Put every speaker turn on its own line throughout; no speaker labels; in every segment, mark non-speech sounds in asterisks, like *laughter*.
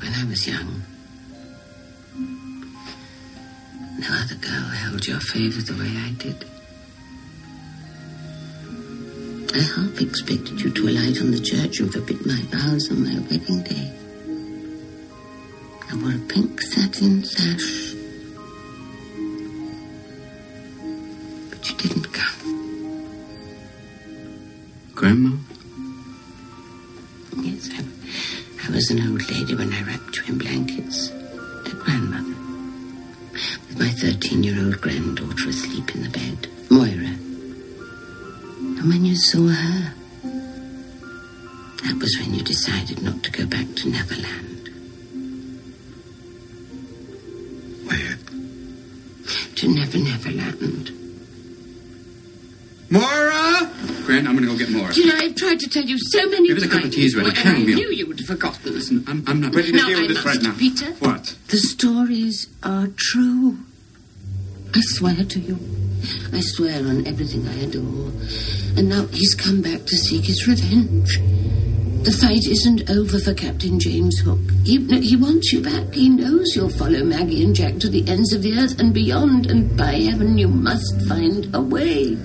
when I was young. No other girl held your favor the way I did. I half expected you to alight on the church and forbid my vows on my wedding day. I wore a pink satin sash. But you didn't come.
Grandma?
Yes, I, I was an old lady when I wrapped you in blankets. A grandmother. With my 13 year old granddaughter asleep in the bed, Moira. And when you saw her, that was when you decided not to go back to Neverland.
Where?
To Never Neverland.
Mora! Gran, I'm gonna go get Mora.
Jill, I've tried to tell you so many
Give us a cup of
times
tea is ready.
before,
Come,
and I
Bill.
knew you would have forgotten.
Listen, I'm, I'm not ready to
Now
deal
I
with this right
must,
now.
Peter.
What?
The stories are true. I swear to you. I swear on everything I adore. And now he's come back to seek his revenge. The fight isn't over for Captain James Hook. He, no, he wants you back. He knows you'll follow Maggie and Jack to the ends of the earth and beyond, and by heaven, you must find a way.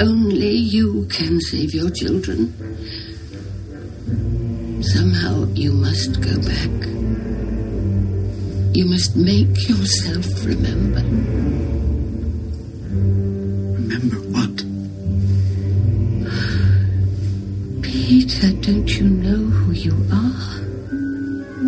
Only you can save your children. Somehow you must go back. You must make yourself remember.
Remember what?
Peter, don't you know who you are?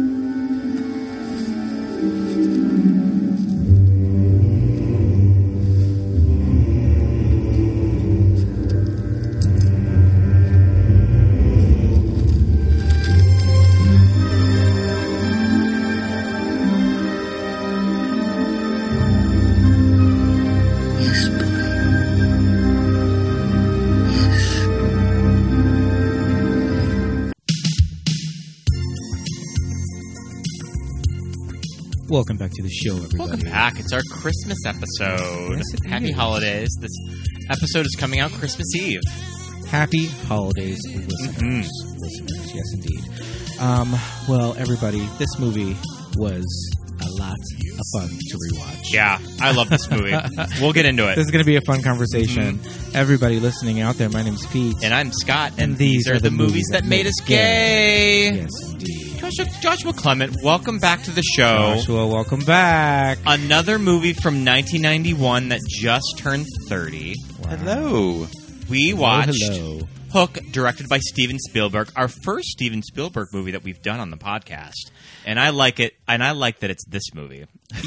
Yes, boy. Yes.
Welcome back to the show, everybody.
Welcome back. It's our Christmas episode.
Yes, it
Happy
is.
holidays. This episode is coming out Christmas Eve.
Happy holidays, listeners.
Mm-hmm.
Listeners, yes, indeed. Um, well, everybody, this movie was a lot of fun to rewatch.
Yeah, I love this movie. *laughs* we'll get into it.
This is going to be a fun conversation.
Mm-hmm.
Everybody listening out there, my name's Pete.
And I'm Scott, and,
And these
are, the movies that made us gay.
yes, indeed.
Joshua, Joshua Clement, welcome back to the show.
Joshua, welcome back.
Another movie from 1991 that just turned 30.
Wow.
Hello. We watched
Oh,
*laughs*
hello.
Hook, directed by Steven Spielberg, our first Steven Spielberg movie that we've done on the podcast. And I like it, and I like that it's this movie.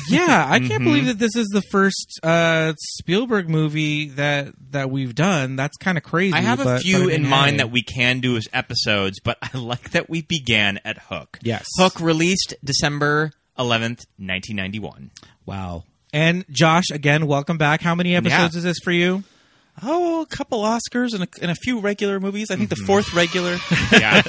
yeah, I
Mm-hmm.
can't believe that this is the first uh, Spielberg movie that that we've done. That's kind of crazy.
I have a
but-
few
but I
in
mean,
mind
hey.
that we can do as episodes, but I *laughs* like that we began at Hook.
Yes.
Hook released December 11th,
*laughs*
1991.
Wow. And Josh, again, welcome back. How many episodes
Yeah.
is this for you?
Oh, a couple Oscars and a, and a few regular movies. I think the fourth regular.
Yeah.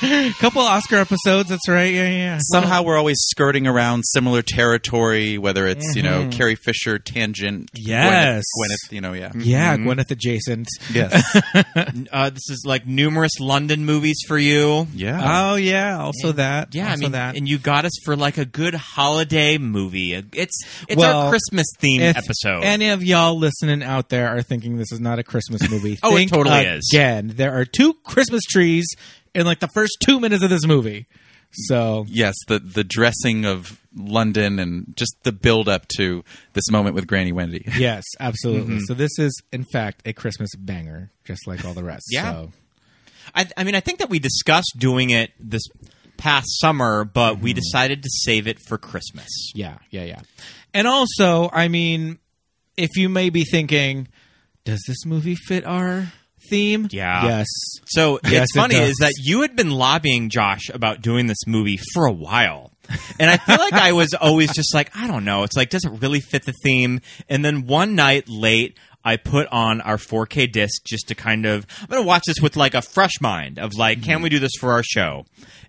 A couple Oscar episodes. That's right. Yeah, yeah.
Mm-hmm.
Somehow we're always skirting around similar territory, whether it's you know Carrie Fisher, Tangent,
Yes.
Gwyneth, Gwyneth you know, yeah, Mm-hmm.
Yeah, Gwyneth adjacent.
*laughs* yes,
uh, this is like numerous London movies for you.
yeah.
Oh yeah, also that.
Yeah,
also
I mean,
that.
and you got us for like a good holiday movie. It's it's
Well,
our Christmas themed
If
episode.
Any of y'all listening out there are thinking this is not a Christmas movie?
*laughs* Oh, it
think
totally
again.
is.
Again, there are two Christmas trees in like the first two minutes of this movie. So
yes, the the dressing of London and just the build up to this moment with Granny Wendy. *laughs*
yes, absolutely.
Mm-hmm.
So this is in fact a Christmas banger, just like all the rest.
Yeah.
So.
I, I mean, I think that we discussed doing it this past summer, but
Mm-hmm.
we decided to save it for Christmas.
Yeah, yeah, yeah. And also, I mean, if you may be thinking, does this movie fit our theme?
Yeah.
Yes.
So
*laughs* Yes,
it's
it
funny
does.
is that you had been lobbying Josh about doing this movie for a while. And I feel like I was always just like, I don't know. It's like, does it really fit the theme? And then one night late, I put on our 4K disc just to kind of, I'm going to watch this with like a fresh mind of like,
Mm-hmm.
can we do this for our show?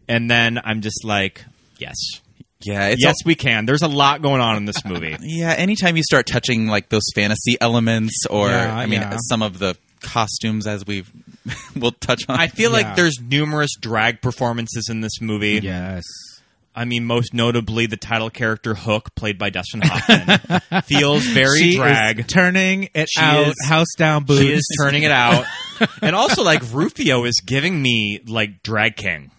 And then I'm just like, yes.
Yeah, it's
yes, we can. There's a lot going on in this
*laughs*
movie.
Yeah, anytime you start touching like those fantasy elements, or
Yeah,
I mean,
yeah.
some of the costumes as we've *laughs* we'll touch on.
I feel
Yeah.
like there's numerous drag performances in this movie.
Yes.
I mean, most notably the title character Hook, played by Dustin Hoffman, *laughs* feels very
she
drag.
is turning it
She
out,
is-
house down boots.
she is turning it out, and also like Rufio is giving me like drag king.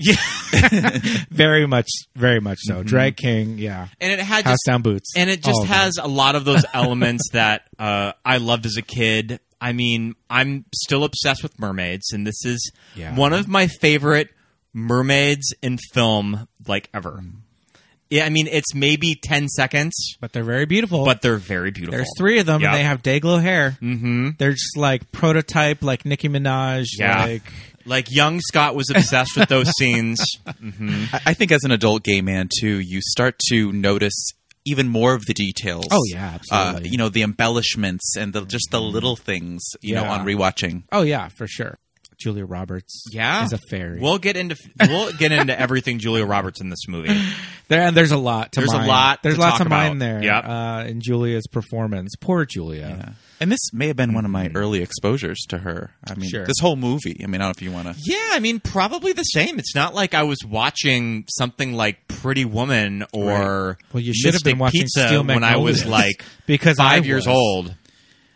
Yeah,
*laughs* very much, very much so. Drag King, yeah.
and Mm-hmm. it had
House
just
down boots.
and it
All
just
of them.
has a lot of those elements that uh, I loved as a kid. I mean, I'm still obsessed with mermaids, and this is
Yeah.
one of my favorite mermaids in film like ever.
Mm.
Yeah, I mean, it's maybe ten seconds,
But they're very beautiful.
but they're very beautiful.
there's three of them,
Yeah.
and they have day glow hair. Mm-hmm. They're just like prototype, like Nicki Minaj.
Yeah.
Like,
Like young Scott was obsessed
*laughs*
with those scenes.
I I think as an adult gay man too, you start to notice even more of the details.
Oh, yeah,
Uh,
absolutely. Mm-hmm.
you know the embellishments and the just the little things. You know,
Yeah.
on rewatching.
oh yeah, for sure. Julia Roberts.
Yeah,
is a fairy.
We'll get into we'll get into everything Julia Roberts in this movie.
There and there's a lot to
There's a
mine.
lot
There's
to
lots
talk
of mine
about.
there.
Yep.
Uh, in Julia's performance, poor Julia.
And this may have been one of my early exposures to her. I mean,
Mm-hmm. Sure.
this whole movie. I mean, I don't know if you want to.
Yeah, I mean, probably the same. It's not like I was watching something like Pretty Woman or
Well, you should have been
Mystic
watching
Pizza
Steel
when I was
Magnolias.
like
because
five
*laughs* I
years
was.
old. Mm-hmm.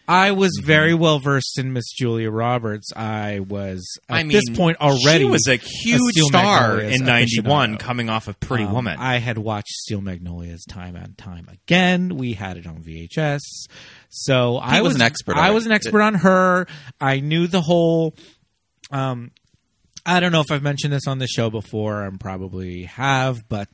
I was very well versed in Miss Julia Roberts. I was at
I mean,
this point already
she was a huge
Steel
star
Magnolias
in '91,
aficionado.
coming off of Pretty
Um,
Woman.
I had watched Steel Magnolias time and time again. We had it on VHS. So I
was
was,
an expert on
I
it.
was an expert on her. I knew the whole. Um, I don't know if I've mentioned this on the show before. I probably have, but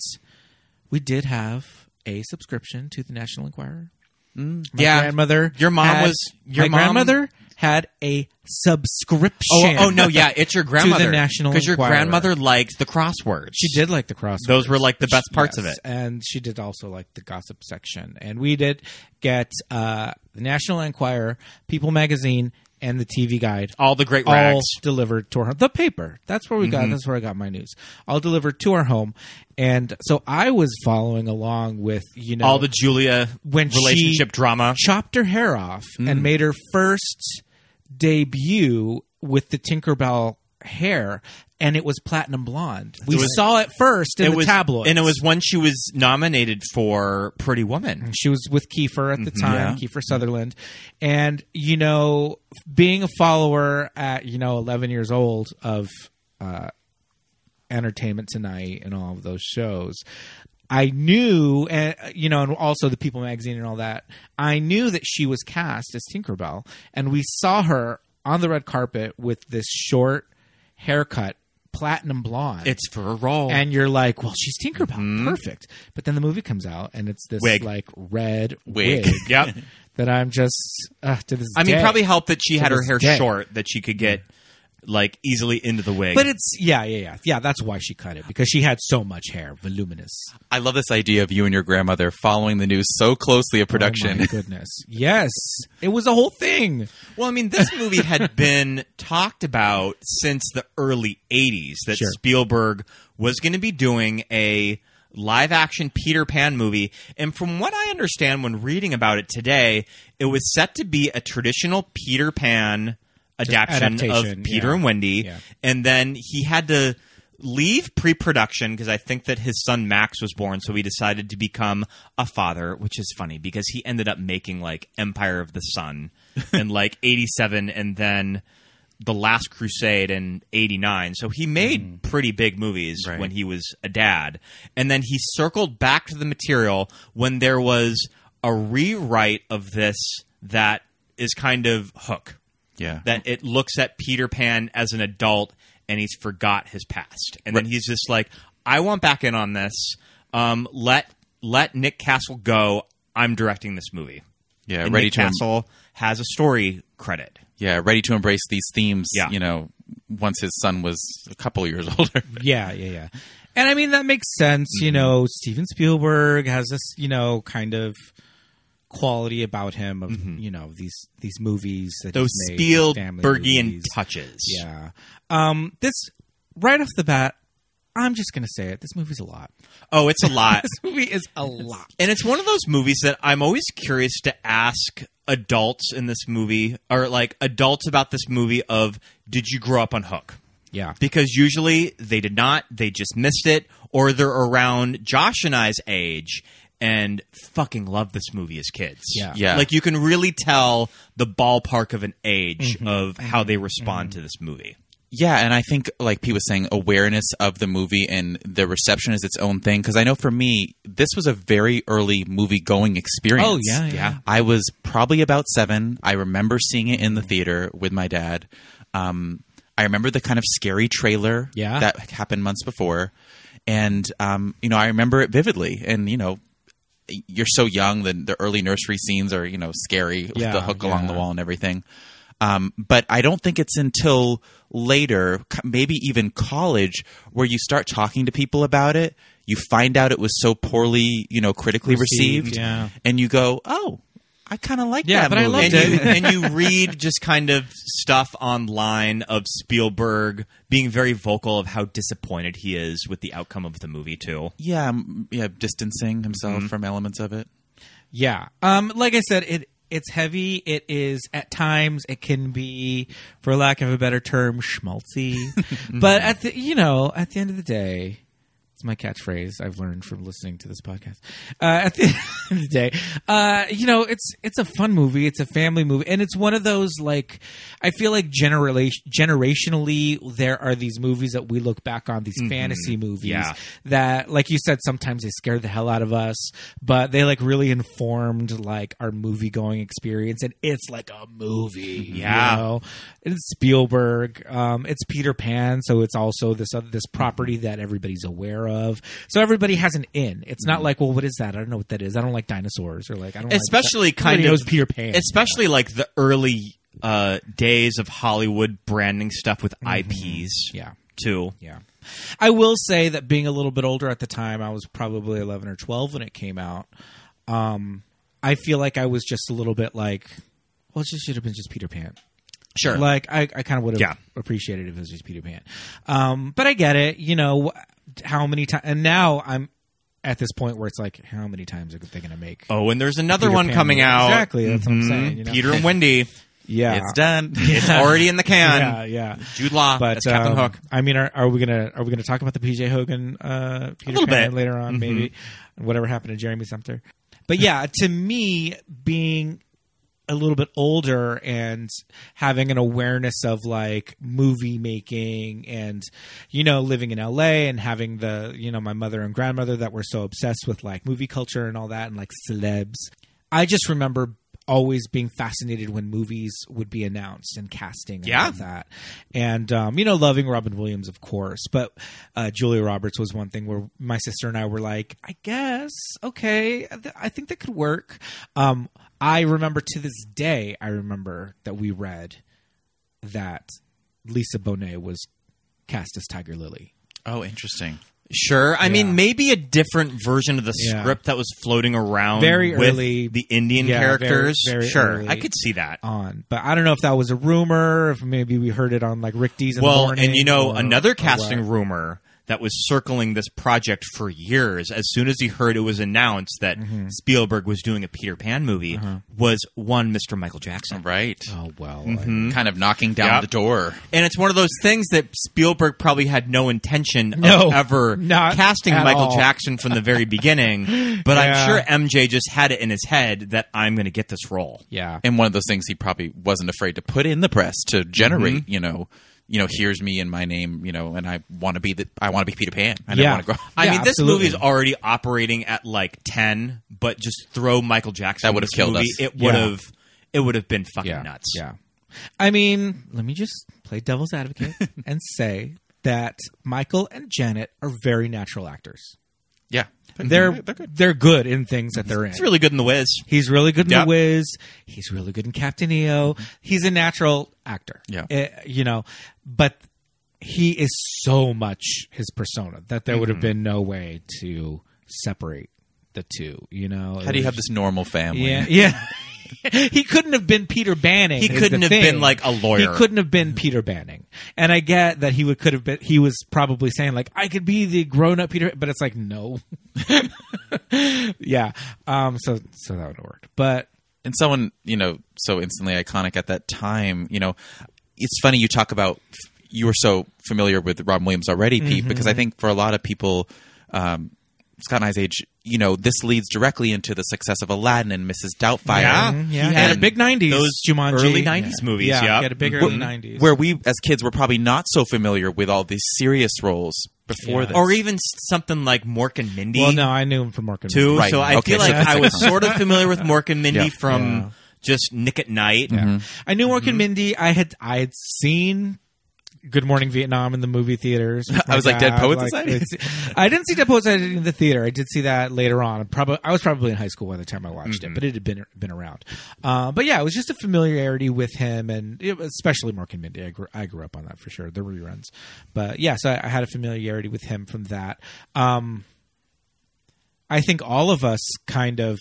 we did have a subscription to the National Enquirer. My
Mm. Yeah.
grandmother.
Your mom
had-
was- your
my
mom-
grandmother had a subscription.
Oh, oh no, yeah,
*laughs*
it's your grandmother
National
because your
Enquirer.
grandmother liked the crosswords.
She did like the crosswords.
Those were, like, the best parts of it.
and she did also like the gossip section. And we did get uh, the National Enquirer, People Magazine, and the TV Guide
all the great
all
rags.
delivered to our home. The paper. That's where we
Mm-hmm.
got. That's where I got my news. All delivered to our home, and so I was following along with you know
all the Julia
When she-
relationship drama.
chopped her hair off
Mm-hmm.
and made her first debut with the Tinkerbell hair and it was platinum blonde. We
was-
saw it first in the
was
tabloids.
and it was when she was nominated for Pretty Woman.
She was with Kiefer at the time,
Yeah.
Kiefer Sutherland, and you know, being a follower at you know 11 years old of uh, Entertainment Tonight and all of those shows, I knew, and uh, you know, and also the People magazine and all that. I knew that she was cast as Tinkerbell, and we saw her on the red carpet with this short haircut, platinum blonde.
It's for a role.
and you're like, well, she's Tinkerbell, perfect. But then the movie comes out, and it's this
Mm-hmm. Wig.
like red wig,
Wig.
yep.
*laughs* that I'm just uh, to this.
I mean,
day.
probably helped that she had her
this
hair
day.
short that she could get like easily into the wig.
But it's yeah, yeah, yeah, yeah. That's why she cut it because she had so much hair, voluminous. Oh
I love this idea of you and your grandmother following the news so closely of
Oh
production.
my
*laughs*
goodness, yes, it was a whole thing.
well, I mean, this movie
*laughs*
had been talked about since the early '80s that
Sure.
Spielberg was going to be doing a live action Peter Pan movie, and from what I understand when reading about it today, it was set to be a traditional Peter Pan adaptation of
adaptation,
Peter
yeah.
and Wendy,
Yeah.
and then he had to leave pre-production because I think that his son Max was born, so he decided to become a father, which is funny because he ended up making like Empire of the Sun in like '87, and then The Last Crusade in '89. So he made pretty big movies when he was a dad, and then he circled back to the material when there was a rewrite of this that is kind of hook
yeah.
that it looks at Peter Pan as an adult and he's forgot his past. And then he's just like, I want back in on this. Um, let let Nick Castle go. I'm directing this movie.
yeah.
And
Ready
Nick
to em-
Castle has a story credit.
yeah. Ready to embrace these themes.
Yeah.
You know, once his son was a couple years *laughs* older.
Yeah, yeah, yeah. And I mean that makes sense.
Mm-hmm.
You know, Steven Spielberg has this, you know, kind of quality about him of you know these these movies that
Mm-hmm. Those
he's made, these family
Spielbergian
movies.
touches.
Yeah. Um, this right off the bat, I'm just gonna say it. This movie's a lot.
Oh, it's a
*laughs*
lot.
This movie is a lot.
And it's one of those movies that I'm always curious to ask adults in this movie or like adults about this movie of did you grow up on Hook?
Yeah.
Because usually they did not, they just missed it or they're around Josh and I's age and fucking love this movie as kids.
Yeah.
Yeah.
Like you can really tell the ballpark of an age
Mm-hmm.
of how they respond to this
*laughs*
movie.
Yeah, and I think like Pete was saying, awareness of the movie and the reception is its own thing. Because I know for me, this was a very early movie going experience.
Oh, yeah, yeah. Yeah.
I was probably about seven. I remember seeing it in the theater with my dad. Um, I remember the kind of scary trailer
Yeah.
that happened months before, and um, you know I remember it vividly. And you know, you're so young; the, the early nursery scenes are you know scary, with
Yeah,
the hook along
yeah.
the wall and everything. Um, but I don't think it's until later, c- maybe even college, where you start talking to people about it. You find out it was so poorly, you know, critically
Received,
received,
yeah.
and you go, "Oh, I kind of like
Yeah,
that."
but I
movie."
loved
and
And
it.
you, and you read just kind of stuff online of Spielberg being very vocal of how disappointed he is with the outcome of the movie too.
yeah, m- yeah, distancing himself from elements of it.
Yeah. Um, like I said, it it's heavy. It is at times it can be, for lack of a better term, schmaltzy. but at the you know at the end of the day, it's my catchphrase I've learned from listening to this podcast. Uh, at the *laughs* end of the day, uh, you know it's it's a fun movie. It's a family movie, and it's one of those like I feel like generally generationally there are these movies that we look back on these fantasy movies
Yeah.
that like you said sometimes they scared the hell out of us but they like really informed like our movie going experience and it's like a movie
Yeah.
you know? it's spielberg um, it's peter pan so it's also this other this property that everybody's aware of so everybody has an in it's
Mm-hmm.
not like well what is that i don't know what that is i don't like dinosaurs or like i don't like-
Especially
Everybody
kind of-
knows peter pan
Especially like the early uh, days of Hollywood branding stuff with IPs.
Mm-hmm. Yeah.
Too.
Yeah. I will say that being a little bit older at the time, I was probably 11 or 12 when it came out. Um, I feel like I was just a little bit like, well, it just should have been just Peter Pan.
Sure.
Like, I, I kind of would have
Yeah.
appreciated it if it was just Peter Pan. Um, but I get it. You know, wh- how many times. And now I'm at this point where it's like, how many times are they going to make
oh, and there's another
Peter
one
Pan
coming
movie?
out.
Exactly. That's what I'm
Mhm.
saying, you know? *laughs*
Peter and Wendy.
Yeah.
It's *laughs* done.
It's already in the can.
Yeah, yeah.
Jude Law
But
as Ah, Captain
um,
Hook.
I mean, are, are we gonna are we gonna talk about the PJ Hogan uh, Peter
little
Pan
bit. Mm-hmm.
later on, maybe whatever happened to Jeremy Sumter? But yeah, to me, being a little bit older and having an awareness of like movie making and you know living in LA and having the you know my mother and grandmother that were so obsessed with like movie culture and all that and like celebs I just remember always being fascinated when movies would be announced and casting and
Yeah.
all that and um, you know loving Robin Williams of course but uh, Julia Roberts was one thing where my sister and I were like I guess okay th- I think that could work um, I remember to this day I remember that we read that Lisa Bonet was cast as Tiger Lily
oh, interesting.
Sure. I
Yeah.
mean, maybe a different version of the
Yeah.
script that was floating around
Very
with
early.
the Indian
Yeah, very-
characters.
very
sure.
early. Uh,
I could see that.
on but I don't know if that was a rumor if maybe we heard it on like Rick D's in the
well,
morning
and you know,
or- or
another
what.
casting rumor that was circling this project for years, as soon as he heard it was announced that
Mm-hmm.
Spielberg was doing a Peter Pan movie,
Uh-huh.
was one Mr. Michael Jackson.
Right.
oh well
Mm-hmm.
I-
Kind of knocking down
Yep.
the door.
And it's one of those things that Spielberg probably had no intention
No,
of ever
not
casting
at
Michael
all.
Jackson from the
*laughs*
very beginning. But
Yeah.
I'm sure MJ just had it in his head that I'm going to get this role.
yeah
and one of those things he probably wasn't afraid to put in the press to generate
Mm-hmm.
you know you know here's me and my name you know and i want to be the i want to be peter pan *laughs* i don't
Yeah.
want to grow
I
Yeah,
mean, this
absolutely.
movie is already operating at like ten, but just throw Michael Jackson.
That
in
would've
this
killed
movie,
us.
It would
Yeah.
have. It would have been fucking
yeah,
nuts.
Yeah. I mean, let me just play devil's *laughs* advocate and say that Michael and Janet are very natural actors.
yeah
They're they're good, in things that they're in.
It's really good in the Wiz.
He's really good in
Yeah.
The Wiz. He's really good in Captain EO. He's a natural actor.
Yeah.
Eh, you know, but he is so much his persona that there would have been no way to separate the two, you know.
how do you have this normal family
Yeah, *laughs* yeah. he couldn't have been Peter Banning.
He
is
couldn't
the
have been,
thing.
like, a lawyer.
He couldn't have been Peter Banning. And I get that he would could have been. He was probably saying like, "I could be the grown up Peter," but it's like, no. *laughs* yeah. Um. So so that would have worked, but
and someone you know so instantly iconic at that time you know it's funny you talk about you were so familiar with Robin Williams already Pete
Mm-hmm.
because I think for a lot of people um, Scott and I's age you know this leads directly into the success of Aladdin and Mrs. Doubtfire
mm, yeah, he had a
And
big '90s.
Ah, those
Jumanji.
early 90s
Yeah.
movies,
Yeah,
yeah.
he had a big
Wh-
early '90s.
where we as kids were probably not so familiar with all these serious roles before
Yeah.
this
or even s- something like Mork and Mindy.
well, no, I knew him from Mark and
too.
Mindy.
Right.
So I
Okay,
feel
so
like
that's
I
a
was
comment.
sort of familiar with
*laughs*
Mork and Mindy
Yeah.
from
Yeah.
just Nick at Night.
Yeah. I knew Mork
Mm-hmm.
and Mindy. I had I had seen Good Morning Vietnam in the movie theaters. with
*laughs* I was
my
like, Dead
dad.
Poets Society?
it's- I didn't see Dead Poets Society in the theater. I did see that later on. Probably I was probably in high school by the time I watched
Mm-hmm.
it, but it had been been around. Uh, but yeah, it was just a familiarity with him, and it, was- especially Mork and Mindy. I grew, I grew up on that for sure. The reruns, but yeah, so I, I had a familiarity with him from that. Um, I think all of us kind of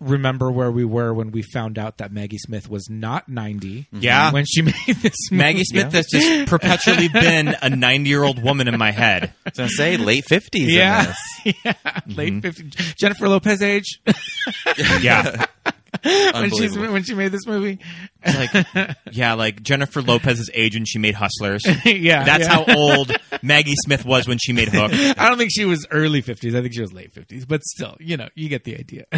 remember where we were when we found out that Maggie Smith was not 90.
Yeah.
When she *laughs* made this movie. *laughs*
Maggie Smith has just perpetually been a 90 year old woman in my head.
I was gonna
*laughs*
say late 50s in
Yeah.
this.
*laughs* yeah.
Mm-hmm.
Late 50. Jennifer Lopez age *laughs*
Yeah.
when, she's,
Unbelievable.
when she made this movie. *laughs*
Like, yeah, like Jennifer Lopez's age when she made Hustlers.
*laughs* yeah.
That's
yeah.
how old Maggie Smith was when she made
*laughs*
Hook.
I don't think she was early 50s. I think she was late 50s, but still, you know, you get the idea. *laughs*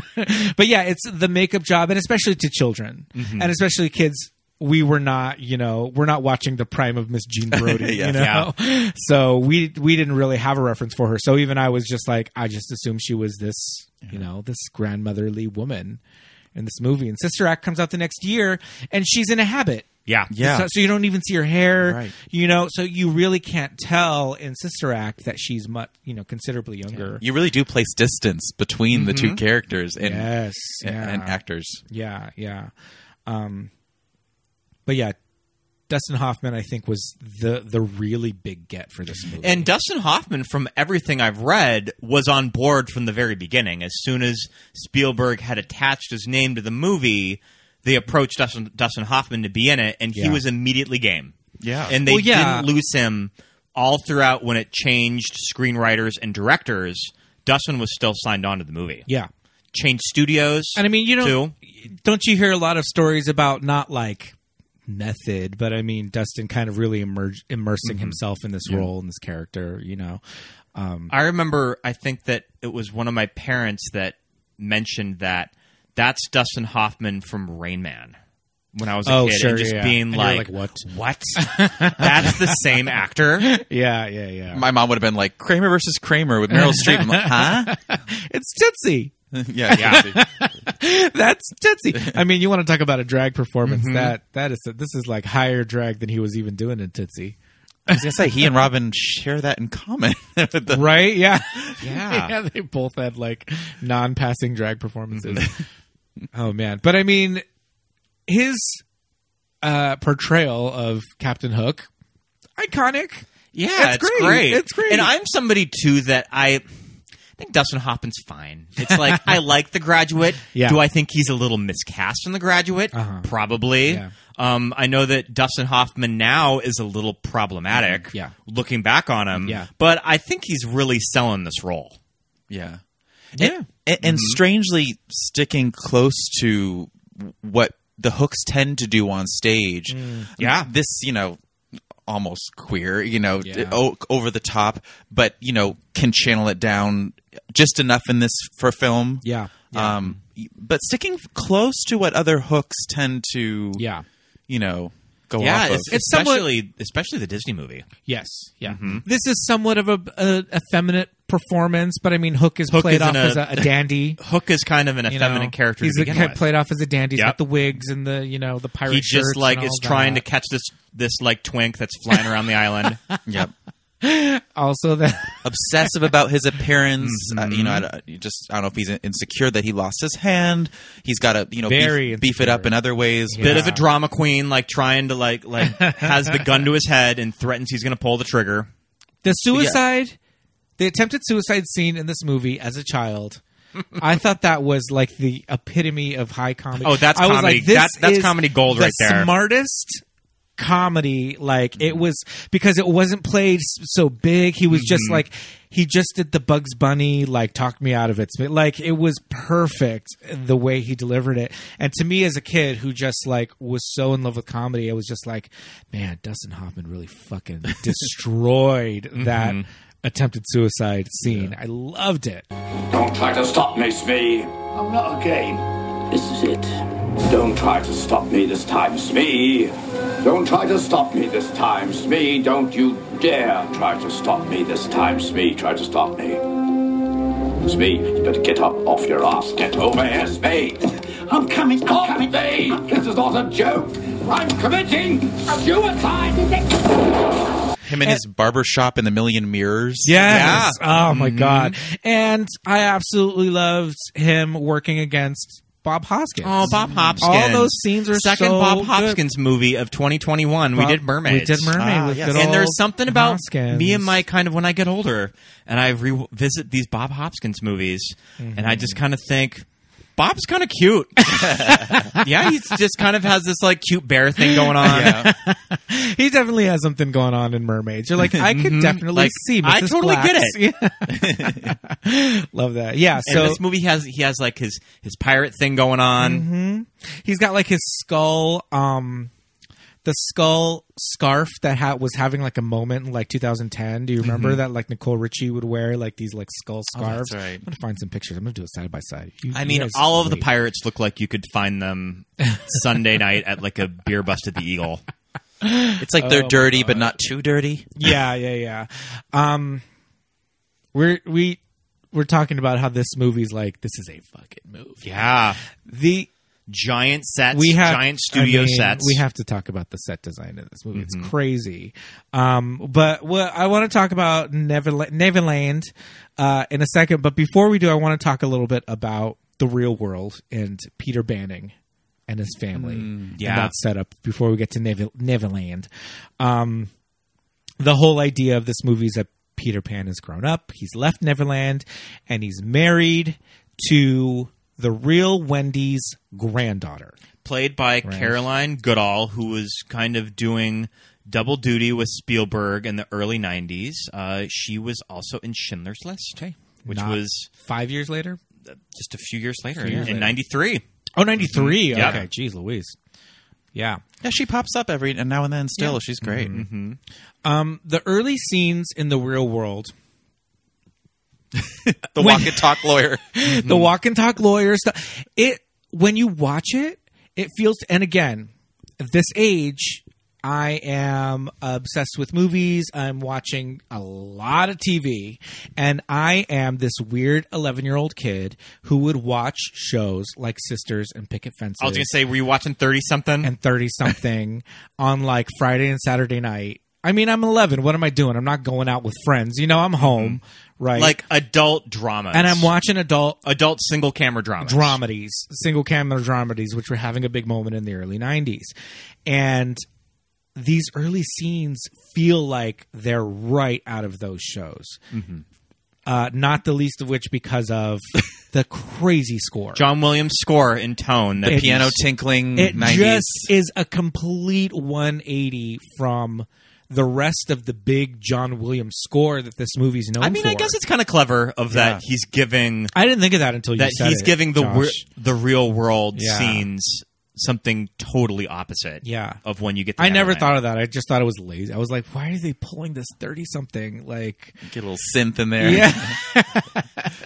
but yeah, it's the makeup job, and especially to children, and especially kids. We were not, you know, we're not watching the prime of Miss Jean Brody,
Yeah.
you know. So we we didn't really have a reference for her. So even I was just like, I just assumed she was this, you know, this grandmotherly woman in this movie. And Sister Act comes out the next year, and she's in a habit.
Yeah.
Yeah.
So, so you don't even see her hair.
Right.
You know, so you really can't tell in Sister Act that she's much, you know, considerably younger.
you really do place distance between the two characters and,
Mm-hmm. Yes.
and,
yeah.
and actors
Yeah. Yeah. Um, but yeah, Dustin Hoffman, I think, was the the really big get for this movie.
And Dustin Hoffman, from everything I've read, was on board from the very beginning. As soon as Spielberg had attached his name to the movie, they approached Dustin, Dustin Hoffman to be in it, and he
Yeah.
was immediately game.
Yeah.
And they
Well, yeah.
didn't lose him all throughout when it changed screenwriters and directors. Dustin was still signed on to the movie.
yeah.
Changed studios.
And I mean, you know,
too.
don't you hear a lot of stories about not like method, but I mean, Dustin kind of really emerge, immersing
Mm-hmm.
himself in this role and this character, you know.
I remember I think that it was one of my parents that mentioned that that's Dustin Hoffman from Rain Man when I was a
Oh,
kid
sure,
and just
yeah.
being
And you're
like,
like,
*laughs* what? that's the same actor?
Yeah, yeah, yeah.
my mom would have been like Kramer versus Kramer
*laughs*
with Meryl Streep. I'm like, huh? *laughs*
it's Tootsie.
yeah, yeah.
That's Tootsie. I mean, you want to talk about a drag performance? That that is this is like higher drag than he was even doing in Tootsie,
I was gonna say he and Robin share that in common. *laughs* With the-
right? Yeah, *laughs*
Yeah.
yeah. They both had like non-passing drag performances. *laughs* oh man, but I mean, his uh portrayal of Captain Hook, iconic.
Yeah,
That's
it's
great. It's great.
And I'm somebody too that I I think Dustin Hoffman's fine. It's like
*laughs*
I like The Graduate.
Yeah.
Do I think he's a little miscast in The Graduate?
Uh-huh.
Probably.
Yeah.
Um, I know that Dustin Hoffman now is a little problematic.
Yeah.
Looking back on him.
Yeah.
But I think he's really selling this role.
yeah,
Yeah. Mm-hmm.
and, and strangely sticking close to what the hooks tend to do on stage.
Mm.
Yeah.
this you know almost queer, you know,
Yeah.
o- over the top, but you know can channel it down just enough in this for film.
Yeah.
Um, but sticking close to what other hooks tend to,
Yeah.
you know, go
yeah.
off of.
it's,
It's somewhat-
especially especially the Disney movie.
Yes. Yeah. This is somewhat of a, a effeminate performance, but I mean, Hook is
Hook
played
isn't
off
a-
as a, a dandy.
Hook is kind of an
you
effeminate
know,
character
He's
to
a-
begin
kind of
with.
played off as a dandy. He's
Yep.
got the wigs and the you know the pirate.
he just
shirts
like
and all
is trying
that.
to catch this this like twink that's flying around
*laughs*
the island.
yep.
also that
obsessive about his appearance. Uh, you
Mm-hmm.
know,
Mm-hmm.
I, don't- you just I don't know if he's insecure that he lost his hand. He's got to you know
Very
beef, beef it up
insecure.
in other ways.
bit
Yeah.
of a drama queen, like trying to like like has the gun to his head and threatens he's going to pull the trigger. *laughs*
the suicide, the attempted suicide scene in this movie as a child
*laughs*
I thought that was like the epitome of high comedy.
Oh, that's
I was
comedy.
Like, this
That- that's
is
comedy gold
the
right there.
Smartest comedy. Like it was because it wasn't played s- so big. He was just like he just did the Bugs Bunny like talk me out of it. Like it was perfect the way he delivered it. And to me as a kid who just like was so in love with comedy, I was just like, man, Dustin Hoffman really fucking destroyed that attempted suicide scene. I loved it.
Don't try to stop me, Smee. I'm not a game. This is it. Don't try to stop me this time, Smee. Don't try to stop me this time, Smee. Don't you dare try to stop me this time, Smee. Try to stop me. Smee, you better get up off your ass. Get over here, Smee. I'm coming. I'm coming. Smee. This is not a joke. I'm committing suicide.
Him and his barber shop and the million mirrors.
Yes. Oh my god. And I absolutely loved him working against Bob Hoskins.
Oh, Bob Hopkins.
All those scenes are
second
so
Bob
good.
Hopkins movie of 2021. we
Bob-
did mermaids.
We did mermaid
Ah,
with
yes.
good
And there's
old
something about
Hoskins.
me and my kind of when I get older, and I revisit these Bob Hopkins movies, and I just kind of think. Bob's kind of cute. *laughs* yeah, he just kind of has this like cute bear thing going on.
Yeah.
He definitely has something going on in mermaids. You're like, I
*laughs*
could definitely
Mm-hmm. Like,
see. Mrs.
I totally get
it. *laughs* Love that. Yeah.
And
So
this movie has he has like his his pirate thing going on.
Mm-hmm. he's got like his skull um the skull scarf that ha- was having like a moment in like 2010 do you remember
Mm-hmm.
that like nicole ritchie would wear like these like skull scarves
right.
i'm gonna find some pictures i'm gonna do it side by side You-
Oh, I
you
mean,
guys
all of the
wait.
pirates look like you could find them
*laughs*
Sunday night at like a beer bust at the Eagle.
It's like they're dirty, but not too dirty.
yeah yeah yeah um we're we we're talking about how this movie's like this is a fucking movie
Yeah,
the
giant sets,
we have
giant studio
I mean,
sets. Mm-hmm.
We have to talk about the set design in this movie. It's crazy. Um, but what I want to talk about Neverla- Neverland uh, in a second. But before we do, I want to talk a little bit about the real world and Peter Banning and his family.
Mm, yeah.
and that setup before we get to Never- Neverland. Um, the whole idea of this movie is that Peter Pan has grown up. He's left Neverland, and he's married to the real Wendy's granddaughter.
played by Caroline Goodall, who was kind of doing double duty with Spielberg in the early '90s. Uh, she was also in Schindler's List, which
Not
was
five years later.
just a few years later
years
in
later.
'93.
Oh, 93.
Mm-hmm. Yeah.
Okay, geez, Louise. Yeah.
Yeah, she pops up every now and then. Still, she's great.
Um, the early scenes in the real world,
The walk and talk *laughs* lawyer.
Mm-hmm.
the walk and talk lawyer stuff. It when you watch it, it feels. And again, at this age, I am obsessed with movies. I'm watching a lot of TV, and I am this weird 11 year old kid who would watch shows like Sisters and Picket Fences.
I was gonna say, were you watching Thirty Something?
and 30 something on like Friday and Saturday night. I mean, I'm 11. What am I doing? I'm not going out with friends. You know, I'm home, right?
like adult dramas,
and I'm watching adult uh,
adult single camera dramas.
dramedies, single camera dramedies, which were having a big moment in the early 90s. And these early scenes feel like they're right out of those shows. Uh, not the least of which because of *laughs* the crazy score.
John Williams score and tone that
It-
Piano tinkling.
Mm,
It
90s.
just is a complete 180 from the rest of the big John Williams score that this movie's known
I mean,
for.
I guess it's kind of clever of that
Yeah.
he's giving
I didn't think of that until you
that
said
he's
it,
giving the
Josh.
wor- the real world
Yeah.
scenes something totally opposite.
Yeah.
of when you get. The
I never
headline.
thought of that. I just thought it was lazy. I was like, why are they pulling this 30 something like
get a little synth in there.
Yeah. *laughs*
*laughs*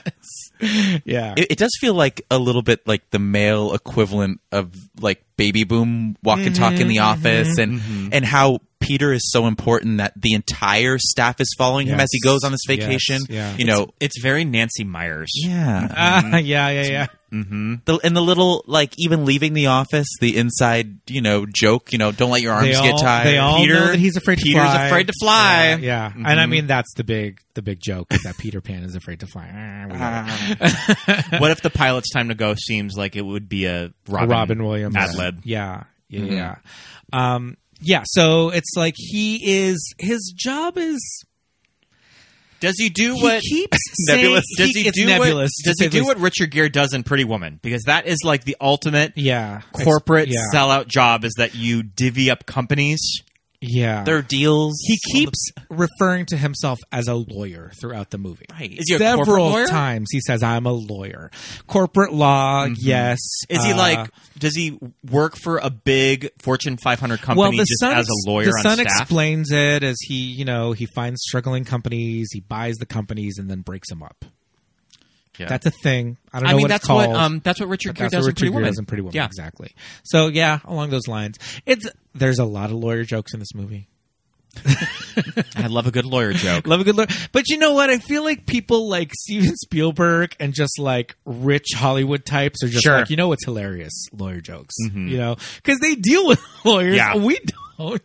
yeah.
It, it does feel like a little bit like the male equivalent of like baby boom walk and talk in the office and and how Peter is so important that the entire staff is following him
Yes.
as he goes on this
Yes.
vacation.
Yeah.
You know,
It's very Nancy Myers.
yeah.
Ah, *laughs* yeah,
*laughs*
yeah, yeah. Mm-hmm.
The, and the little like even leaving the office, the inside you know joke, you know, don't let your arms
They all,
get tired.
they all
Peter-
know that he's afraid to
Peter's
fly.
afraid to fly.
Yeah, yeah. and
Mm-hmm.
I mean that's the big the big joke is that Peter Pan is afraid to fly. Ah, whatever.
Uh, what if the pilot's time to go seems like it would be a Robin,
Robin Williams
ad lib? Mm-hmm.
Yeah, yeah, yeah. Um, yeah. So it's like he is his job is
Does he do what *laughs*
keeps *laughs* saying-
Nebulous.
does
he-
he
it's
do
nebulous,
what does
to say
he
the
do
least.
what Richard Gere does in Pretty Woman? Because that is like the ultimate
Yeah,
corporate
yeah,
sellout job is that you divvy up companies.
Yeah,
Their deals.
he keeps referring to himself as a lawyer throughout the movie.
Right.
Is he a corporate
Several
lawyer?
times he says, "I'm a lawyer, corporate law." Yes.
Mm-hmm. Is he
uh,
like? Does he work for a big Fortune 500 company
well, the
just
son
as
ex-
a lawyer
The
on
son
staff?
explains it as he, you know, he finds struggling companies, he buys the companies, and then breaks them up.
Yeah.
That's a thing. I don't know
I mean,
what
that's
it's called.
what um, that's what Richard Gere
That's
does
what
in Pretty
Richard Gere
Woman.
does in Pretty Woman.
Yeah.
Exactly. So yeah, along those lines, it's there's a lot of lawyer jokes in this movie.
I love a good lawyer joke. *laughs*
Love a good lawyer, but you know what? I feel like people like Steven *laughs* Spielberg and just like rich Hollywood types are just
Sure. Mm-hmm.
like you know what's hilarious lawyer jokes, you know, because they deal with *laughs* lawyers.
Yeah.
We don't.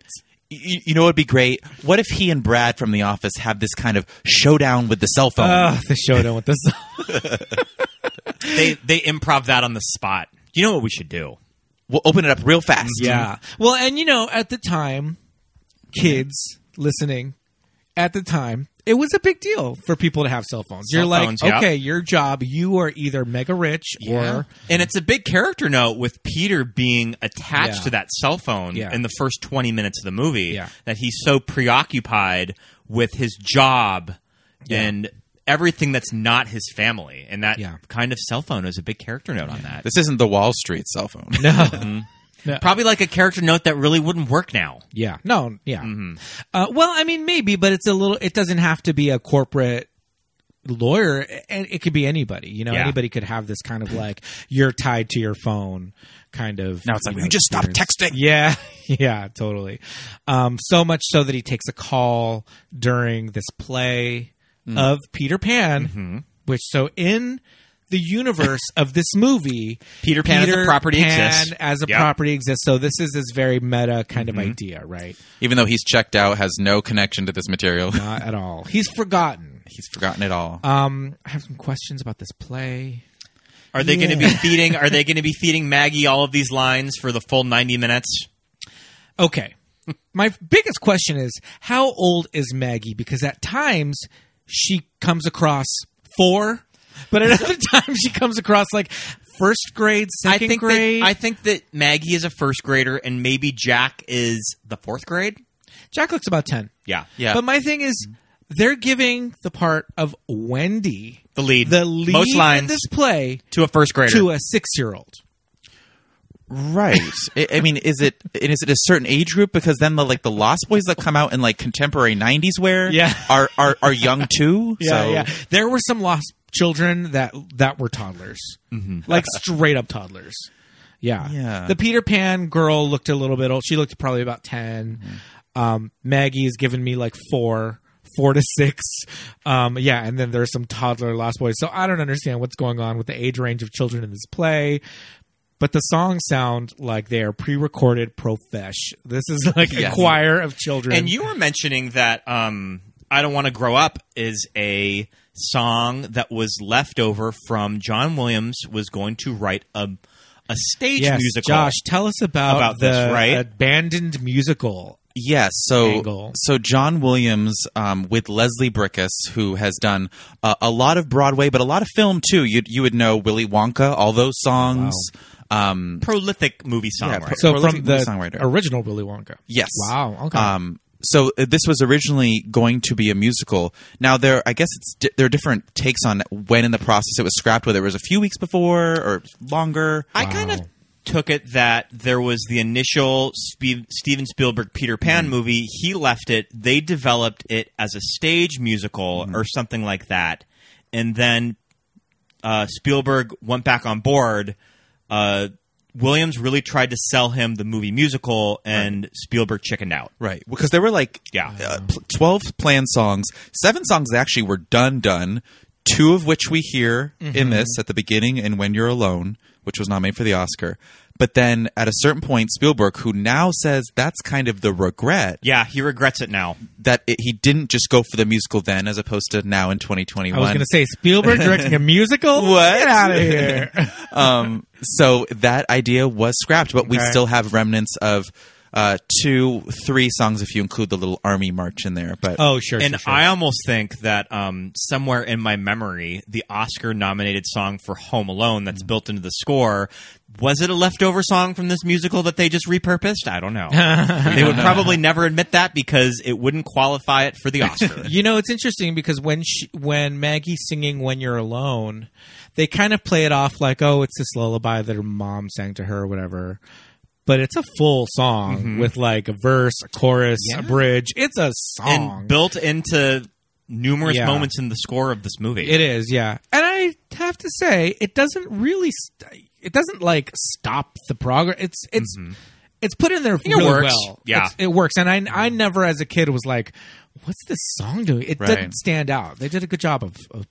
You, you know what'd be great? What if he and Brad from The Office have this kind of showdown with the cell phone?
Ugh, the *laughs* showdown with this.
they they improv that on the spot. You know what we should do?
we'll open it up real fast.
Yeah. Well, and you know, at the time, kids listening, at the time, it was a big deal for people to have cell phones.
Cell
you're like,
phones, yeah.
okay, your job, you are either mega rich or
and it's a big character note with Peter being attached
Yeah.
to that cell phone
Yeah.
in the first 20 minutes of the movie
Yeah.
that he's so preoccupied with his job and everything that's not his family. And that
Yeah.
kind of cell phone is a big character note on that.
This isn't the Wall Street cell phone.
Probably like a character note that really wouldn't work now.
yeah, no, yeah. Uh, well, I mean, maybe, but it's a little. It doesn't have to be a corporate lawyer and it could be anybody you know
Yeah.
anybody could have this kind of like you're tied to your phone kind of
Now it's like,
you
we
know,
just stop
experience.
texting.
Yeah, *laughs* yeah, totally. Um, so much so that he takes a call during this play
Mm.
of Peter Pan,
Mm-hmm.
which so in the universe of this movie,
*laughs* Peter Pan as a property exists.
as a
Yep. Mm-hmm.
property exists. So this is this very meta kind of idea, right?
Even though he's checked out, has no connection to this material.
Not at all. He's forgotten.
*laughs* He's forgotten it all.
Um, I have some questions about this play.
Are they going to be feeding? Are they *laughs* going to be feeding Maggie all of these lines for the full ninety minutes?
Okay. My biggest question is how old is Maggie? Because at times she comes across four, but at *laughs* other times she comes across like first grade, second
I think
grade.
That, I think that Maggie is a first grader, and maybe Jack is the fourth grade.
Jack looks about 10.
Yeah,
Yeah.
But my thing is, they're giving the part of Wendy,
The lead,
the lead
most
in
lines
this play,
to a first grader.
to a six year old.
right. I, I mean, is it and is it a certain age group? Because then the like the Lost Boys that come out in like contemporary '90s wear,
Yeah.
are are, are young
*laughs*
too. so
There were some lost children that that were toddlers, like straight up toddlers. Yeah.
Mm-hmm. Yeah.
The Peter Pan girl looked a little bit old. She looked probably about 10
Mm-hmm.
Um, Maggie has given me like four, four to six. Um, yeah, and then there's some toddler Lost Boys. So I don't understand what's going on with the age range of children in this play. But the songs sound like they are pre-recorded profesh. This is like
Yeah.
a choir of children.
and you were mentioning that um, "I Don't Want to Grow Up" is a song that was left over from John Williams was going to write a a stage
yes,
musical.
Josh, tell us about,
About
the
this, right?
abandoned musical.
Yes. So
Angle.
so John Williams um, with Leslie Brickus, who has done uh, a lot of Broadway, but a lot of film too. You you would know Willy Wonka, all those songs. Um,
prolific movie songwriter.
pro-
So
Well,
from the
let's see, songwriter.
original Willy Wonka.
yes.
Wow. Okay.
Um, so uh, this was originally going to be a musical. Now there, I guess it's di- there are different takes on when in the process it was scrapped. Whether it was a few weeks before or longer.
I kind of took it that there was the initial Spe- Steven Spielberg Peter Pan movie. He left it. They developed it as a stage musical or something like that, and then uh, Spielberg went back on board. Uh, Williams really tried to sell him the movie musical, and Spielberg chickened out.
Right, because there were like
Yeah.
uh, pl- twelve planned songs. Seven songs actually were done, done. Two of which we hear
Mm-hmm.
in this at the beginning, and "When You're Alone," which was nominated for the Oscar. But then at a certain point, Spielberg, who now says that's kind of the regret
Yeah, he regrets it now.
that it, he didn't just go for the musical then, as opposed to now in 2021.
I was going to say Spielberg directing
*laughs*
a musical.
*laughs* What?
Get out of here.
*laughs* um, so that idea was scrapped, but we
Okay.
still have remnants of uh, two, three songs if you include the little army march in there. But
Oh, sure.
And
sure, sure.
I almost think that um, somewhere in my memory, the Oscar-nominated song for Home Alone that's
Mm-hmm.
built into the score was it a leftover song from this musical that they just repurposed? I
*laughs*
don't know. they would probably never admit that because it wouldn't qualify it
*laughs*
for the Oscar.
You know, it's interesting because when she, when Maggie's singing "When You're Alone," they kind of play it off like, "Oh, it's this lullaby that her mom sang to her, or whatever." But it's a full song
Mm-hmm.
with like a verse, a chorus, a bridge. It's a song.
and built into numerous
Yeah.
moments in the score of this movie.
It is, yeah. And I have to say, it doesn't really. St- it doesn't like stop the progress. It's it's it's put in there really
Mm-hmm. works.
well.
Yeah. Mm-hmm.
It's- it works. And I I never as a kid was like, "What's this song doing?" It
Right.
doesn't stand out. They did a good job of, of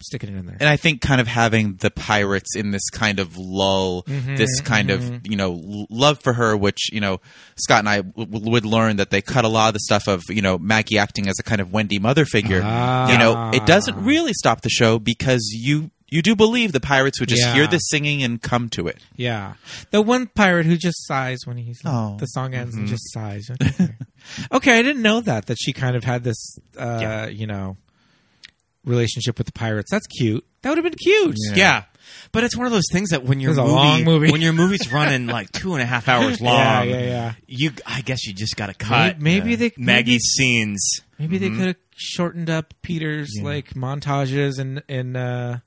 sticking it in there.
and I think kind of having the pirates in this kind of lull,
Mm-hmm.
this kind of you know l- love for her, which you know Scott and I w- would learn that they cut a lot of the stuff of you know Maggie acting as a kind of Wendy mother figure. You know, it doesn't
Ah.
really stop the show because you you do believe the pirates would just
Yeah.
hear this singing and come to it.
Yeah, the one pirate who just sighs when he's
Oh.
the song ends
Mm-hmm.
and just sighs. Okay. okay, I didn't know that that she kind of had this, uh, you know, relationship with the pirates. That's cute. That would have been cute.
Yeah. But it's one of those things that when your
It's a
movie,
long movie.
when your movie's running like two and a half hours
*laughs*
long,
Yeah, yeah, yeah.
you I guess you just got to cut
maybe
uh,
they- maybe-
Maggie's scenes.
Maybe
Mm-hmm.
they could have shortened up Peter's like montages and and uh,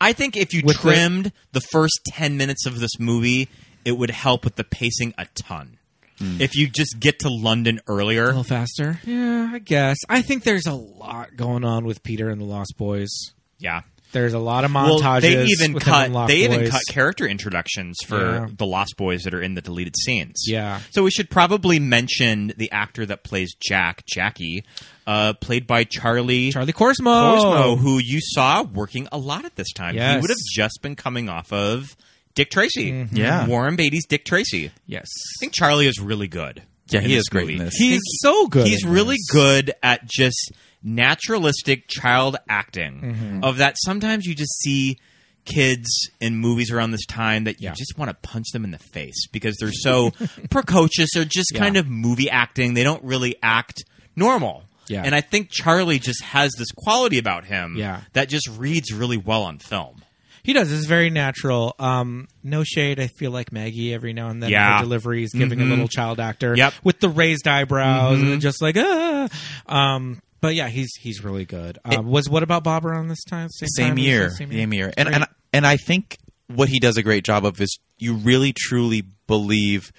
I think if you
With the-
trimmed the, first 10 minutes of this movie, it would help with the pacing a ton.
Hmm.
If you just get to London earlier,
a little faster. Yeah, I guess. I think there's a lot going on with Peter and the Lost Boys.
yeah.
There's a lot of montages.
Well, they even
with him and
cut
Lost
they even
Boys.
cut character introductions for
Yeah.
the Lost Boys that are in the deleted scenes.
Yeah.
So we should probably mention the actor that plays Jack, Jackie, uh, played by Charlie
Charlie Corsmo.
Cosmo, who you saw working a lot at this time. He
Yes. Mm-hmm.
would have just been coming off of Dick Tracy.
Yeah.
Warren Beatty's Dick Tracy.
Yes,
I think Charlie is really good.
Yeah,
in
he
this
is great
movie.
in this.
he's so good.
He's
in
really
this.
good at just naturalistic child acting
Mm-hmm.
of that sometimes you just see kids in movies around this time that you
Yeah.
just want to punch them in the face because they're
*laughs*
so precocious or just kind of movie acting. They don't really act normal.
Yeah.
And I think Charlie just has this quality about him
Yeah.
that just reads really well on film.
He does. It's very natural. Um, no shade. I feel like Maggie every now and then.
Yeah.
Her delivery is giving a little child actor.
Yep.
With the raised eyebrows and just like ah. Um, but yeah, he's he's really good. Um, was what about Bob around this time? Same,
same
time?
year,
Same
same
year.
year, and and and I think what he does a great job of is you really truly believe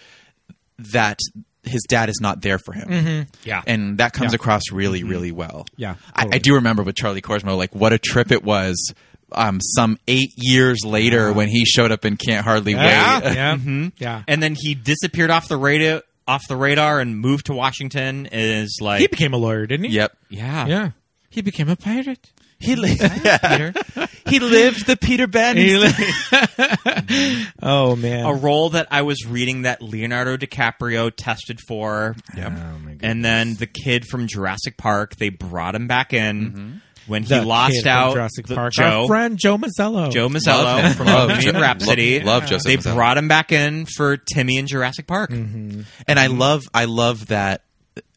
that his dad is not there for him,
Mm-hmm.
Yeah.
and that comes
Yeah. Mm-hmm.
across really, really well.
Yeah,
I, I
totally.
do remember with Charlie Corsmo, like what a trip it was. Um, some eight years later, when he showed up in Can't Hardly
Yeah.
Wait,
Yeah. yeah.
and then he disappeared off the radio off the radar and moved to Washington is like
He became a lawyer, didn't he?
*laughs* yep,
yeah.
Yeah. He became a pirate. *laughs*
he li- he lived the Peter Pan.
*laughs* oh man.
a role that I was reading that Leonardo DiCaprio tested for. and then the kid from Jurassic Park, they brought him back in when he
Mm-hmm. The
lost
kid from
out
Jurassic
the-
Park.
Joe.
Our friend Joe Mazzello.
Joe Mazzello from
Love
Bohemian
Jo-
Rhapsody.
lo- love Joseph
They
Mazzello.
brought him back in for Timmy in Jurassic Park.
Mm-hmm.
and I love I love that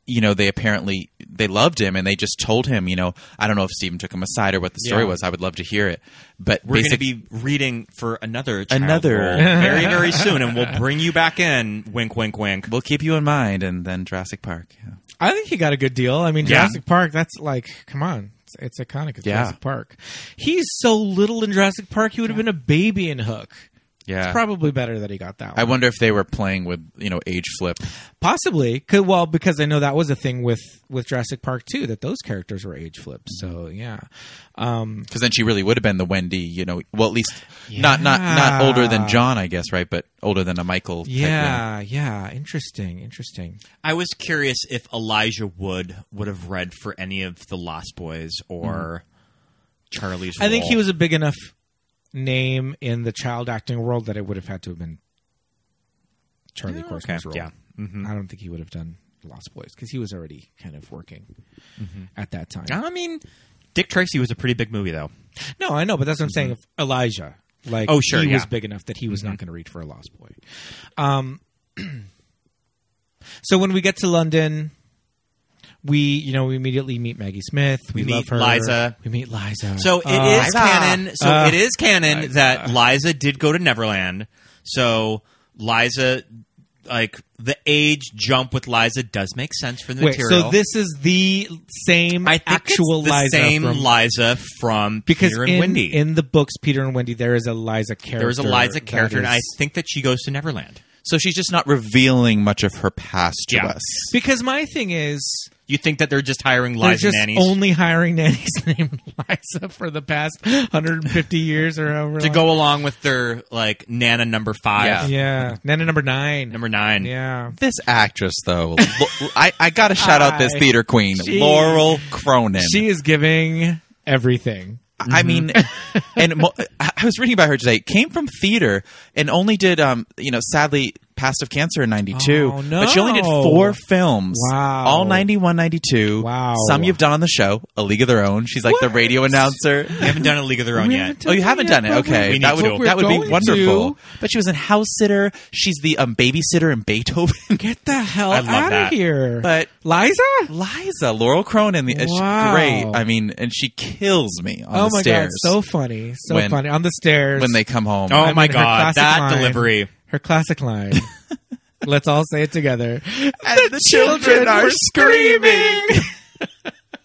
you know they apparently they loved him and they just told him you know I don't know if Steven took him aside or what the story
Yeah.
was I would love to hear it but
We're going to be
basic-
reading for another child
Another.
role very
*laughs*
very soon, and we'll bring you back in. Wink, wink, wink.
we'll keep you in mind and then Jurassic Park yeah.
I think he got a good deal. I mean,
Yeah.
Jurassic Park, that's like, come on. It's, it's iconic. It's
Yeah.
Jurassic Park. He's so little in Jurassic Park, he would have been a baby in Hook.
yeah
It's probably better that he got that
I
one.
wonder if they were playing with you know age flip
Possibly. 'Cause- well, because I know that was a thing with, with Jurassic Park, too, that those characters were age flipped. So, yeah. Um,
because then she really would have been the Wendy you know well at least not not not older than
Yeah.
John I guess right but older than a Michael type,
yeah, yeah. Interesting. Interesting.
I was curious if Elijah Wood would have read for any of the Lost Boys or Charlie's.
Mm-hmm. I think
role.
he was a big enough name in the child acting world that it would have had to have been Charlie Corson's
okay,
role.
yeah. Mm-hmm.
I don't think he would have done Lost Boys because he was already kind of working
Mm-hmm.
at that time.
I mean, Dick Tracy was a pretty big movie, though.
No, I know, but that's what I'm saying. If Elijah, like,
Mm-hmm. Oh, sure,
he
yeah.
was big enough that he was not going to reach for a Lost Boy. Um, *clears throat* So when we get to London, we you know we immediately meet Maggie Smith. We,
We
love
meet
her.
Liza.
We meet Liza.
So it is
Uh,
canon. So
Uh,
it is canon that Liza did go to Neverland. So Liza, like the age jump with Liza, does make sense for the
Wait,
material.
so this is the same
I think
actual
it's the
Liza
same
from,
Liza from
because
Peter and
in,
Wendy.
in the books Peter and Wendy there is a Liza character.
there is a Liza
that
character, and
is-
I think that she goes to Neverland.
So she's just not revealing much of her past to
Yeah.
us.
because my thing is
You think that they're just hiring
They're
Liza
just
nannies
only hiring nannies *laughs* named Liza for the past 150 years or over.
to go along with their like Nana number five,
Yeah, Nana number nine.
number nine.
Yeah.
This actress, though, *laughs* Lo- I, I got to shout out this
I-
theater queen,
she-
Laurel Cronin.
She is giving everything.
I mean, and mo- I I was reading about her today. Came from theater and only did, um, you know, sadly passed of cancer in '92.
Oh,
But she only did
no.
four films.
Wow.
All '91, '92.
Wow.
Some you've done on the show, A League of Their Own. She's like the
What?
radio announcer.
We haven't done a League of Their Own
We
yet.
haven't
Oh, you haven't
yet,
done it.
but we're-
Okay,
We
that
need
would
to.
that would
We're
be
going to.
wonderful. But she was in House Sitter. She's the um, babysitter in Beethoven.
Get the hell
I love
out of
that.
here.
*laughs* But
Liza?
Liza, Laurel Cronin, the, uh, she's
Wow.
great. I mean, and she kills me on
Oh
the
my
stairs
god, so funny. So
When-
funny. On the stairs.
when they come home.
Oh
I
my
mean, her
god,
classic
that
line.
delivery!
Her classic
*laughs*
line. Let's all say it together.
And the children are screaming.
*laughs*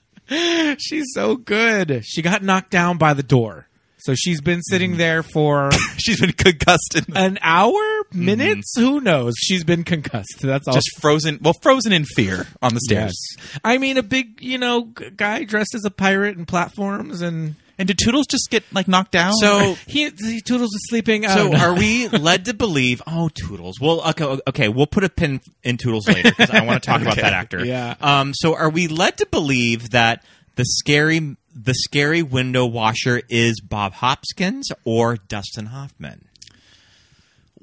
She's so good. She got knocked down by the door. So she's been
Mm.
sitting there
*coughs*
for
She's been concussed and
an hour, minutes, who knows? She's been concussed. That's all.
Mm-hmm. just frozen. Well, frozen in fear on the
Oh. Yes.
stairs.
I mean, a big, you know, g- guy dressed as a pirate and platforms, and
And did Toodles just get like knocked down?
So
he, he Toodles is sleeping. I don't
*laughs* So
know.
are we led to believe? Oh, Toodles. Well, okay, okay. We'll put a pin in Toodles later because I want to talk about that actor.
Yeah.
Um. So are we led to believe that the scary the scary window washer is Bob Hopkins or Dustin Hoffman?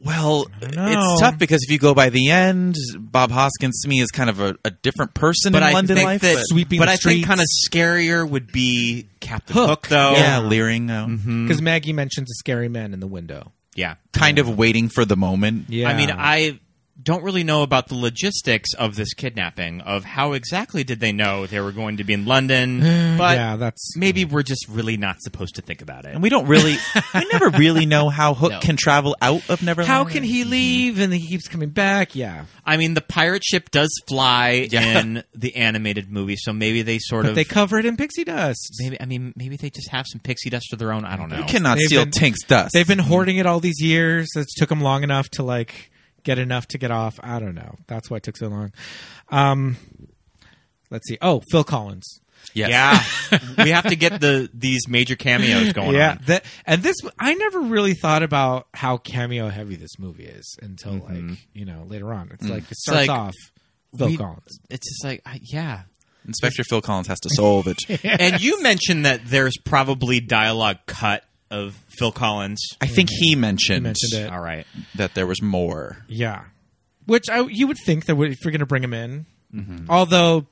well,
know.
it's tough because if you go by the end, Bob Hoskins to me is kind of a, a different person in
I
London
think
life.
that
but-
Sweeping
But
the
I think
streets.
kind of scarier would be Captain Hook,
Hook.
though.
yeah, leering, uh,
Because Maggie mentions a scary man in the window.
Yeah.
kind of waiting for the moment.
Yeah.
I mean, I don't really know about the logistics of this kidnapping. Of how exactly did they know they were going to be in London? But
Mm, yeah, that's
maybe we're just really not supposed to think about it.
And we don't really, we never really know how Hook
No.
can travel out of Neverland.
how can he leave and he keeps coming back? Yeah,
I mean, the pirate ship does
*laughs*
fly in the animated movie, so maybe they sort
but
of
they cover it in pixie dust.
maybe. I mean, maybe they just have some pixie dust of their own. I don't know.
You cannot
They've
steal
been-
Tink's dust.
They've been hoarding it all these years. It took them long enough to like get enough to get off. I don't know. That's why it took so long. Um, let's see. Oh, Phil Collins.
Yes.
Yeah, *laughs* we have to get the these major cameos going
yeah,
on.
that- and this I never really thought about how cameo heavy this movie is until like you know later on. It's like it starts
Mm-hmm. Mm. like,
off Phil
we-
Collins.
It's just like, I, yeah.
Inspector Phil Collins has to solve it.
*laughs* And you mentioned that there's probably dialogue cut of Phil Collins.
I think he mentioned,
mentioned it.
All right.
that there was more.
Yeah, which I you would think that would- if you're going to bring him in, although.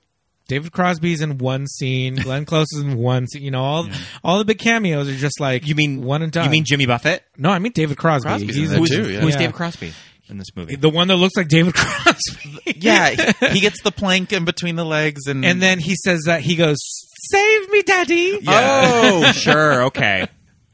David Crosby's in one scene. Glenn Close is in one scene. You know, all all the big cameos are just like
You mean
one and done.
You mean Jimmy Buffett?
No, I mean David Crosby.
Crosby's in
He's
there
a-
too, yeah.
Who's
Yeah.
David Crosby in this movie?
the one that looks like David *laughs* Crosby.
Yeah, he,
*laughs*
he gets the plank in between the legs, and
and then he says that he goes, "Save me, Daddy."
*laughs*
Oh,
*laughs*
sure. Okay.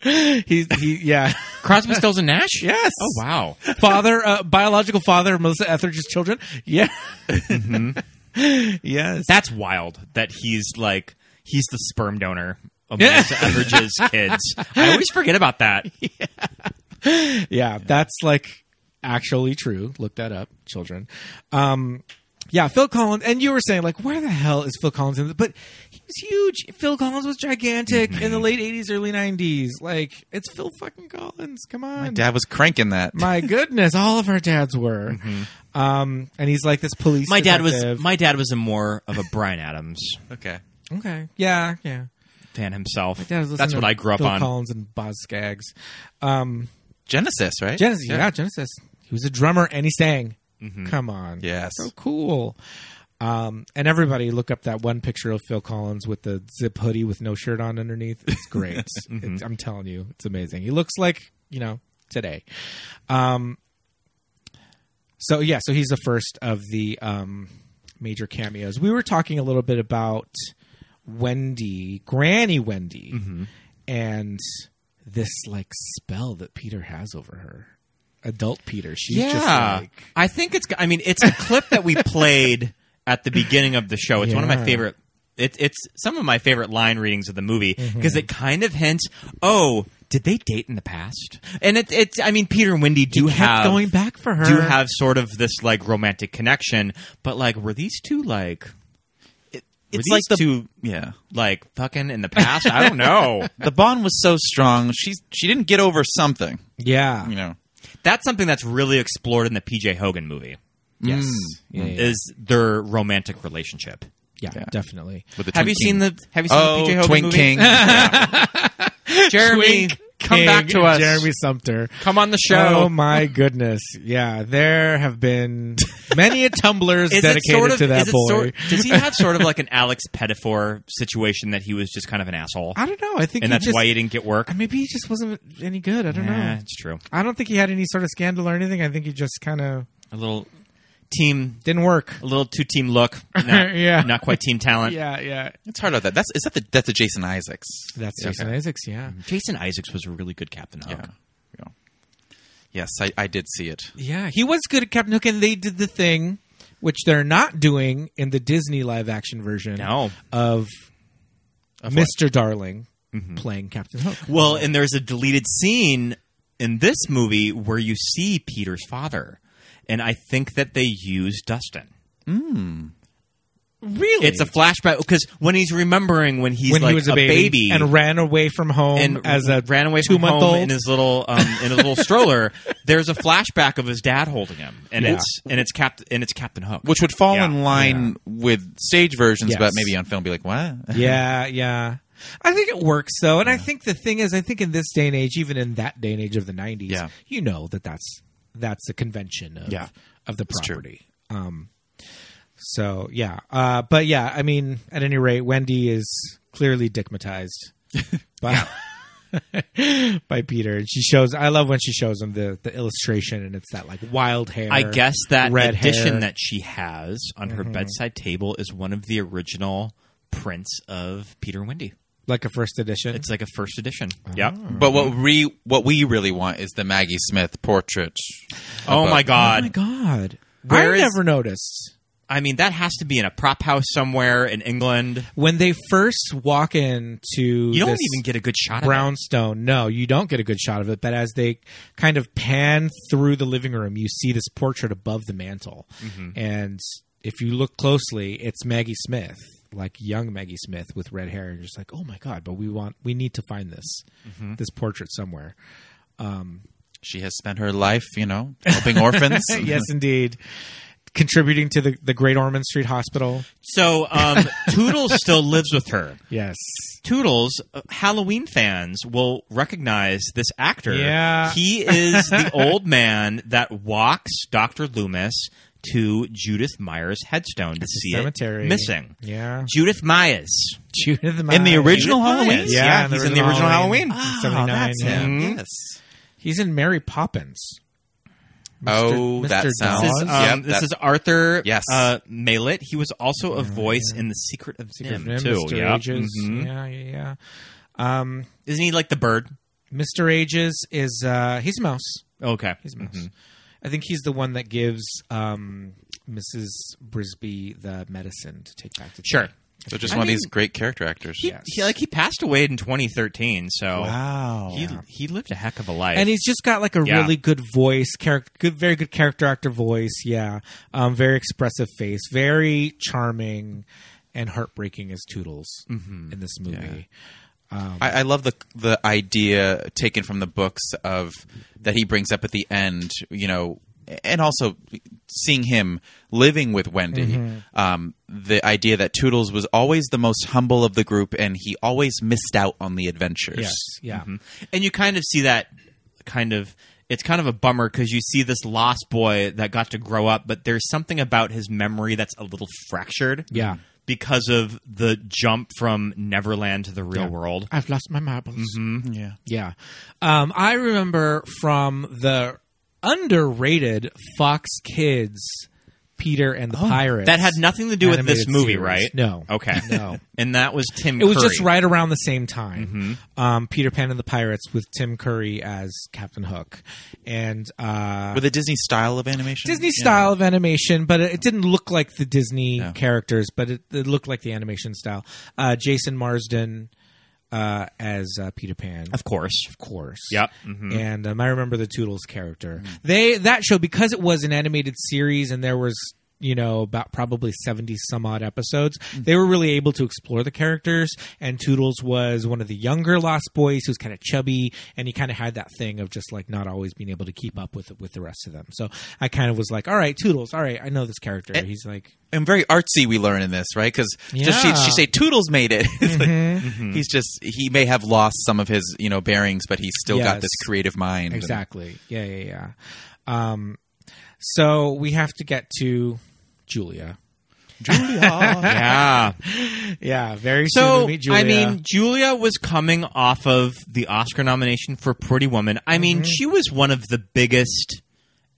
Oh, he, he yeah.
Crosby, Stills, and Nash.
Yes.
Oh wow.
father, uh, biological father of Melissa Etheridge's children. Yeah. *laughs* yes.
That's wild that he's like he's the sperm donor of Melissa
*laughs*
Etheridge's kids. I always forget about that.
yeah, that's like actually true. Look that up, children. Um, yeah, Phil Collins, and you were saying like, where the hell is Phil Collins? In the, but he was huge. Phil Collins was gigantic in
Mm-hmm.
the late '80s, early '90s. Like, it's Phil fucking Collins. Come on,
my dad was cranking that.
My goodness, all of our dads were. Um, and he's like this police.
Mm-hmm. My dad was
detective.
my dad was a more of a Brian Adams
okay,
okay. Yeah, yeah.
fan himself.
Dad was listening
That's
to
what I grew up
Phil
on.
Collins and Boz Scaggs. Um,
Genesis, right?
Genesis. Yeah. Genesis. He was a drummer and he sang.
Mm-hmm.
Come on.
Yes.
So cool. Um, and everybody look up that one picture of Phil Collins with the zip hoodie with no shirt on underneath. It's great. It's- I'm telling you, it's amazing. He looks like, you know, today. Um, So yeah, so he's the first of the um, major cameos. We were talking a little bit about Wendy, Granny Wendy, and this like spell that Peter has over her. Adult Peter. She's just like
I think it's. I mean, it's a clip that
*laughs*
we played at the beginning of the show. It's one of
Yeah.
my favorite. It, it's some of my favorite line readings of the movie
Mm-hmm.
because it kind of hints. Oh, did they date in the past? And it's. It's. I mean, Peter and Wendy do
kept
have
going back for her.
Do have sort of this like romantic connection, but like, were these two like? Were
It's
these
like the
two
yeah.
like fucking in the past? I don't
*laughs*
know.
The bond was so strong. She she didn't get over something.
yeah,
You know.
That's something that's really explored in the PJ Hogan movie.
yes,
Mm,
yeah, yeah,
Is their romantic relationship?
yeah,
yeah.
definitely.
With the
Have you seen
Twin King.
the Have you seen
Oh,
the PJ Hogan
Twin
movie?
King.
Jeremy,
Twink
come
King
back to us.
Jeremy Sumter.
*laughs* Come on the
Oh
show.
my goodness! Yeah, there have
*laughs*
been many a tumblers dedicated to that
is it
boy.
sort- does he have sort of
*laughs*
like an Alex Pettifor situation that he was just kind of an asshole,
I don't know. I think
and
he
that's
just-
why he didn't get work?
Maybe he just wasn't any good. I don't
Yeah,
know.
it's true.
I don't think he had any sort of scandal or anything. I think he just kind of
A little team,
didn't work.
a little two
*laughs*
team look. Not,
Yeah.
not quite team talent.
Yeah, yeah.
It's hard about that. That's is that the that's the Jason Isaacs.
That's
Okay.
Jason Isaacs. Yeah,
Jason Isaacs was a really good Captain Hook.
Yeah. Yeah. Yes, I, I did see it.
yeah. He was good at Captain Hook, and they did the thing which they're not doing in the Disney live action version.
No.
of, Mister Darling
Mm-hmm.
playing Captain Hook.
Well, and there's a deleted scene in this movie where you see Peter's father, and I think that they use Dustin.
Hmm. Really,
It's a flashback because when he's remembering when he's
when
like
he was a, baby, and ran away from home
and
as a
ran away from home
two-month-old.
in his little um, in
*laughs*
his little stroller, there's a flashback of his dad holding him, and it's and it's Cap- and it's Captain Hook,
Which would fall
Yeah.
in line with stage versions,
Yes.
but maybe on film be like, what?
*laughs*
yeah, yeah. I think it works though, and I think the thing is, I think in this day and age, even in that day and age of the '90s,
Yeah.
you know that that's that's a convention of
Yeah.
of the
true.
property. Um, so yeah, uh, but yeah, I mean, at any rate, Wendy is clearly
*laughs*
dickmatized by *laughs* by Peter, and she shows. I love when she shows him the the illustration, and it's that like wild hair.
I guess that
red
edition
hair. Mm-hmm.
that she has on her bedside table is one of the original prints of Peter and Wendy.
like a first edition.
It's like a first edition. Yeah.
But what we what we really want is the Maggie Smith portrait.
Oh my
oh
god.
my god,
Where
I
is-
never noticed.
I mean, that has to be in a prop house somewhere in England.
when they first walk into
You don't
this
even get a good shot of it.
brownstone no you don't get a good shot of it but as they kind of pan through the living room you see this portrait above the mantle
Mm-hmm.
and if you look closely it's maggie smith like young maggie smith with red hair and you're just like oh my god but we want we need to find this
Mm-hmm.
this portrait
*laughs*
somewhere
She has spent her life, you know, helping orphans.
*laughs*
*laughs*
yes indeed contributing to the, the great ormond street hospital
So um, Toodles still lives with her.
yes
Toodles, uh, Halloween fans will recognize this actor.
Yeah.
He is the old man that walks Dr. Loomis to Judith Meyer's headstone to see
cemetery.
it missing.
yeah
Judith Myers.
Judith
In the
Meyer.
original
Judith
Halloween?
Myers.
Yeah,
Yeah,
in
he's in the original Halloween.
Ah,
Oh,
79,
that's
yeah.
him.
Mhm.
Yes.
He's in Mary Poppins.
Oh,
Mr.
that
Dawes?
sounds.
This is, um,
yep,
this
that-
is Arthur
Yes.
uh, Mallet. He was also a voice in The Secret of Nim,
Griffin,
too.
Mr.
Yep.
Ages.
Mhm.
Yeah, yeah,
Isn't he like the bird?
yeah. Mr. Ages is uh he's a mouse.
Okay.
He's a mouse.
Mm-hmm.
I think he's the one that gives um Mrs. Brisby the medicine to take back to
Sure.
So just
I
one of
mean,
these great character actors.
He, he- like he passed away in 2013, so
Wow.
he he lived a heck of a life.
and he's just got like a
Yeah.
really good voice, character, good, very good character actor voice. Yeah, um, very expressive face, very charming, and heartbreaking as Toodles
Mm-hmm.
in this movie.
I, I love the the idea taken from the books of that he brings up at the end. You know, and also seeing him living with Wendy.
Mm-hmm.
Um, the idea that Toodles was always the most humble of the group, and he always missed out on the adventures.
Yes, yeah.
Mm-hmm. and you kind of see that kind of it's kind of a bummer because you see this lost boy that got to grow up, but there's something about his memory that's a little fractured.
Yeah.
Because of the jump from Neverland to the real world.
I've lost my marbles. Yeah. Um, I remember from the underrated Fox Kids Peter and the Pirates.
Oh, That had nothing to do with this
animated
movie,
series.
right?
No.
Okay. *laughs*
No.
And that was Tim.
It was
Curry.
just right around the same time.
Mm-hmm.
Um, Peter Pan and the Pirates with Tim Curry as Captain Hook, and uh,
with a Disney style of animation.
Disney
Yeah.
style of animation, but it, it didn't look like the Disney
No.
characters, but it, it looked like the animation style. Uh, Jason Marsden uh, as uh, Peter Pan,
Of course.
of course.
Yep. Mhm.
And um, I remember the Toodles character. They that show because it was an animated series and there was you know about probably 70 some odd episodes they were really able to explore the characters and toodles was one of the younger lost boys who's kind of chubby and he kind of had that thing of just like not always being able to keep up with with the rest of them so i kind of was like all right toodles all right i know this character he's like
and very artsy we learn in this right because just she,
Yeah. Mm-hmm.
she say toodles made it *laughs* It's like, he's just he may have lost some of his you know bearings but he's still got
Yes.
this creative mind and-
Exactly. Yeah, yeah, yeah. Um, so we have to get to Julia. Julia.
Yeah.
yeah, very soon
So
we meet Julia.
I mean, Julia was coming off of the Oscar nomination for Pretty Woman. I mean,
Mm-hmm.
she was one of the biggest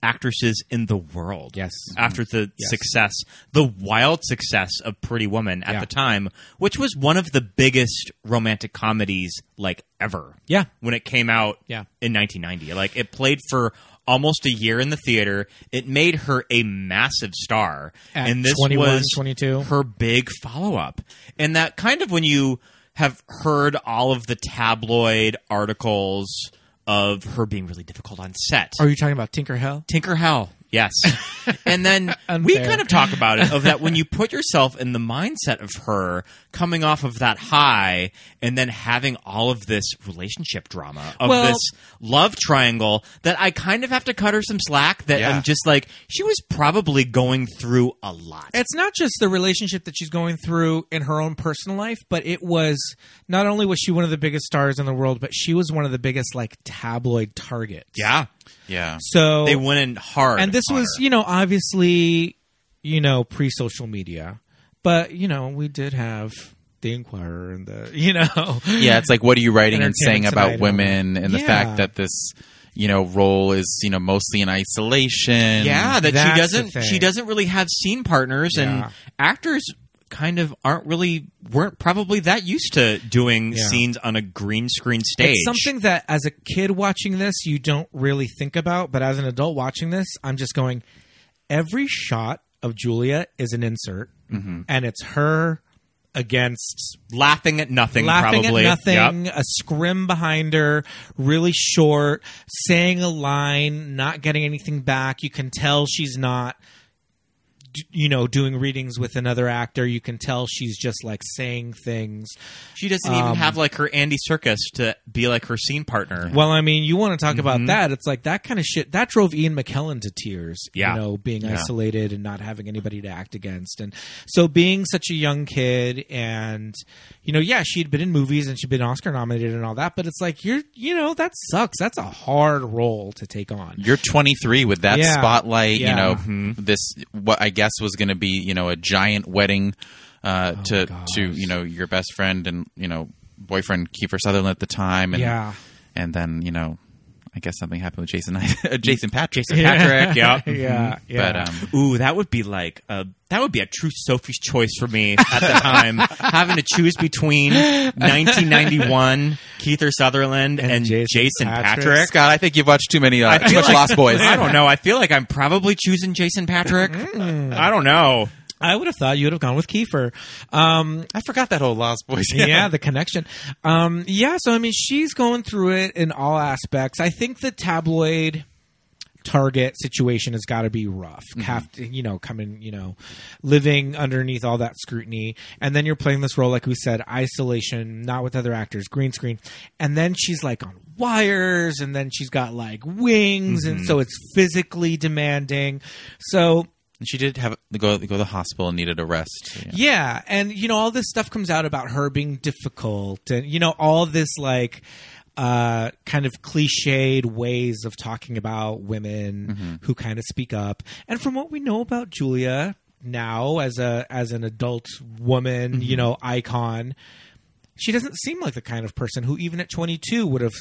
actresses in the world.
Yes.
After the
Yes.
success, the wild success of Pretty Woman at
Yeah.
the time, which was one of the biggest romantic comedies like ever.
Yeah.
When it came out
Yeah.
in 1990. Like it played for almost a year in the theater. It made her a massive star.
At
and this
21,
was
22.
her big follow up. And that kind of when you have heard all of the tabloid articles of her being really difficult on set.
are you talking about Tinker Hell?
Tinker Hell.
*laughs*
Yes. and then we
Unfair.
kind of talk about it of that when you put yourself in the mindset of her coming off of that high and then having all of this relationship drama of
Well-
this love triangle that I kind of have to cut her some slack that
Yeah.
I'm just like she was probably going through a lot.
It's not just the relationship that she's going through in her own personal life, but it was not only was she one of the biggest stars in the world, but she was one of the biggest like tabloid targets.
yeah.
yeah
So
They went in hard.
and this
on
was
her.
you know obviously you know pre social media but you know we did have the inquirer and the *laughs* you know
yeah it's like what are you writing and saying
Entertainment
about
Tonight um,
women and the
Yeah.
fact that this you know role is you know mostly in isolation
Yeah, that
That's
she
the
doesn't she
thing.
doesn't really have scene partners
Yeah.
and actors kind of aren't really weren't probably that used to doing
Yeah.
scenes on a green screen stage.
it's something that as a kid watching this you don't really think about but as an adult watching this i'm just going every shot of julia is an insert
Mm-hmm.
and it's her against
laughing at nothing
laughing
probably.
at nothing,
Yep.
a scrim behind her, really short, saying a line, not getting anything back. You can tell she's not d- you know doing readings with another actor you can tell she's just like saying things
She doesn't
Um,
even have like her Andy Circus to be like her scene partner.
well i mean you want to talk
Mm-hmm.
about that it's like that kind of shit that drove ian mckellen to tears
Yeah.
you know being isolated and not having anybody to act against and so being such a young kid and you know yeah she'd been in movies and she'd been oscar nominated and all that but it's like you're you know that sucks that's a hard role to take on
you're 23 with that
Yeah.
spotlight
Yeah. Mm-hmm.
you know this what i guess was going to be you know a giant wedding
Oh
uh, to to you know your best friend and you know boyfriend Kiefer Sutherland at the time and
Yeah.
and then you know I guess something happened with Jason *laughs* Jason Patrick
*laughs*
Jason
Patrick, yeah.
yeah
Mm-hmm.
yeah
but
uh
um
Ooh, that would be like a, that would be a true Sophie's choice for me at the *laughs* time, having to choose between 1991 Keith or Sutherland and,
Jason
Jason,
Patrick.
Patrick.
Scott I think you've watched too many uh, too
feel
much
like-
Lost
*laughs*
Boys
I don't know. I feel like I'm probably choosing Jason Patrick. I don't know.
i would have thought you would have gone with kiefer um
*laughs* I forgot that whole Lost Boys *laughs*
yeah. the connection. Um, yeah, so I mean, she's going through it in all aspects. I think the tabloid target situation has got to be rough. Have to, you know, coming, you know, living underneath all that scrutiny, and then you're playing this role, like we said, isolation, not with other actors, green screen, and then she's like on wires, and then she's got like wings, and so it's physically demanding. So
And she did have go go to the hospital and needed a rest yeah.
yeah, and you know all this stuff comes out about her being difficult, and you know all this like uh, kind of cliched ways of talking about women who kind of speak up. And from what we know about Julia now, as a as an adult woman, you know icon, she doesn't seem like the kind of person who even at 22 would have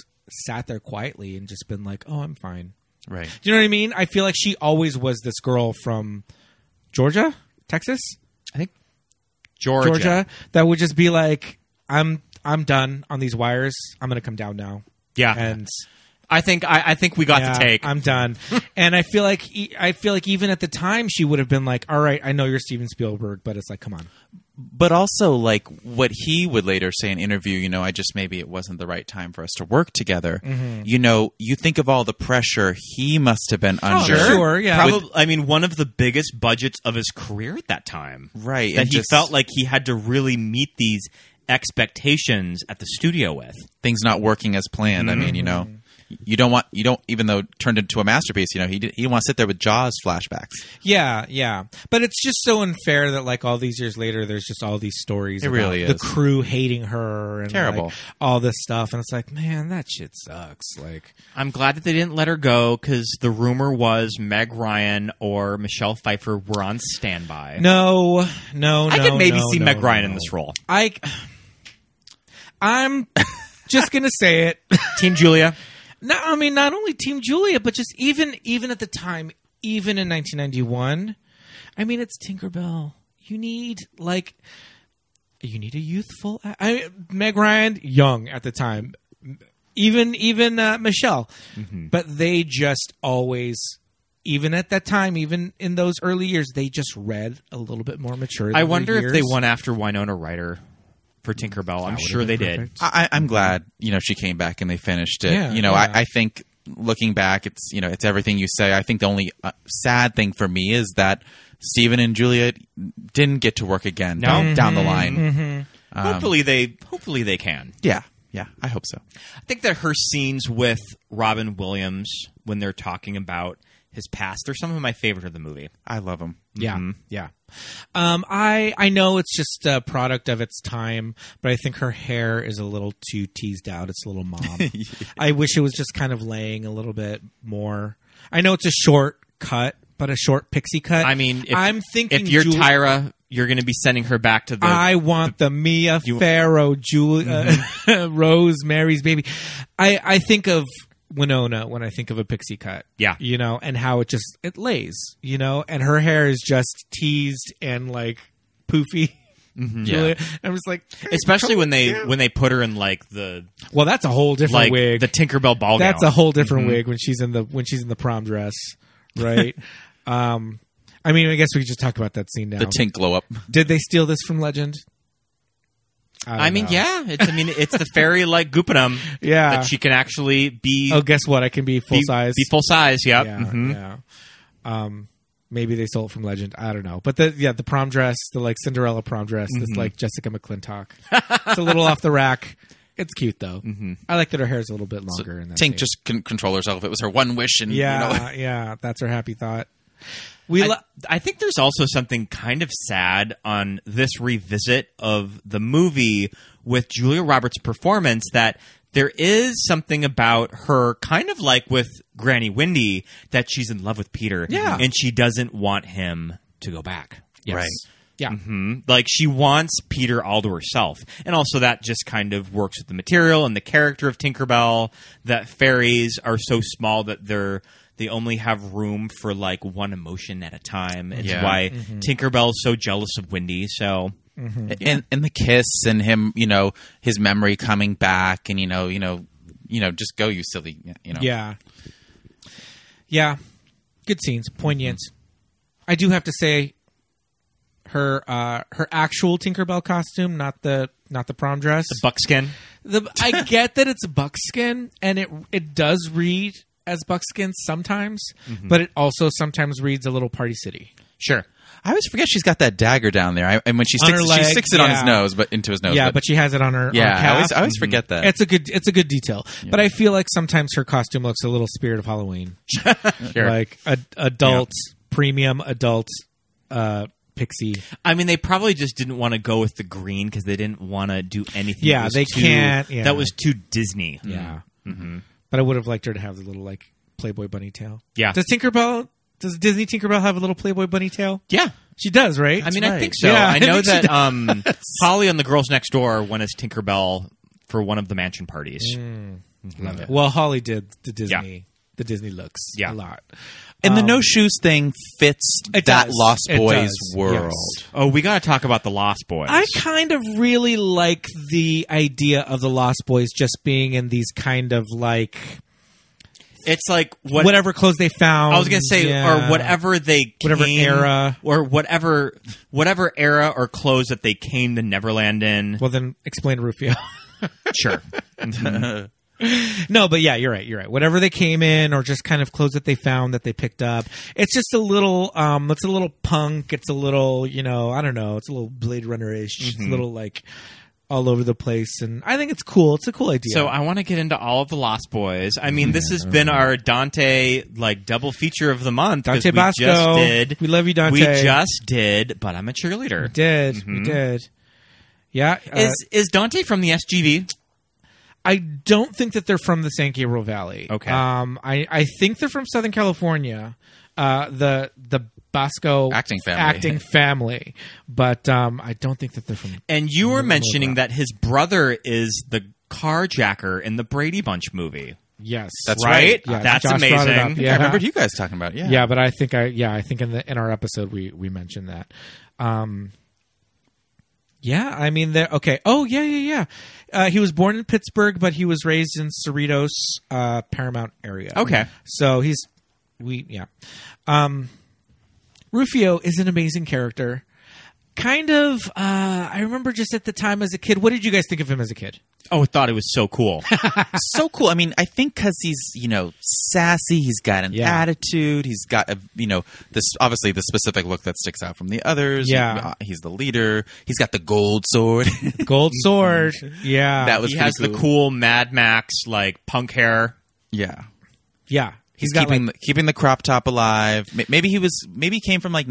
sat there quietly and just been like, "Oh, I'm fine."
Right.
Do you know what I mean? I feel like she always was this girl from Georgia, Texas,
I think Georgia.
Georgia, that would just be like, "I'm I'm done on these wires. I'm gonna come down now."
Yeah.
and
I think I, I think we got
yeah,
Uh, the take.
I'm
*laughs*
done. and I feel like e- I feel like even at the time she would have been like, "All right, I know you're Steven Spielberg, but it's like, come on."
but also like what he would later say in an interview you know i just maybe it wasn't the right time for us to work together
Mm-hmm.
you know you think of all the pressure he must have been
Oh,
under
sure, yeah.
Probably, I mean, one of the biggest budgets of his career at that time.
Right,
That
and
he
just-
felt like he had to really meet these expectations at the studio with.
things not working as planned i mean you know
Mm-hmm.
you don't want you don't even though it turned into a masterpiece you know he did, he didn't want to sit there with jaws flashbacks
Yeah, yeah. But it's just so unfair that like all these years later there's just all these stories
It
about
really
the
is.
crew hating her and
Terrible.
like, all this stuff and it's like, man, that shit sucks. Like
I'm glad that they didn't let her go because the rumor was Meg Ryan or Michelle Pfeiffer were on standby.
No, no,
I
no,
could maybe
no,
see
no,
Meg Ryan
no.
in this role.
I I'm just gonna say it. *laughs*
Team Julia.
No, I mean not only Team Julia, but just even even at the time, even in 1991, I mean it's Tinkerbell. You need like you need a youthful. I Meg Ryan, young at the time, even even uh, Michelle,
Mm-hmm.
but they just always. Even at that time, even in those early years, they just read a little bit more mature. than
I
their
wonder if they
years.
went after Winona Ryder for Tinkerbell. I'm sure they did.
I, I- I'm glad you know she came back and they finished it.
Yeah,
you know,
yeah.
I, I think looking back, it's you know it's everything you say. I think the only uh, sad thing for me is that Stephen and Juliet didn't get to work again down,
Mm-hmm.
down the line.
hopefully they hopefully they can.
Yeah, yeah, I hope so.
I think that her scenes with Robin Williams when they're talking about his past are some of my favorite of the movie.
I love them.
Yeah,
Mm-hmm.
yeah. Um, I I know it's just a product of its time, but I think her hair is a little too teased out. It's a little
*laughs*
mom. I wish it was just kind of laying a little bit more. I know it's a short cut, but a short pixie cut.
I mean, if,
I'm thinking
if you're
Jul-
Tyra, you're going to be sending her back to the.
I want the Mia Farrow, Jul- *laughs*
Mm-hmm.
uh, Rosemary's Baby. I I think of Winona when I think of a pixie cut.
Yeah.
you know, and how it just it lays, you know, and her hair is just teased and like poofy.
Mm-hmm.
Julia, I'm just like,
especially when they when they put her in like the
well, that's a whole different
like
wig.
the Mm-hmm. Tinkerbell ball
that's
gown.
a whole different wig when she's in the when she's in the prom dress, right? *laughs* um, I mean, I guess we could just talk about that scene now.
The Tink glow up.
Did they steal this from Legend? don't
I mean,
know.
yeah, it's I mean it's the fairy like Goopinum.
*laughs* Yeah.
that she can actually be
Oh, guess what? I can be full
be,
size. Mm-hmm.
be full size. Yep.
yeah,
Mhm.
yeah. Um, maybe they stole it from Legend. I don't know. But the yeah, the prom dress, the like Cinderella prom dress, this like Jessica McClintock. it's a little off the rack. It's cute though. I like that her hair's a little bit longer. in that
Tink
scene.
just couldn't control herself. It was her one wish, and
yeah,
you know,
yeah. That's her happy thought. We
I,
lo-
I think there's also something kind of sad on this revisit of the movie with Julia Roberts' performance that there is something about her, kind of like with Granny Wendy, that she's in love with Peter.
Yeah.
And she doesn't want him to go back.
yes.
Right.
Yeah.
Mhm. Like she wants Peter all to herself. And also that just kind of works with the material and the character of Tinkerbell that fairies are so small that they're they only have room for like one emotion at a time. It's
Yeah.
why
Mm-hmm.
Tinkerbell's so jealous of Wendy. So
and and the kiss and him, you know, his memory coming back, and you know, you know, you know, just go, you silly, you know.
Yeah. Yeah. Good scenes, poignant. I do have to say her uh her actual Tinkerbell costume, not the not the prom dress.
Buckskin. *laughs*
The, I get that it's buckskin, and it it does read as buckskin sometimes,
Mm-hmm.
but it also sometimes reads a little Party City.
Sure.
I always forget she's got that dagger down there, I, and when she
On
sticks,
her leg,
she sticks it on his
yeah.
nose, but into his nose.
yeah, but she has it on her. on her
yeah, I always,
calf. mm-hmm.
I always forget that.
it's a good it's a good detail, but I feel like sometimes her costume looks a little Spirit of Halloween, like a, adult premium adult uh, pixie.
I mean, they probably just didn't want to go with the green because they didn't want to do anything.
Yeah,
that was
they
too-
can't- yeah.
That was too Disney. Hmm.
Yeah, but I would have liked her to have the little like Playboy bunny tail.
Yeah.
does Tinkerbell does Disney Tinkerbell have a little Playboy bunny tail?
Yeah.
She does, right?
I mean, I think so.
Yeah,
I
*laughs* I
know
think she *laughs*
that um, Polly on the Girls Next Door went as
Mm.
Tinkerbell for one of the mansion parties.
Well, Holly did the Disney the Disney looks
Yeah.
a lot.
And the no shoes thing fits
um, It
that
does.
Lost
It
Boys
does,
world.
yes.
Oh, we got to talk about the Lost Boys.
I kind of really like the idea of the Lost Boys just being in these kind of like
it's like what,
whatever clothes they found.
I was gonna say,
Yeah.
or whatever they
Whatever
came-
era.
or whatever whatever era or clothes that they came to Neverland in.
Well, then explain Rufio. *laughs*
sure,
no, but yeah, you're right. You're right. Whatever they came in, or just kind of clothes that they found that they picked up. It's just a little. Um, it's a little punk. It's a little. You know, I don't know. It's a little Blade Runner ish. It's
Mm-hmm.
a little like all over the place, and I think it's cool. It's a cool idea.
*laughs* So I want to get into all of the Lost Boys. I mean, this has been our Dante like double feature of the month. 'cause
Dante
we
Basco,
just did.
we love you, Dante.
We just did, but I'm a cheerleader.
did. We did. Yeah. uh,
Is is Dante from the SGV?
I don't think that they're from the San Gabriel Valley.
Okay.
Um, I, I think they're from Southern California. Uh, the the Bosco
Acting family.
acting family, but um, I don't think that they're from.
And you were mentioning that his brother is the carjacker in the Brady Bunch movie,
Yes,
That's
right?
right.
Yeah,
That's
Josh
amazing.
brought it up.
I
Yeah.
remembered you guys talking about it. Yeah.
Yeah, but I think I yeah I think in the in our episode we we mentioned that. Um, yeah, I mean there. Okay. Oh yeah yeah yeah. Uh, he was born in Pittsburgh, but he was raised in Cerritos, uh, Paramount area.
Okay.
So he's we yeah. Um, Rufio is an amazing character. Kind of, uh, I remember just at the time as a kid. What did you guys think of him as a kid?
Oh, I thought it was so cool.
*laughs* so cool. I mean, I think because he's you know sassy, he's got an
Yeah.
attitude, he's got a you know this obviously the specific look that sticks out from the others.
Yeah.
He- uh, he's the leader. He's got the gold sword. *laughs*
Gold sword. Yeah.
that was
he
pretty
has the cool Mad Max like punk hair.
Yeah,
yeah.
he's,
got,
keeping
like-
the, keeping the crop top alive. M- Maybe he was maybe he came from like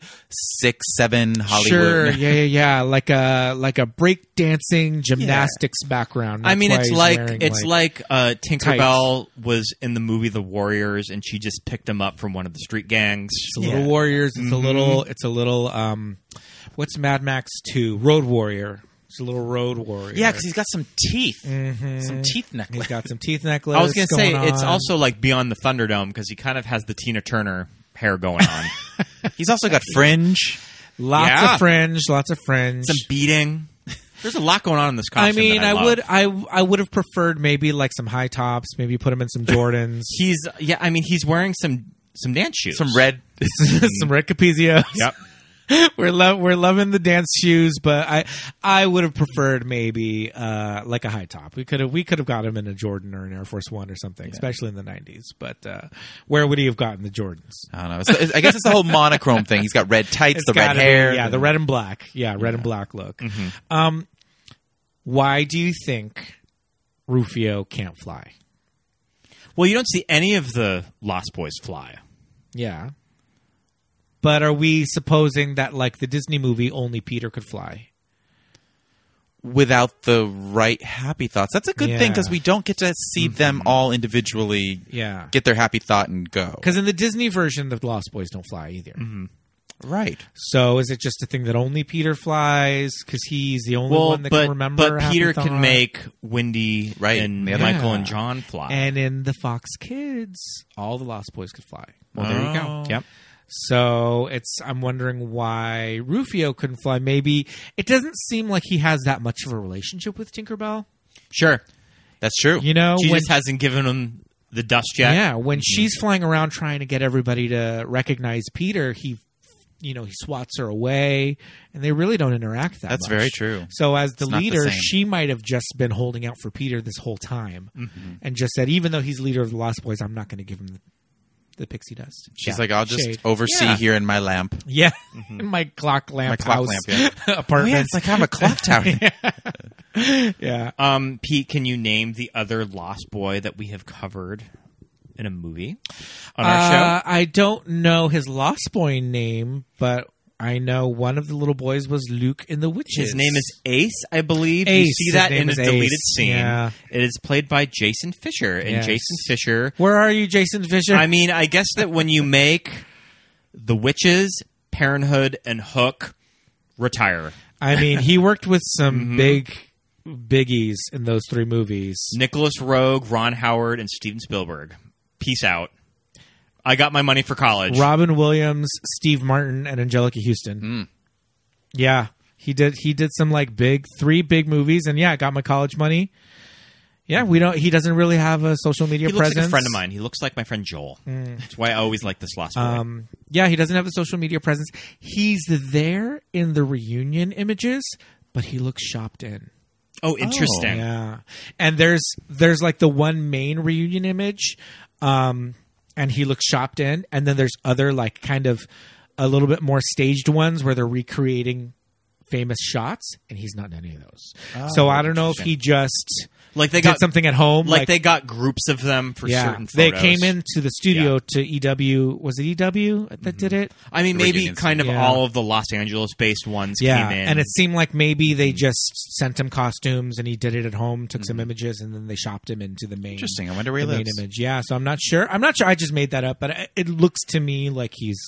1986, seven Hollywood.
*laughs*
*laughs*
Sure, yeah, yeah, yeah. Like a like a break dancing gymnastics background.
I mean,
That's
it's
why
like
he's wearing,
it's like, uh, Tinkerbell was in the movie The Warriors, and she just picked him up from one of the street gangs.
it's a little warriors. It's
Mm-hmm.
a little it's a little um, what's Mad Max two Road Warrior? It's a little Road Warrior.
Yeah, because he's got some teeth,
Mm-hmm.
some teeth necklace.
he's got some teeth necklace.
*laughs* I was gonna say
going
it's
on.
also like Beyond the Thunderdome because he kind of has the Tina Turner hair going
*laughs*
on.
He's also got fringe.
lots
yeah.
of fringe, lots of fringe.
Some beating. There's a lot going on in this
I
costume.
mean,
that I,
I,
love.
would I I would have preferred maybe like some high tops. Maybe put him in
*laughs*
some Jordans,
He's yeah. I mean, he's wearing some some dance shoes.
Some red.
*laughs* some red capizios.
Yep.
*laughs* we're lo- we're loving the dance shoes, but I I would have preferred maybe uh, like a high top. We could have we could have got him in a Jordan or an Air Force One or something, especially in the nineties. But uh, where would he have gotten the Jordans?
I don't know. It's the- it's- I guess it's the whole monochrome thing. He's got red tights, the red
gotta be-
hair.
yeah, the red and black, yeah, red and black look. Um, why do you think Rufio can't fly?
Well, you don't see any of the Lost Boys fly.
Yeah. But are we supposing that like the Disney movie only Peter could fly?
without the right happy thoughts. That's a good thing
Yeah. Mm-hmm.
because we don't get to see them all individually
Yeah.
get their happy thought and go.
Because in the Disney version, the Lost Boys don't fly either.
Mm-hmm.
Right.
So is it just a thing that only Peter flies because he's the only
Well,
one that
but
can remember?
but
Happy
Peter
Thought?
can make Wendy
Right,
and
and the other-
Michael
Yeah.
and John fly.
And in the Fox Kids, all the Lost Boys could fly.
Well, there you go.
Yep.
So it's I'm wondering why Rufio couldn't fly. Maybe it doesn't seem like he has that much of a relationship with Tinkerbell.
Sure.
That's true.
You know,
She
when-
just hasn't given him the dust yet.
Yeah,
Mm-hmm.
when she's flying around trying to get everybody to recognize Peter, he, you know, he swats her away, and they really don't interact that.
That's
much.
very true.
So as the
It's not the
leader,
same.
she might have just been holding out for Peter this whole time,
Mm-hmm.
and just said, even though he's leader of the Lost Boys, I'm not going to give him the, the pixie dust.
She's
Yeah.
like, I'll just
Shade.
oversee
Yeah.
here in my lamp.
yeah, in *laughs* my clock lamp,
My clock
house
lamp, Oh,
*laughs* apartment.
yeah, it's like I'm
*laughs*
a clock tower.
yeah.
Um, Pete, can you name the other Lost Boy that we have covered in a movie on our
Uh,
show?
I don't know his Lost Boy name, but I know one of the little boys was Luke in the Witches.
His name is Ace, I believe. you
Ace,
see
his
that
name
in a
is Ace,
deleted scene.
yeah.
It is played by Jason Fisher, and
Yes.
Jason Fisher.
Where are you, Jason Fisher?
*laughs* I mean, I guess that when you make the witches, Parenthood, and Hook retire,
I mean, he worked with
*laughs*
some
Mm-hmm.
big biggies in those three movies.
Nicholas Rogue, Ron Howard, and Steven Spielberg. peace out. I got my money for college.
Robin Williams, Steve Martin, and Angelica Houston.
Hmm.
Yeah, he did. He did some like big three big movies, and yeah, I got my college money. Yeah, we don't. He doesn't really have a social media
he looks
presence. Mm.
like a friend of mine. He looks like my friend Joel. That's why I always like this lost boy.
Um, yeah, he doesn't have a social media presence. He's there in the reunion images, but he looks shopped in.
oh, interesting.
Yeah, and there's there's like the one main reunion image, um, and he looks shopped in, and then there's other like kind of a little bit more staged ones where they're recreating famous shots, and he's not in any of those. so I don't know if he just
Like Oh, they
did
got
something at home,
Like, they got groups of them for
yeah,
certain.
they
photos.
came into the studio to EW. Was it EW that
Mm-hmm.
did it?
I mean, maybe
Reunions.
kind of
Yeah.
all of the Los Angeles based ones
Yeah,
came in.
and it seemed like maybe they just sent him costumes, and he did it at home, took some images, and then they shopped him into the main.
Interesting. I wonder where he
the main
lives.
image. Yeah, so I'm not sure. I'm not sure. I just made that up, but it- it looks to me like he's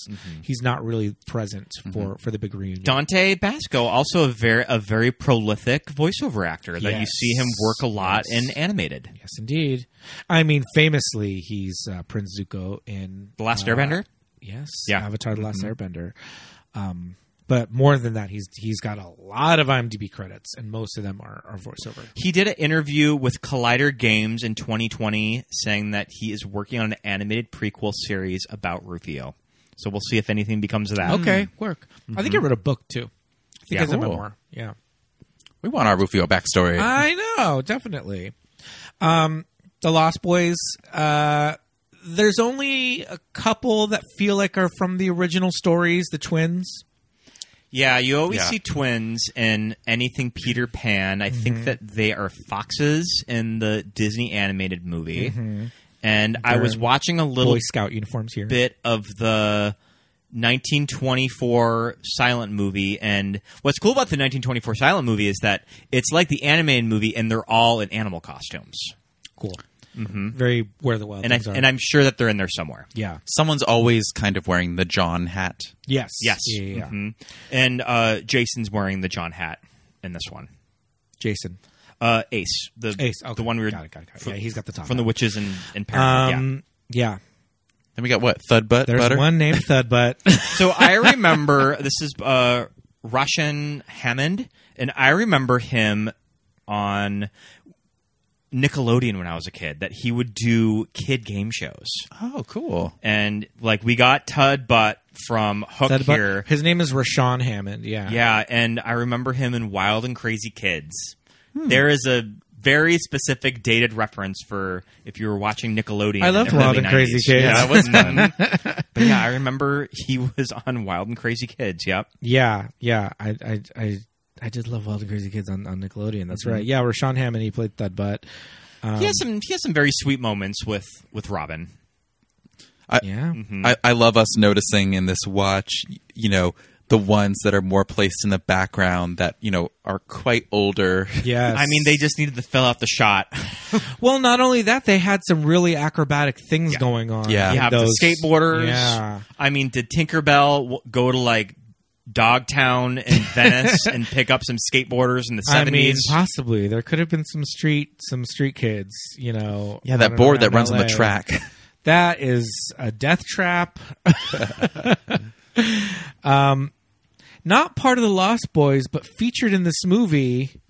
he's not really present for for the big reunion.
Dante Basco, also a very a very prolific voiceover actor that you
Yes.
see him work a lot in animated.
Yes, indeed. I mean, famously, he's uh, Prince Zuko in
The Last
uh,
Airbender.
Yes,
Yeah.
Avatar: The Last Airbender. Um, but more than that, he's he's got a lot of IMDb credits, and most of them are, are voiceover.
He did an interview with Collider Games in 2020 saying that he is working on an animated prequel series about Rufio. So we'll see if anything becomes of that. Hmm.
work. I think I wrote a book too. I think
Yeah.
it's a
Cool.
memoir. Mm-hmm. Yeah.
We want our Rufio backstory.
I know, definitely. Um, the Lost Boys. Uh, there's only a couple that feel like are from the original stories. The twins.
Yeah, you always
Yeah.
see twins in anything Peter Pan. I
Mm-hmm.
think that they are foxes in the Disney animated movie. And I was
Mm-hmm. They're
watching a little
Boy Scout uniforms here.
bit of the 1924 silent movie and what's cool about the 1924 silent movie is that it's like the animated movie and they're all in animal costumes
Cool. Very where the wild
and I,
things are.
and I'm sure that they're in there somewhere
yeah.
Someone's always kind of wearing the John hat.
Yes. Mm-hmm.
yes
Yeah. yeah, yeah.
Mhm. and uh, Jason's wearing the John hat in this one
Jason.
uh, Ace the
Ace. Okay.
the one we were
Got it, got it, got it.
fr-
Yeah, he's got the top
from the
hat.
witches in, in Paris yeah.
Um. Yeah.
Then we got what? Thud butt
There's
butter.
one named *laughs* Thudbutt.
So I remember this is uh, Russian Hammond, and I remember him on Nickelodeon when I was a kid. That he would do kid game shows,
Oh, cool.
and like we got Tud Butt from Hook
Thudbutt.
here,
His name is Rashawn Hammond. Yeah.
yeah, and I remember him in Wild and Crazy Kids.
Hmm.
There is a very specific dated reference for if you were watching Nickelodeon.
I loved
in the
Wild
early
and Crazy
90s.
Kids.
Yeah, that was fun.
*laughs*
but yeah, I remember he was on Wild and Crazy Kids. Yep.
Yeah, yeah. I I I, I did love Wild and Crazy Kids on, on Nickelodeon.
Mm-hmm.
That's right. Yeah, Rashawn Hammond he played Thud Butt.
he has
Um,
some he has some very sweet moments with with Robin.
Yeah.
I, I love us noticing in this watch, you know, the ones that are more placed in the background that, you know, are quite older. *laughs*
Yes.
I mean, they just needed to fill out the shot. *laughs*
well, not only that, they had some really acrobatic things
Yeah.
going on.
Yeah.
you
in
have
those-
the skateboarders.
Yeah.
I mean, did Tinkerbell w- go to like
*laughs*
Dogtown in Venice and pick up some skateboarders in the
I mean,
seventies?
possibly there could have been some street some street kids. You know.
Yeah, that
running
board that
around
runs on the
LA.
track. *laughs*
That is a death trap. *laughs* um, not part of the Lost Boys, but featured in this movie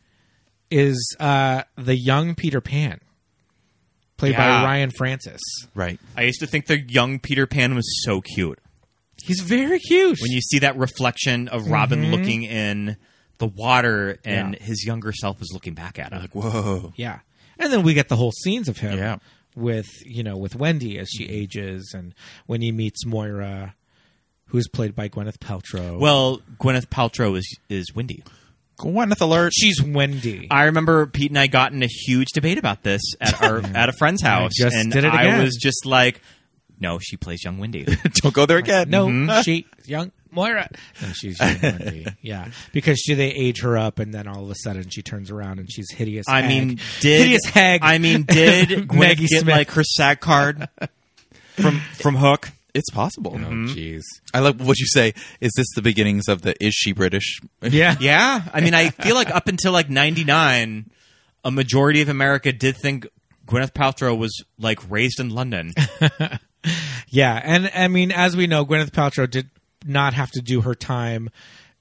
is uh, the young Peter Pan, played
Yeah.
by Ryan Francis.
right.
I used to think the young Peter Pan was so cute.
He's very cute.
When you see that reflection of Robin looking in the water and
Mm-hmm. Yeah.
his younger self is looking back at him.
Whoa.
yeah, and then we get the whole scenes of him.
Yeah.
With you know, with Wendy as
Mm-hmm.
she ages, and when he meets Moira, who's played by Gwyneth Paltrow.
well, Gwyneth Paltrow is is Wendy.
Gwyneth alert.
she's Wendy.
I remember Pete and I got in a huge debate about this
*laughs*
at our at a friend's house,
just
and
did it
I
again.
was just like, "No, she plays young
*laughs*
Wendy."
Don't go there again.
No,
Mm-hmm.
she young Moira. No, she's
*laughs*
young Wendy. Yeah, because she, they age her up, and then all of a sudden she turns around and she's hideous.
I
hag.
mean, did
hideous hag?
I mean,
*laughs*
did Gwyneth
Maggie
get
Smith.
like her SAG card from from Hook?
It's possible.
oh jeez,
I love what you say. Is this the beginnings of the is she British?
yeah,
Yeah, I mean, I feel like up until like '99, a majority of America did think Gwyneth Paltrow was like raised
*laughs*
in London.
Yeah, and I mean, as we know, Gwyneth Paltrow did not have to do her time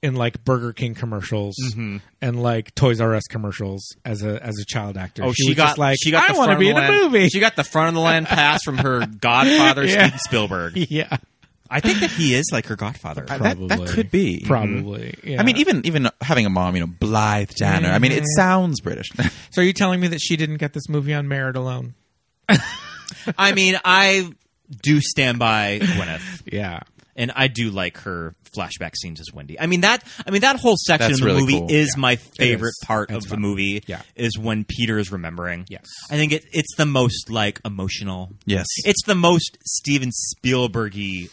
in like Burger King commercials
Mm-hmm.
and like Toys R Us commercials as a as a child actor.
Oh, she,
was
got
just like
she got.
I
the
want to
front
be
of
in
the
a
line-
movie.
She got the front of the land pass
*laughs*
from her godfather
Yeah.
Steven Spielberg.
*laughs* yeah,
I think that he is like her godfather.
*laughs* That, that
Probably.
could be.
probably.
Mm-hmm.
Yeah.
I mean, even even having a mom, you know, Blythe Danner. I mean, it sounds British. *laughs*
so are you telling me that she didn't get this movie on merit alone?
I mean, I do stand by Gwyneth.
Yeah,
and I do like her flashback scenes as Wendy. I mean that. I mean that whole section
That's
of the
really
movie
cool.
is my favorite
is.
part
It's
of
fun.
the movie.
Yeah.
is when Peter is remembering.
Yes.
I think it, it's the most like emotional.
yes.
it's the most Steven Spielbergy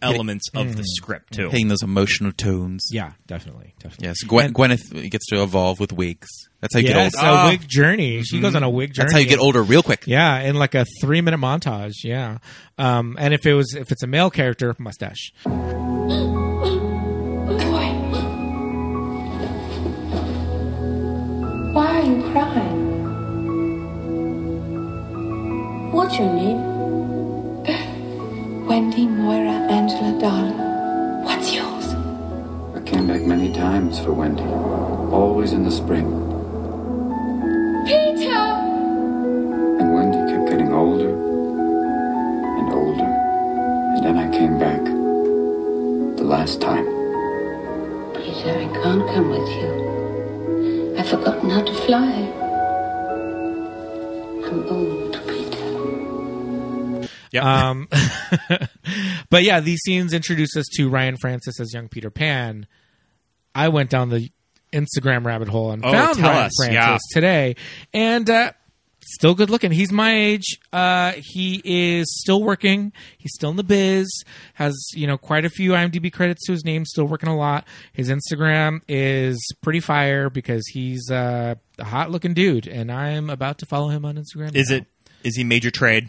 elements of the script too.
Hitting those emotional tones.
yeah, definitely, definitely.
Yes. Gwen, Gwyneth gets to evolve with wigs. That's how you
Yes,
get
a
old. Ah. Mm-hmm.
Oh.
wig journey. She goes on a wig journey.
That's how you get older real quick.
Yeah, in like a three minute montage. Yeah, um, and if it was if it's a male character, mustache.
Why? Why are you crying? What's your name? Wendy Moira Angela Darling. What's yours?
I came back many times for Wendy, always in the spring.
Peter!
And Wendy kept getting older and older. And then I came back. The last time.
Peter, I can't come with you. I've forgotten how to fly. I'm old, Peter.
Yep.
Um, *laughs* but yeah, these scenes introduce us to Ryan Francis as young Peter Pan. I went down the Instagram rabbit hole and
Oh,
found
tell
Ryan
us,
Francis
yeah.
today, and uh, still good looking. He's my age. Uh, he is still working. He's still in the biz. Has you know quite a few IMDb credits to his name. Still working a lot. His Instagram is pretty fire because he's uh, a hot looking dude, and I'm about to follow him on Instagram.
is
now.
it? Is he major trade?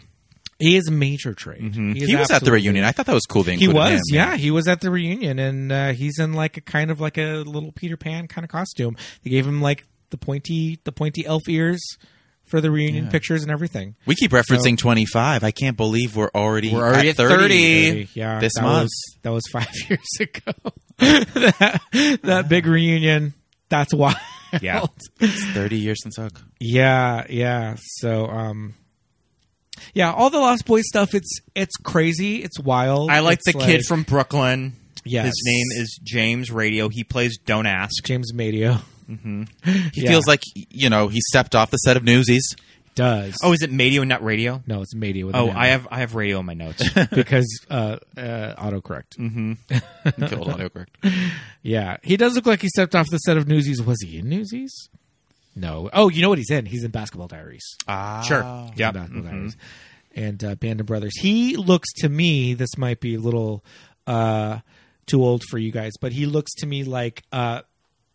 He is a major trade.
Mm-hmm.
He, is
He was at the
absolutely-
reunion. I thought that was cool. They
he
included
was,
him.
yeah, he was at the reunion, and uh, he's in like a kind of like a little Peter Pan kind of costume. They gave him like the pointy, the pointy elf ears for the reunion pictures and everything.
We keep referencing 25. I can't believe we're already
We're already
at
at
30.
30. Eh,
Yeah,
this
that
month.
was, that was five *laughs* years ago. that that big
Uh-huh.
reunion. That's why. *laughs*
Yeah.
*laughs* It's 30 years since Ugg.
Yeah, yeah. So, um, yeah, all the Lost Boys stuff. It's it's crazy. It's wild.
I like
It's
the kid from Brooklyn.
Yes.
His name is James Radio. He plays Don't Ask.
James Madio.
He
Yeah.
feels like you know he stepped off the set
*laughs*
of Newsies.
Does
Oh, is it Madio, not Radio?
no, it's Madio. With an
Oh,
M.
I have I have radio in
*laughs*
my notes. *laughs*
because uh, uh, autocorrect.
Mm-hmm.
Killed autocorrect.
Yeah, he does look like he stepped off the set of Newsies. Was he in Newsies? No. Oh, you know what he's in? He's in Basketball Diaries.
sure. Yeah. Mm-hmm.
Basketball Diaries. And uh, Band of Brothers. He looks to me. This might be a little uh, too old for you guys, but he looks to me like uh,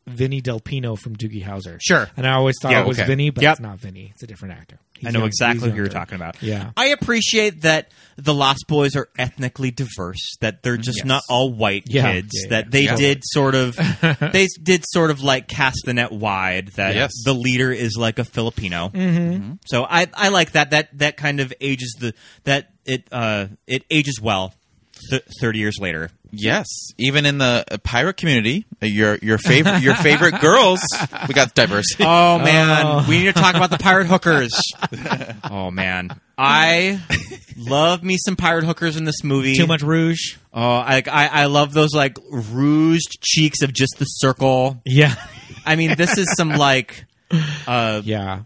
Vinny Del Pino from Doogie Howser.
Sure.
And I always thought
Yeah,
it was
okay.
Vinny, but
Yep.
it's not Vinny. It's a different actor. He's
I know
young-
exactly
he's
who you're
younger.
talking about.
Yeah.
I appreciate that the Lost Boys are ethnically diverse, that they're just not all white
Mm-hmm. Yeah.
kids,
Yeah, yeah,
that they
yeah.
did
*laughs*
sort of they did sort of like cast the net wide that
Yes.
the leader is like a Filipino. Mm-hmm. So I I like that that that kind of ages the that it uh it ages well th- 30 years later.
Yes, even in the uh, pirate community, uh, your your favorite your favorite girls, we got
*laughs*
diversity.
Oh man, we need to talk about the pirate hookers. oh man, I love me some pirate hookers in this movie.
Too much rouge. *laughs*
Oh, I, I I love those like rouged cheeks of just the circle.
Yeah.
I mean, this is
*laughs*
some like uh
yeah.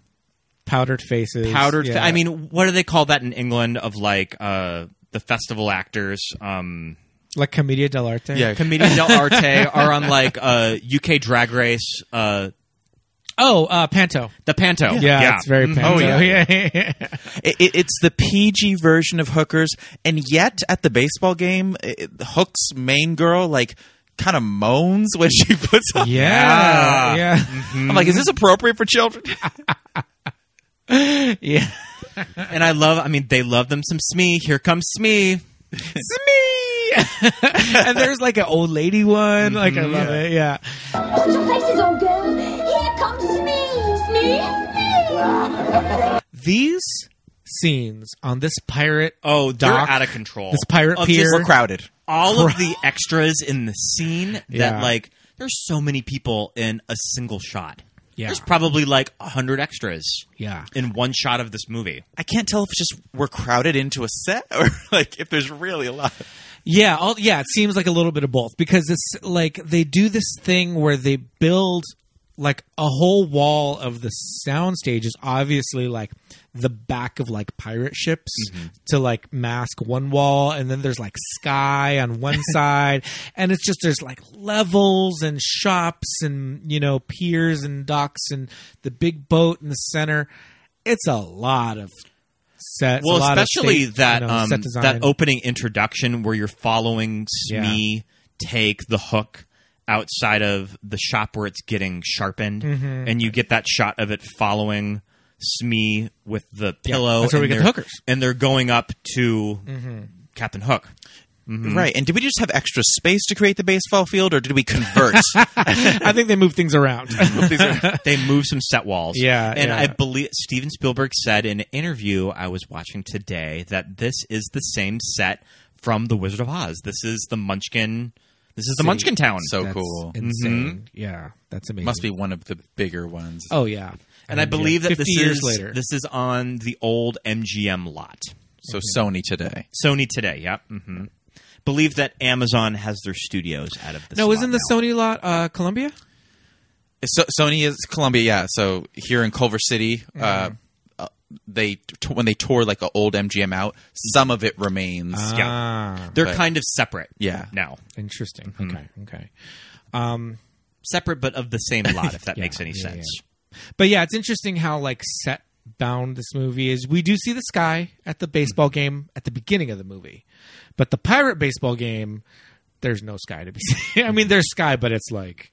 Powdered faces.
powdered. fa-
Yeah.
I mean, what do they call that in England? Of like uh the festival actors, um,
like Commedia dell'arte.
Yeah.
*laughs*
comedian Del Arte are on like uh UK Drag Race, uh
Oh, uh, Panto.
the Panto.
Yeah, it's very
Mhm.
Panto.
Oh, yeah.
yeah.
It, it- it's the PG version of hookers, and yet at the baseball game, it, Hook's main girl like kind of moans when she *laughs* puts on.
Yeah. Yeah.
I'm like, is this appropriate for children?
Yeah. *laughs*
And I love. I mean, they love them some Smee. Here comes Smee.
It's me. and there's like an old lady one. Like, I love it. Yeah.
Put your faces on, girls. Here comes me. Me? Me?
The these scenes on this pirate
Oh, they're
dock,
out of control.
this pirate
Of
pier.
just
We're crowded.
all
*laughs*
of the extras in the scene that
Yeah.
like there's so many people in a single shot.
Yeah.
There's probably like a hundred extras.
Yeah.
In one shot of this movie. *laughs*
I can't tell if it's just we're crowded into a set *laughs* or like if there's really a lot.
Yeah, all, yeah, it seems like a little bit of both because it's like they do this thing where they build like a whole wall of the sound stage is obviously like the back of like pirate ships
Mm-hmm.
to like mask one wall and then there's like sky on
*laughs*
one side and it's just there's like levels and shops and you know piers and docks and the big boat in the center it's a lot of sets a
well,
lot of
especially
state-
that
you know,
um,
set design.
that opening introduction where you're following Smee take the hook outside of the shop where it's getting sharpened,
Mm-hmm.
and you get that shot of it following Smee with the pillow.
that's where we
and
get the
they're-
hookers. Mm-hmm.
and they're going up to Captain Hook.
*laughs*
Right. And did we just have extra space to create the baseball field or did we
*laughs*
convert?
I think they move things
*laughs*
around.
These are- they move some set walls.
Yeah,
and
yeah.
I believe Steven Spielberg said in an interview I was watching today that this is the same set from The Wizard of Oz. This is the Munchkin. This is the Munchkin Town.
so cool.
Mm-hmm.
Mm-hmm.
Insane. Yeah, that's amazing.
Must be one of the bigger ones.
Oh yeah.
and I believe
yeah,
that
50
this
years
is
later.
this is on the old MGM lot.
So Sony today.
Sony today. Yeah. hmm Believe that Amazon has their studios out of this.
no,
lot
isn't the
now.
Sony lot uh, Columbia?
So, Sony is Columbia, yeah. So here in Culver City,
Mm-hmm.
uh, uh, they t- when they tore like an old MGM out, some of it remains.
Ah,
They're
but-
kind of separate.
Yeah.
Now
interesting.
Mm-hmm.
Okay, okay.
separate, but of the same lot. *laughs* If that
Yeah,
makes any
yeah,
sense.
But yeah, it's interesting how like set bound this movie is. We do see the sky at the baseball
Mm-hmm.
game at the beginning of the movie, but the pirate baseball game, there's no sky to be *laughs* seen. I mean, there's sky, but it's like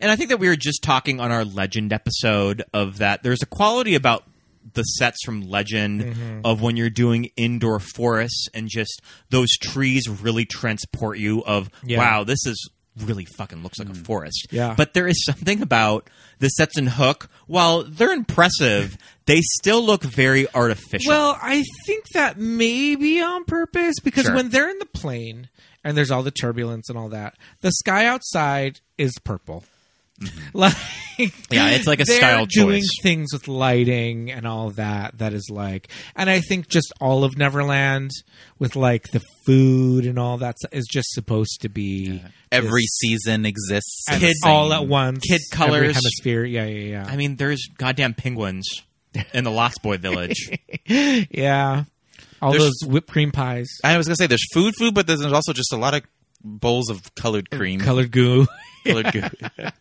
And I think that we were just talking on our Legend episode of that. There's a quality about the sets from Legend
Mm-hmm.
of when you're doing indoor forests and just those trees really transport you. Of
Yeah. Mm.
wow, this is really fucking looks like a forest.
Yeah.
But there is something about the sets in Hook. While they're impressive, they still look very artificial.
Well, I think that may be on purpose because
Sure.
when they're in the plane and there's all the turbulence and all that, the sky outside is purple. like
Mm-hmm. Yeah, it's like a
they're
style
doing
choice.
things with lighting and all that that is like and I think just all of Neverland with like the food and all that is just supposed to be
Every
this-
season exists.
and
kid-
all at once
kid
every
colors.
hemisphere yeah yeah yeah
I mean, there's goddamn
*laughs*
penguins in the Lost Boy Village. *laughs*
yeah all
There's-
those whipped cream pies
*laughs* I was gonna say there's food, food, but there's also just a lot of bowls of
Uh,
colored cream,
colored goo
*laughs*
*laughs*
colored goo.
Yeah.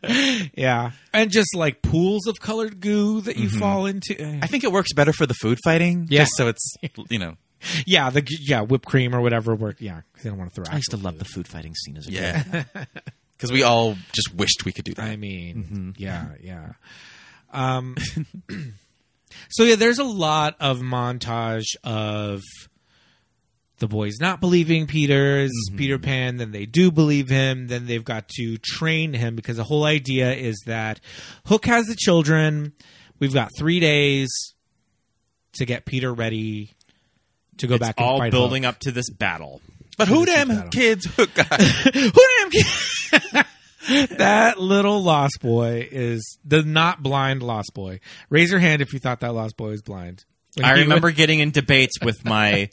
Mm-hmm. And just like pools of colored goo that you fall into.
I think it works better for the food fighting.
Yeah.
Just so it's
*laughs*
you know.
Yeah, the yeah, whipped cream or whatever work. Yeah, cuz they don't want to throw
I used to
actual
love
food.
the food fighting scene as a kid.
Yeah. Because we all just wished we could do that.
I mean, yeah, yeah. Um *clears throat* So yeah, there's a lot of montage of the boys not believing Peter's Peter Pan, then they do believe him, then they've got to train him because the whole idea is that Hook has the children. We've got three days to get Peter ready to go
It's
back. and
all
fight
building up to this battle.
But who
Just keep
damn
that
*laughs*
kids? Who got-
Who damn kid- *laughs* that little lost boy is the not blind lost boy. Raise your hand if you thought that lost boy was blind. When *laughs*
I
he
remember
went-
getting in debates with my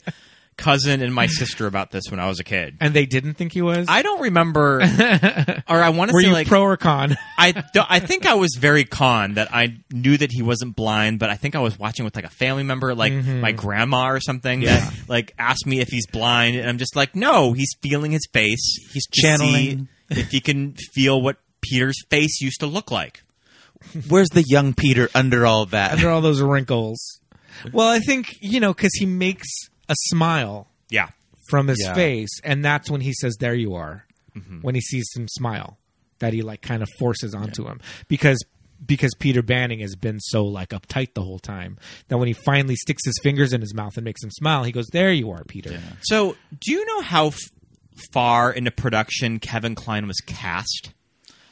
cousin and my sister about this when I was a kid.
and they didn't think he was.
I
*laughs*
don't remember, or I want to
Were
say
you
like
pro or con?
I. th- I think I was very con that I knew that he wasn't blind, but I think I was watching with like a family member, like
Mm-hmm.
my grandma or something, that like asked me if he's blind, and I'm just like, no, he's feeling his face. He's
channeling.
if he can feel what Peter's face used to look like.
Where's the young Peter under all that?
Under all those wrinkles. Well, I think you know because he makes a smile
Yeah.
from his
Yeah.
face, and that's when he says, "There you are." When he sees him smile, that he like kind of forces onto him because because Peter Banning has been so like uptight the whole time that when he finally sticks his fingers in his mouth and makes him smile, he goes, "There you are, Peter."
So, do you know how f- far into production Kevin Klein was cast?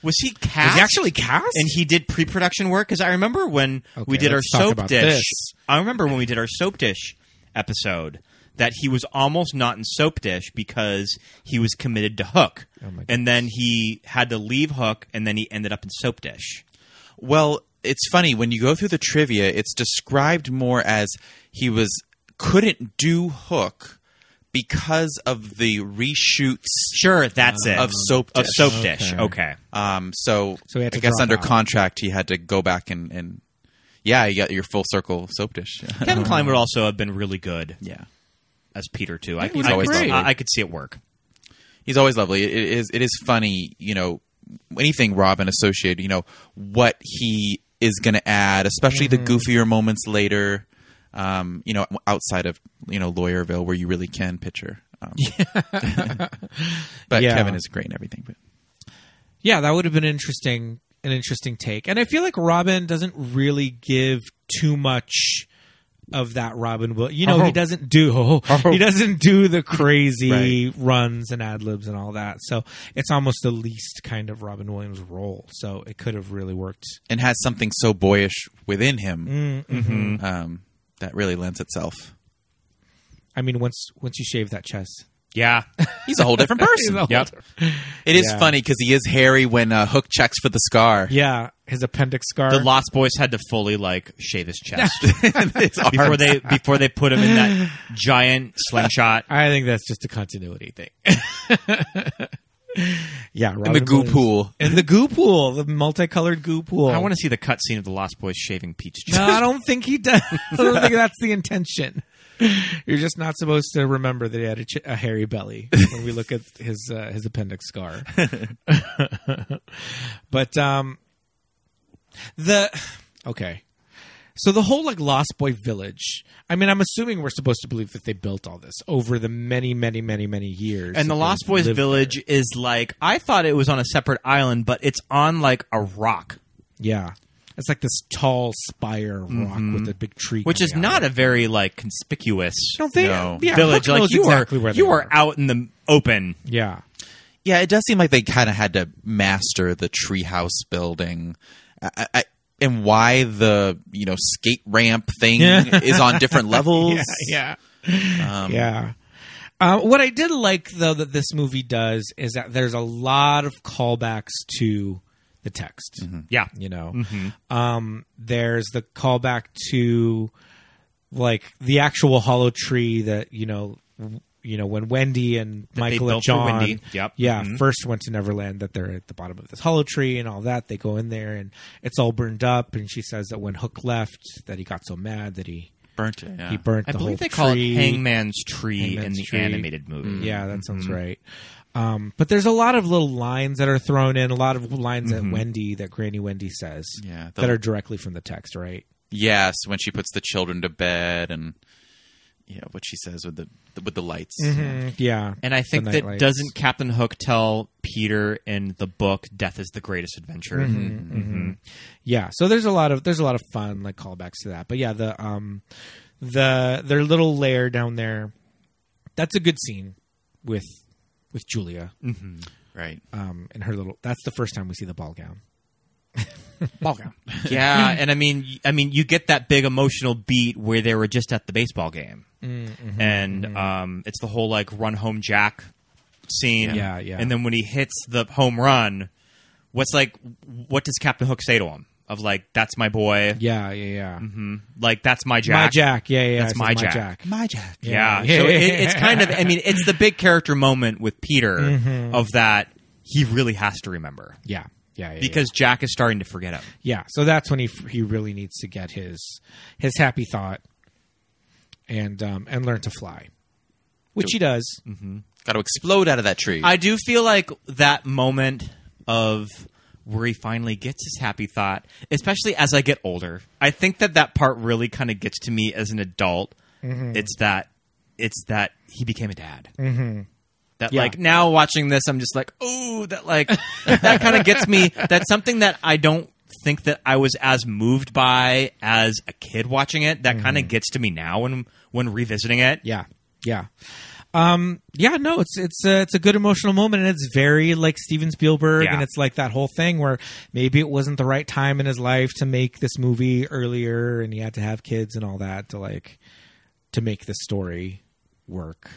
Was he
Was
cast?
he actually cast?
and he did pre-production work because I remember when
Okay,
we did our
let's talk
soap
about
dish.
this.
I remember when we did our soap dish episode that he was almost not in soap dish because he was committed to Hook,
Oh my
and then he had to leave Hook, and then he ended up in soap dish.
*laughs* Well, it's funny when you go through the trivia, it's described more as he was couldn't do Hook because of the reshoots.
Sure, that's it
of Soap
of
Dish.
soap dish.
Okay.
Okay.
Um, so,
So he had
I
to
guess
drop
under
out.
contract, he had to go back and, and yeah, you got your full circle soap dish. *laughs*
Kevin Klein would also have been really good
yeah,
as Peter too. I,
He was
I,
always
I,
lovely.
I could see it work.
he's always lovely. It it is it is funny, you know, anything Robin associated, you know, what he is going to add, especially the goofier moments later. Um, you know, outside of you know Lawyerville, where you really can picture. Um, *laughs* but
Yeah.
Kevin is great and everything. But
yeah, that would have been interesting. An interesting take, and I feel like Robin doesn't really give too much of that Robin will. You
Uh-huh.
know, he doesn't do *laughs* he doesn't do the crazy runs and ad libs and all that. So it's almost the least kind of Robin Williams role. So it could have really worked.
and has something so boyish within him um, that really lends itself.
I mean, once once you shave that chest,
Yeah,
*laughs* He's a whole different person.
*laughs*
yep.
It is
Yeah.
funny because he is hairy when uh, Hook checks for the scar.
yeah, his appendix scar.
The Lost Boys had to fully like shave
*laughs*
his chest
It's
*laughs* before
hard.
they before they put him in
*laughs*
that giant slingshot.
I think that's just a continuity thing. *laughs* yeah, Robin
the goo
Williams.
pool.
In the goo pool, the multicolored goo pool.
I want to see the cutscene of the Lost Boys shaving Pete's chest.
No, I don't think he does. *laughs* I don't think that's the intention. You're just not supposed to remember that he had a, ch- a hairy belly when we look at his uh, his appendix scar. *laughs* but um, the okay, so the whole like Lost Boy Village. I mean, I'm assuming we're supposed to believe that they built all this over the many, many, many, many years.
And
that
the
they
Lost Boys
lived
Village
there.
is like I thought it was on a separate island, but it's on like a rock,
yeah, it's like this tall spire rock with a big tree,
Mm-hmm. which is
coming out
not
of it.
a very like conspicuous
don't think
No.
yeah,
village.
Hook knows
Like you
exactly
are
where they
you are out in the open.
Yeah.
*laughs* Yeah, it does seem like they kind of had to master the treehouse building, I, I- I, and why the you know skate ramp thing is on
*laughs*
different levels.
yeah,
Um,
yeah. Uh, what I did like though that this movie does is that there's a lot of callbacks to the text.
Yeah,
You know, um, there's the callback to like the actual hollow tree that you know, w- you know when Wendy and Michael and
built for
John, Mm-hmm.
Wendy. Yep.
yeah,
Mhm.
first went to Neverland. That they're at the bottom of this hollow tree and all that. They go in there and it's all burned up. And she says that when Hook left, that he got so mad that he
burnt it. yeah.
he burnt.
I
the
believe
whole
they call
tree.
it Hangman's Tree in
Hangman's
the
Tree. Mm-hmm.
animated movie.
Yeah, that sounds right. Um, but there's a lot of little lines that are thrown in, a lot of lines
Mm-hmm.
that Wendy, that Granny Wendy says,
Yeah, the-
that are directly from the text, right?
Yes, when she puts the children to bed, and yeah, what she says with the with the lights.
Mm, Yeah,
And I think
Mm-hmm. The
that
nightlights.
doesn't Captain Hook tell Peter in the book "Death is the Greatest Adventure"?
Mm-hmm. yeah. So there's a lot of there's a lot of fun like callbacks to that. But yeah, the um, the their little lair down there, that's a good scene with with Julia
Right.
um, and her little. That's the first time we see the ball gown.
Ball gown.
*laughs* yeah, and I mean, y- I mean, you get that big emotional beat where they were just at the baseball game,
Mm-hmm.
and um, it's the whole like run home Jack scene.
Yeah, yeah.
And then when he hits the home run, what's like, what does Captain Hook say to him? Of like, that's my boy.
*laughs* Yeah, yeah, yeah.
Like, that's my Mm-hmm. Jack.
My Jack. Yeah, yeah.
That's
it says
my Jack.
My Jack.
Yeah.
Yeah. *laughs*
So it, it's kind of, I mean, it's the big character moment with Peter
Mm-hmm.
of that he really has to remember
Yeah, yeah, yeah. yeah.
because Jack is starting to forget him.
Yeah, so that's when he he really needs to get his his happy thought and um and learn to fly, which he does.
Mm-hmm.
Got to explode out of that tree.
I do feel like that moment of where he finally gets his happy thought, especially as I get older, I think that that part really kind of gets to me as an adult. It's that it's that he became a dad. Mm-hmm. That
Yeah.
like now watching this, I'm just like, oh, that like that kind of gets me. That's something that I don't think that I was as moved by as a kid watching it. That kind of gets to me now when when revisiting it.
Yeah, yeah. Um, yeah, no, it's it's a, it's a good emotional moment, and it's very like Steven Spielberg,
Yeah.
and it's like that whole thing where maybe it wasn't the right time in his life to make this movie earlier, and he had to have kids and all that to like to make the story work.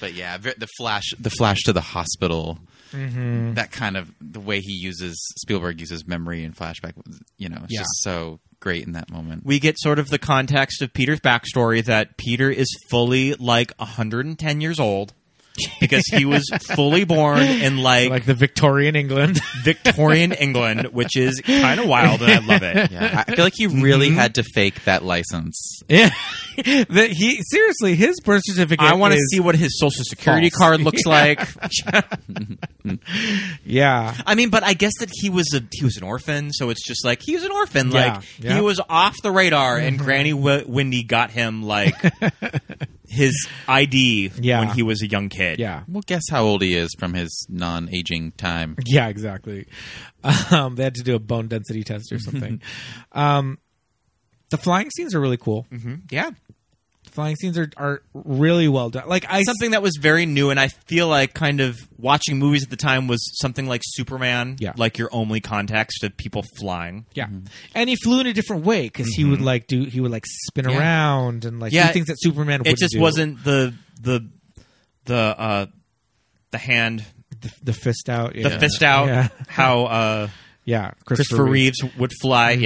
But yeah, ve- the flash, the flash to the hospital,
Mm-hmm.
that kind of the way he uses Spielberg uses memory and flashback. You know, it's
Yeah.
just so great in that moment.
we get sort of the context of Peter's backstory that Peter is fully like 110 years old because he was fully born in like,
Like the Victorian
*laughs*
England. *laughs*
Victorian England, which is kind of wild, and I
*laughs*
love it.
*laughs* Yeah, I feel like he really had to fake that license.
yeah, that he seriously his birth certificate.
I want to
is-
see what his social security
false. *laughs*
card looks like.
Yeah,
I mean, but I guess that he was a he was an orphan, so it's just like he was an orphan.
Yeah,
like
yeah. Mm-hmm.
he was off the radar, and Granny w- Wendy got
*laughs*
him like his ID
Yeah.
when he was a young kid.
yeah.
Well, guess how old he is from his non-aging time.
Yeah, exactly. Um, they had to do a bone density test or
*laughs*
something. um, the flying scenes are really cool.
Mm-hmm. yeah.
The flying scenes are, are really well done. Like I
something that was very new, and I feel like kind of watching movies at the time was something like Superman,
Yeah.
like your only context of people flying.
yeah, and he flew in a different way because he would like do he would like spin
Mm-hmm. Yeah.
around and like
Yeah,
do things that Superman.
It
wouldn't
just
do.
wasn't the the the uh, the hand,
the, the fist out. Yeah,
the fist out,
Yeah.
*laughs* how uh,
yeah.
Christopher Reeves would fly.
Mm-hmm.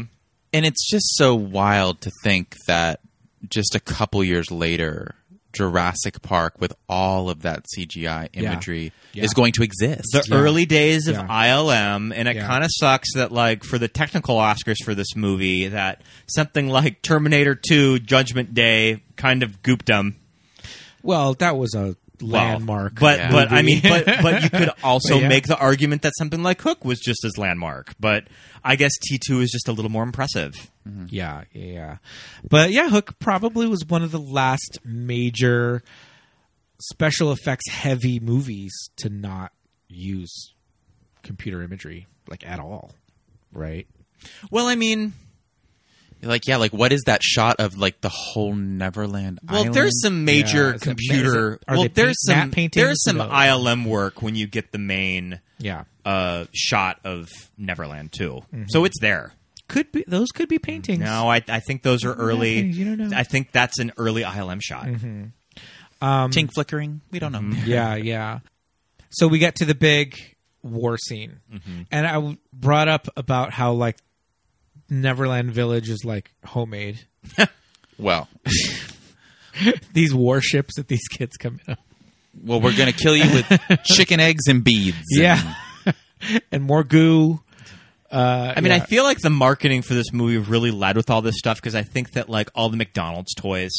Yeah,
And it's just so wild to think that just a couple years later, Jurassic Park with all of that CGI
Yeah.
imagery
Yeah.
is going to exist.
the early days of
Yeah.
ILM, and it
Yeah.
kind of sucks that like for the technical Oscars for this movie, that something like Terminator Two, Judgment Day, kind of gooped them.
Well, that was a
Well,
landmark.
But
Yeah.
but I mean,
movie.
but but you
*laughs*
could also
But yeah.
make the argument that something like Hook was just as landmark. But I guess T two is just a little more impressive.
Yeah, yeah, yeah. But yeah, Hook probably was one of the last major special effects heavy movies to not use computer imagery like at all, right?
Well, I mean,
like yeah, like what is that shot of like the whole Neverland
well,
Island?
there's some major
Yeah, is it-
computer.
is it- are
well,
they
there's
paint-
some
matte paintings?
there's some
No.
ILM work when you get the main
Yeah.
uh, shot of Neverland too. So
Mm-hmm.
it's there.
Could be those could be paintings.
No, I, I think those are early.
things, you don't know. Mm-hmm.
I think that's an early ILM shot.
tink flickering. We don't know.
Mm-hmm.
Yeah, yeah. So we get to the big war scene, and I w- brought up about how like Neverland Village is like homemade.
Well,
These warships that these kids come in on.
well, we're gonna kill you
*laughs*
with chicken eggs and beads. and-
Yeah. *laughs* and more goo.
I mean, I feel like the marketing for this movie really led with all this stuff because I think that like all the McDonald's toys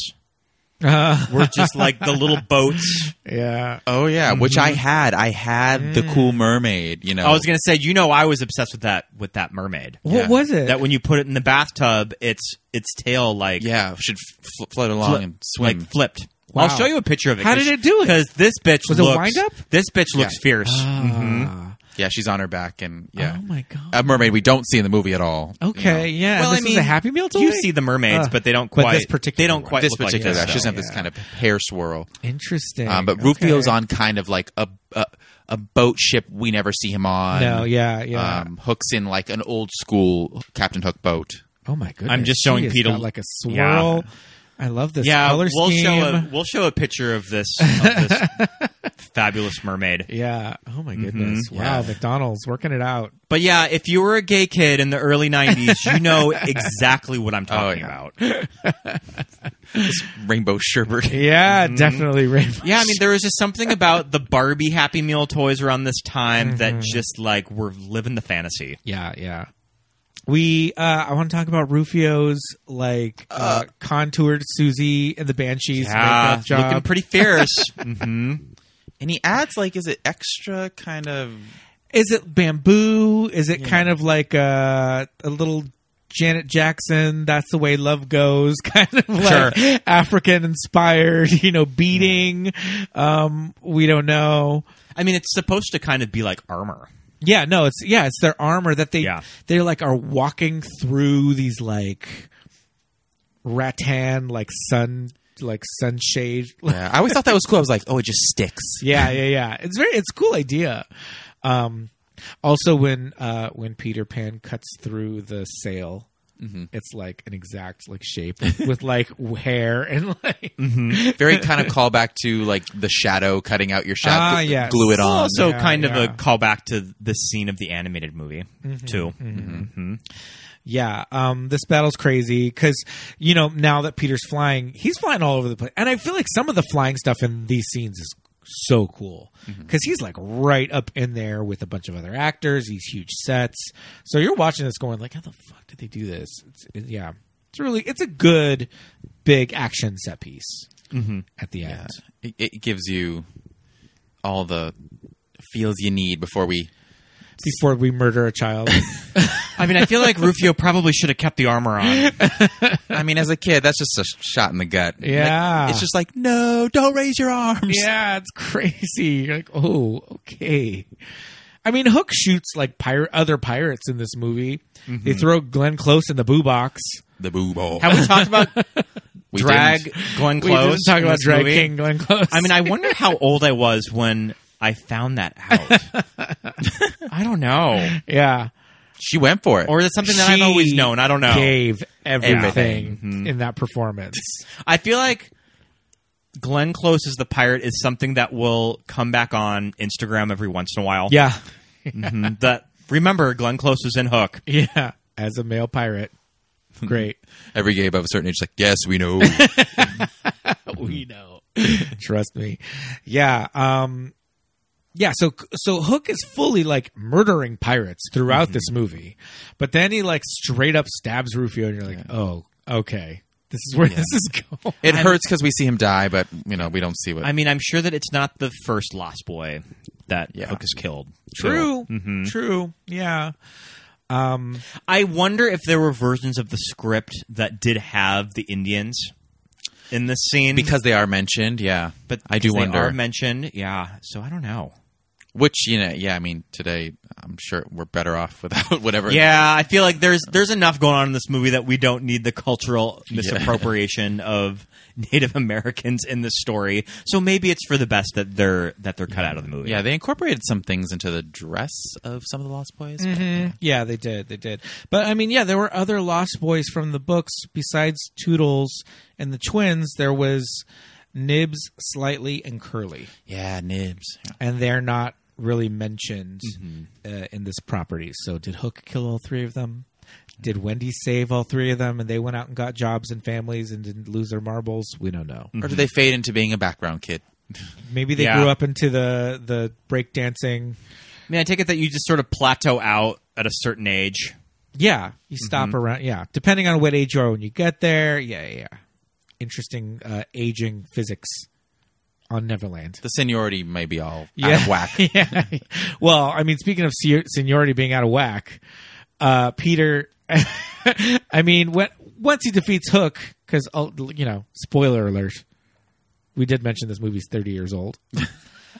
were just like
*laughs*
the little boats. Ah.
Yeah.
oh yeah, which I had. I had the Cool Mermaid. You know,
Mm-hmm. I was gonna say, you know, I was obsessed with that with that mermaid.
What was it?
That when you put it in the bathtub, its its tail like
yeah, should fl- float along
fli-
and swim.
like flipped.
Wow.
I'll show you a picture of it.
How did it do it?
Because this bitch
Was it
looks,
wind up? Ah,
This bitch looks fierce.
yeah, she's on her back and yeah.
Mm-hmm. Oh my god.
a mermaid we don't see in the movie at all.
Oh,
okay. Yeah.
Well,
this
I mean,
is a Happy Meal toy.
You see the mermaids,
Uh,
but they don't
but
quite.
this particular
they don't
one.
quite.
This
look like
particular,
this,
she doesn't
though.
have this kind of hair swirl.
interesting.
Um, but
Okay.
Rufio's on kind of like a, a a boat ship we never see him on.
No. Yeah. Yeah.
Um, hooks in like an old school Captain Hook boat.
oh my goodness.
I'm just
She
showing
has
Pete a-
got like a swirl. I love this
yeah,
color
we'll
scheme.
show a we'll show a picture of
*laughs*
this, of this fabulous mermaid.
yeah. Oh
Mm-hmm.
my goodness. Wow. McDonald's working it out.
But yeah, if you were a gay kid in the early '90s,
*laughs*
you know exactly what
Oh,
I'm talking
yeah.
about.
Rainbow Sherbert.
Yeah.
Mm-hmm.
Definitely *laughs* rainbow.
Yeah, I mean there was just something about the
*laughs*
Barbie Happy Meal toys around this time
Mm-hmm.
that just like were living the fantasy.
Yeah. Yeah. We uh I want to talk about Rufio's like uh, contoured Susie and the Banshees
Yeah,
makeup
Ah,
job.
looking pretty fierce. hmm
and he adds like, is it extra kind of?
is it bamboo? Is it kind of like a, a little Janet Jackson? That's the way love goes, *laughs* kind of like African inspired, you know, beating. Um, we don't know.
I mean, it's supposed to kind of be like armor.
Yeah, no, it's yeah, it's their armor that they
Yeah.
they like are walking through these like rattan like sun like sunshade.
Yeah, I always thought that was cool. I was like, oh, it just sticks.
*laughs* yeah, yeah, yeah. It's very it's a cool idea. Um, also, when uh, when Peter Pan cuts through the sail, it's like an exact like shape with like *laughs* hair and like
*laughs* Very kind of callback to like the shadow cutting out your shadow,
Ah,
gl-
yes.
glue it on.
also
Yeah,
kind
yeah.
of a callback to the scene of the animated movie
Mm-hmm,
too. hmm
Yeah, um, this battle's crazy because you know now that Peter's flying, he's flying all over the place, and I feel like some of the flying stuff in these scenes is so cool because he's like right up in there with a bunch of other actors, these huge sets. So you're watching this going like, how the fuck did they do this? It's, it- yeah, it's really it's a good big action set piece at the end.
it, it gives you all the feels you need before we.
Before we murder a child,
I mean, I feel like Rufio probably should have kept the armor on.
I mean, as a kid, that's just a sh- shot in the gut. Like,
Yeah.
it's just like, no, don't raise your arms.
Yeah, it's crazy. You're like, oh, okay. I mean, Hook shoots like pirate other pirates in this movie. They throw Glenn Close in the boo box.
The boo ball.
Have we
*laughs*
talked about
We
drag
didn't.
Glenn
We
Close?
just talk
in
about
this
drag
movie?
king Glenn Close.
I mean, I wonder how old I was when I found that out. I don't know.
yeah,
*laughs* She went for it.
Or it's something that I've
She
always known. I don't know.
Oh. gave everything, Mm-hmm.
Everything.
in that performance.
I feel like Glenn Close as the pirate is something that will come back on Instagram every once in a while.
*laughs* yeah,
Mhm. That remember Glenn Close was in Hook.
yeah. As a male pirate, great.
Every gay above a certain age, is like, yes,
*laughs*
we know.
*laughs* we know. Trust me. Yeah. Um yeah, so so Hook is fully like murdering pirates throughout this movie. But then he like straight up stabs Rufio and you're like, "Oh, okay. This is where this is going."
it hurts because we see him die, but you know we don't see what.
I mean, I'm sure that it's not the first Lost Boy that Hook is killed.
*laughs* True. Mm-hmm. True. Yeah.
I wonder if there were versions of the script that did have the Indians in this scene
because they are mentioned, yeah.
but
I do
because they
wonder
are mentioned. Yeah, so I don't know.
which you know, yeah. I mean, today I'm sure we're better off without *laughs* whatever.
Yeah, I feel like there's there's enough going on in this movie that we don't need the
*laughs*
cultural misappropriation of Native Americans in this story. So maybe it's for the best that they're that they're cut out of the movie.
Yeah, they incorporated some things into the dress of some of the Lost Boys.
Mm-hmm.
but-
Yeah, they did. They did. But I mean, yeah, there were other Lost Boys from the books besides Toodles and the twins. There was Nibs, Slightly, and Curly.
Yeah, Nibs.
and they're not really mentioned uh, in this property. So, did Hook kill all three of them? Did Wendy save all three of them, and they went out and got jobs and families and didn't lose their marbles? We don't know.
Mm-hmm.
Or do they fade into being a background kid?
Maybe they
Yeah.
grew up into the the breakdancing.
I mean, I take it that you just sort of plateau out at a certain age.
Yeah, you stop around. Yeah, depending on what age you are when you get there. Yeah, yeah. yeah. Interesting uh, aging physics on Neverland.
The seniority may be all out
Yeah.
*laughs*
of *laughs* whack.
*laughs* yeah. Well, I mean, speaking of se- seniority being out of whack, uh, Peter. *laughs* I mean, when, once he defeats Hook, because you know, spoiler alert, we did mention this movie's thirty years old.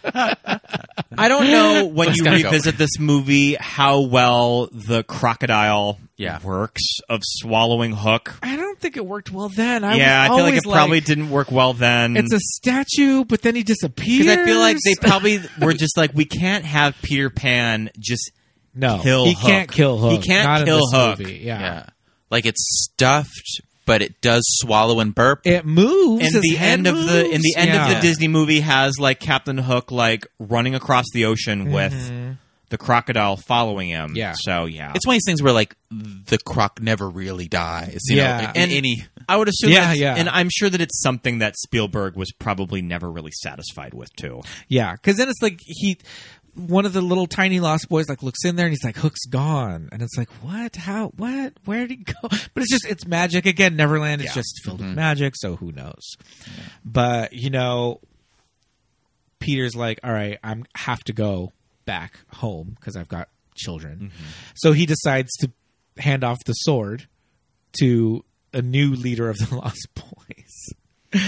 I don't
*laughs*
know when you
gotta go.
revisit this movie how well the crocodile
Yeah.
works of swallowing Hook.
I don't think it worked well then. I
yeah, I
was
feel like
always
it probably didn't work well then.
It's a statue, but then he disappears.
because I feel like they probably were just like we can't have Peter Pan just
*laughs* no,
kill
he
Hook.
can't Oh. kill Hook.
He can't
Not
kill
in this
Hook.
Movie. Yeah.
Yeah. Like it's stuffed, but it does swallow and burp.
it moves.
in
his
the
head
end of the in
moves.
the end of
Yeah.
the Disney movie has like Captain Hook like running across the ocean with the crocodile following him.
Yeah.
So Mm-hmm. yeah.
it's one of these things where like the croc never really dies. You
Yeah.
know, like,
And-
in Uh, any
I would assume
Yeah,
that's-
yeah.
and I'm sure that it's something that Spielberg was probably never really satisfied with
*laughs*
too.
Yeah, because then it's like he, one of the little tiny lost boys, like looks in there and he's like, "Hook's gone," and it's like, "What? How? What? Where would he go?" *laughs* But it's just it's magic again. Neverland is just filled with magic, so who knows? But you know, Peter's like, "All right, I'm have to go back home because I've got children," so he decides to hand off the sword to a new leader of the *laughs* Lost Boys.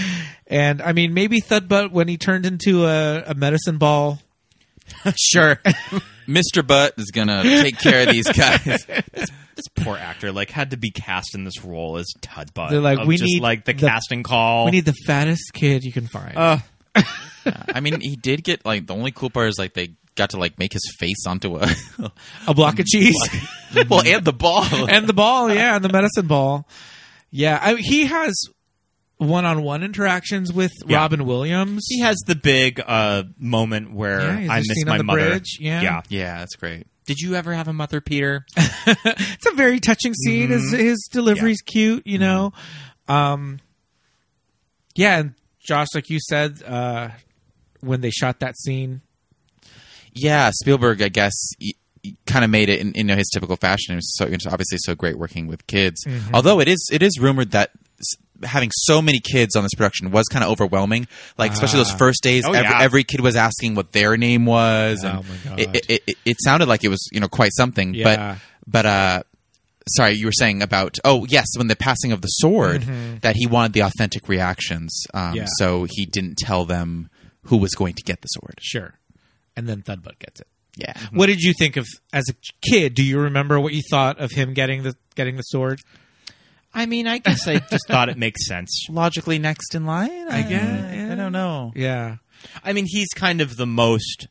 And I mean, maybe Thudbutt when he turned into a, a medicine ball.
*laughs* sure. Mr. Butt is gonna take care of these guys.
*laughs* this poor actor like had to be cast in this role as Tud Bud.
They're like,
of
"We
just,
need
like the,
the-
casting call.
We need the fattest kid you can find.
Oh. Uh,
I mean, he did get like the only cool part is like they got to like make his face onto
*laughs*
a *laughs*
a block of cheese
well and the ball.
*laughs* and the ball. Yeah, and the medicine ball. Yeah, I, he has one-on-one interactions with
Yeah.
Robin Williams.
he has the big uh, moment where
Yeah, he's
I
just
miss
seen on
my
the
mother.
bridge, yeah.
yeah, that's great.
Did you ever have a mother, Peter?
*laughs* it's a very touching scene. His
Mm-hmm.
his delivery's cute, you know. Um, yeah, and Josh, like you said, uh, when they shot that scene,
Yeah, Spielberg, I guess, kind of made it in, in his typical fashion. It was so it's obviously so great working with kids.
Mm-hmm.
Although it is it is rumored that s- having so many kids on this production was kind of overwhelming. Like especially
Ah.
those first days,
Oh,
every,
yeah.
every kid was asking what their name was, and
Oh, my
It,
God.
it, it, it sounded like it was you know quite something.
Yeah.
But but uh. Sorry, you were saying about oh yes, when the passing of the sword, that he wanted the authentic reactions, um,
Mm-hmm. Yeah.
so he didn't tell them who was going to get the sword.
sure, and then Thudbutt gets it.
Yeah,
What did you think of as a kid? Do you remember what you thought of him getting the getting the sword?
I mean, I guess *laughs* I just thought it makes sense.
logically next in line. I,
guess, yeah.
I don't know.
Yeah,
I mean, he's kind of the most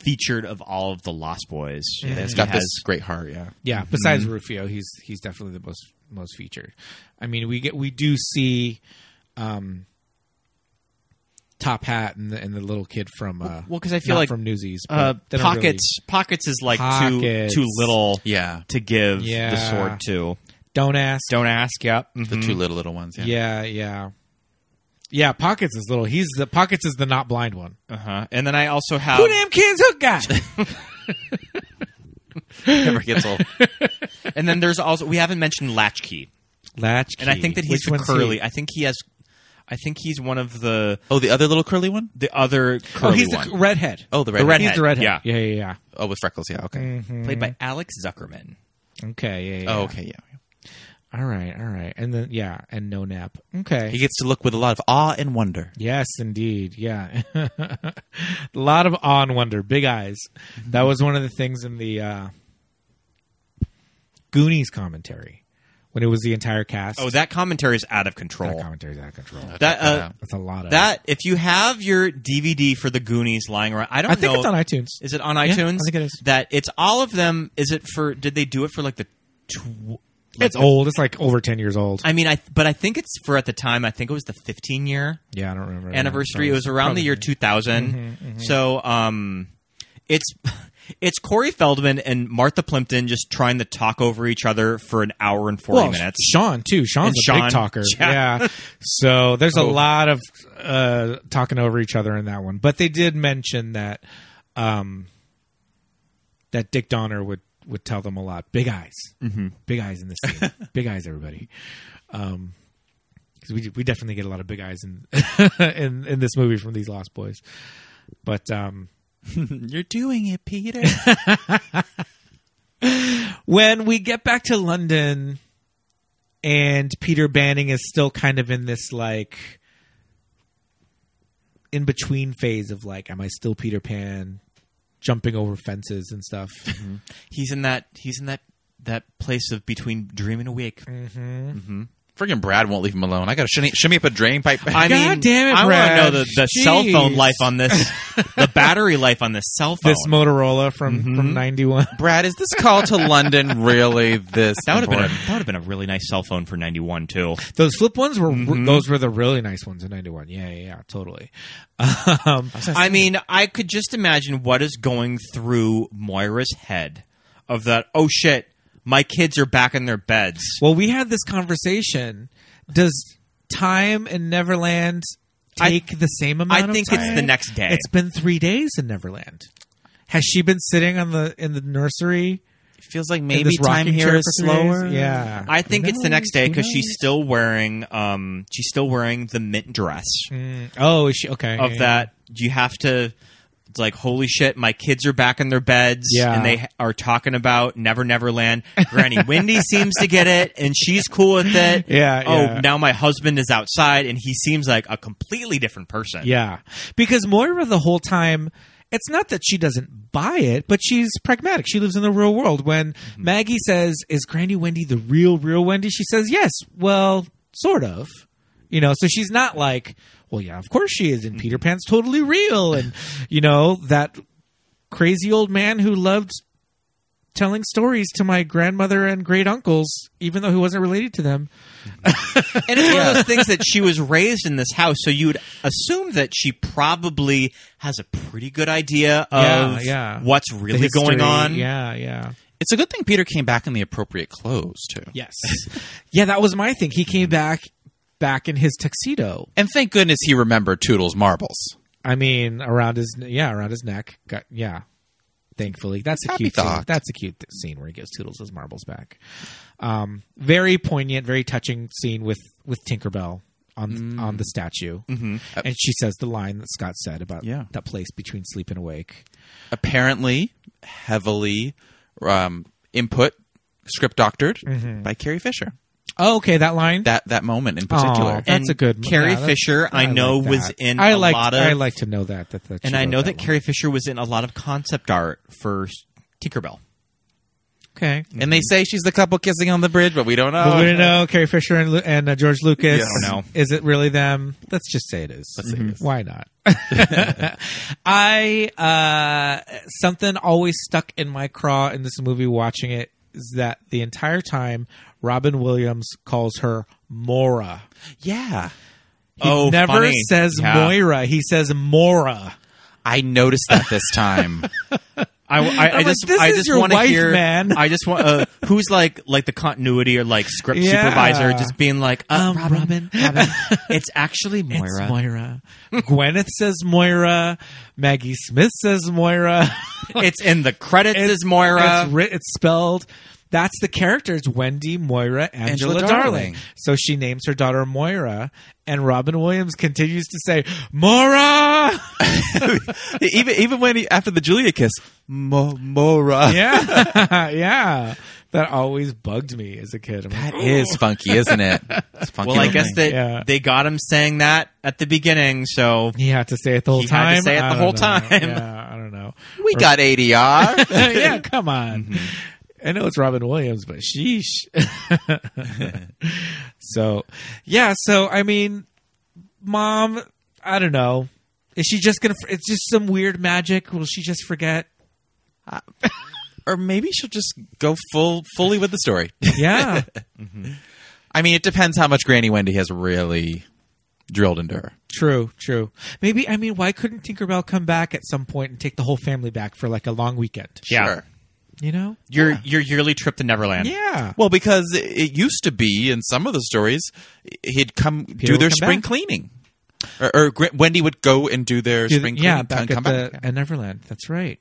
featured of all of the Lost Boys.
Yeah, it's
He
got
has-
this great heart. Yeah,
Mm-hmm.
yeah. Besides Rufio, he's he's definitely the most most featured. I mean, we get we do see. Um, Top Hat and the, and the little kid from uh,
Well, 'cause I feel
not
like,
from Newsies, but
Uh,
they don't really-
pockets, pockets is like
Pockets.
too too little
yeah.
to give the
Yeah.
sword to.
Don't ask.
Don't ask. Yep. Mm-hmm.
The two little little ones. Yeah,
Yeah, yeah. Yeah, Pockets is little. He's the Pockets is the not blind one.
Uh huh. And then I also have.
Who damn kids hook guy?
never gets
*laughs*
old.
and then there's also we haven't mentioned *laughs* Latchkey,
Latchkey.
and I think that he's
Which
the
one's he?
curly. I think he has. I think he's one of the
oh, the other little curly one.
the other
Oh,
curly
he's the
one,
c- redhead.
Oh, the red.
the redhead.
he's the redhead.
Yeah.
yeah, yeah, yeah.
Oh, with freckles. Yeah. Okay.
played
Mm.
by Alex Zuckerman.
Okay, yeah, yeah.
Oh, okay. Yeah.
All right, all right. And then yeah, and no nap. Okay.
He gets to look with a lot of awe and wonder.
Yes, indeed. Yeah. *laughs* a lot of awe and wonder. Big eyes. That was one of the things in the uh, Goonies commentary when it was the entire cast.
Oh, that commentary is out of control.
that commentary's out of control.
That uh,
That's a lot of
that if you have your DVD for the Goonies lying around, I don't.
I think
know,
it's on iTunes.
Is it on
I
iTunes?
think it is.
That it's all of them. Is it for? Did they do it for like the? Tw- like
It's
the-
old. It's like over ten years old.
I mean, I but I think it's for at the time. I think it was the 15 year
yeah, I don't remember
anniversary. It was around the year 2000.
Mm-hmm,
So um, it's it's Corey Feldman and Martha Plimpton just trying to talk over each other for an hour and 40
Well,
minutes.
Sean too. Sean's
And
a
Sean.
big talker.
*laughs* Yeah.
Yeah. So there's a
Oh.
lot of uh, talking over each other in that one. But they did mention that um, that Dick Donner would would tell them a lot. Big eyes. Mm-hmm. Big eyes in this
*laughs*
scene. big eyes, everybody. Um 'cause we we definitely get a lot of big eyes in *laughs* in in this movie from these Lost Boys. But um,
You're doing it, Peter. *laughs*
when we get back to London and Peter Banning is still kind of in this like in between phase of like, am I still Peter Pan? Jumping over fences and stuff.
He's in that he's in that that place of between dream and awake.
Friggin' Brad won't leave him alone. I gotta shimmy, shimmy up a drain pipe.
*laughs*
*laughs*
I
God
mean,
damn it,
I wanna
Brad.
know the, the cell phone
Jeez.
life
*laughs*
on this, the battery life on this cell phone.
This Motorola from from ninety one.
Brad, is this call to London really this?
that would have been a,
important?
that would have been a really nice cell phone for 91 too.
Those flip ones were those were the really nice ones in ninety one. Yeah, yeah, yeah, totally. Um,
*laughs*
I mean, I could just imagine what is going through Moira's head of that. Oh shit, my kids are back in their beds.
well, we had this conversation. Does time in Neverland
I-
take the same amount?
I
of
think it's the
time?
next day.
It's been three days in Neverland. Has she been sitting on the in the nursery?
It feels like
in
maybe
this
time
rocking
here
chair
is
for three days?
slower.
Yeah,
I think it's the next day because
Who
she's still wearing um she's still wearing the mint dress
knows? Oh, is she okay?
of
yeah.
that. You have to. It's like holy shit, my kids are back in their beds,
Yeah.
and they are talking about Never Never Land. Granny
*laughs*
Wendy seems to get it, and she's cool with it.
Yeah,
Oh,
yeah.
now my husband is outside, and he seems like a completely different person.
Yeah, because Moira the whole time, it's not that she doesn't buy it, but she's pragmatic. She lives in the real world. When
Mm-hmm.
Maggie says, "Is Granny Wendy the real, real Wendy?" She says, "Yes." Well, sort of. You know, so she's not like, "Well, yeah, of course she is," and Peter
Mm-hmm.
Pan's totally real, and you know that crazy old man who loved telling stories to my grandmother and great uncles, even though he wasn't related to them.
And it's one of those things that she was raised in this house, so you'd assume that she probably has a pretty good idea
Yeah,
of
yeah.
what's
The
really
history.
going on.
Yeah, yeah.
It's a good thing Peter came back in the appropriate clothes too.
Yes. *laughs* yeah, that was my thing. He came back back in his tuxedo.
And thank goodness he remembered Toodle's marbles.
I mean, around his yeah, around his neck. Got, yeah. Thankfully, that's a
Happy
cute. Scene.
thought.
That's a cute th- scene where he gives Toodles his marbles back. Um, very poignant, very touching scene with with Tinkerbell on on
Mm.
the statue, mm-hmm. and she says the line that Scott said about
Yeah.
that place between sleep and awake.
Apparently, heavily um, input script doctored
Mm-hmm.
by Carrie Fisher.
Oh, okay, that line.
That that moment in particular.
Aw, that's
And
a good. yeah,
Carrie
that's-
Fisher, I know,
like
was
that.
in
I
a
like.
lot of-
I like to know that. That, that she
And I
wrote
know
that
that Carrie Fisher was in a lot of concept art for s- Tinkerbell.
Carrie. Okay.
and they
Mm-hmm.
say she's the couple kissing on the bridge, but we don't know.
But we don't know Carrie Fisher and, Lu- and uh, George Lucas.
Oh, Yeah, I
don't know.
Is it really them? Let's just say it is. Mm-hmm.
Let's say it is.
Why not? *laughs* I uh, something always stuck in my craw in this movie watching it is that the entire time Robin Williams calls her Mora.
Yeah,
He
Oh,
never
funny.
says
Yeah.
Moira. He says Mora.
I noticed that this *laughs* time.
I, I, I
like,
just,
"This
I
is
just
your
want to
wife,
hear,
man.
I just
*laughs*
want uh, who's like, like the continuity or like script
Yeah.
supervisor, just being like, uh,
Um,
Robin,
Robin,
*laughs* Robin, it's
*laughs*
actually Moira.
It's Moira. Gwyneth says Moira. Maggie Smith says Moira. *laughs*
It's in the credits
It's-
as Moira.
It's, writ- it's spelled. That's the character. It's Wendy Moira Angela,
Angela
Darling.
Darling.
So she names her daughter Moira, and Robin Williams continues to say Moira. *laughs*
even even when he, after the Julia kiss, Mo- Mora.
yeah, *laughs* yeah. That always bugged me as a kid. I'm like,
That is funky, isn't it? It's a funky.
well, I
little
guess
thing.
that
Yeah.
they got him saying that at the beginning, so
he had to say it the whole
He
time.
had to say it
I
the
don't
whole
know.
time.
Yeah, I don't know.
we got ADR.
*laughs* yeah, come on. I know it's Robin Williams, but sheesh. *laughs* so, yeah. So, I mean, mom, I don't know. Is she just gonna? It's just some weird magic. Will she just forget?
*laughs* or maybe she'll just go full fully with the story.
*laughs* Yeah,
I mean, it depends how much Granny Wendy has really drilled into her.
true, true. Maybe. I mean, why couldn't Tinkerbell come back at some point and take the whole family back for like a long weekend?
Yeah.
You know?
your your yearly trip to Neverland.
Yeah.
Well, because it- it used to be in some of the stories, he'd come do
would
their
come
spring
back.
cleaning, or, or Gr- Wendy would go and do their
Do the-
spring
yeah,
cleaning.
back
and
at
come
the
back.
at Neverland. That's right.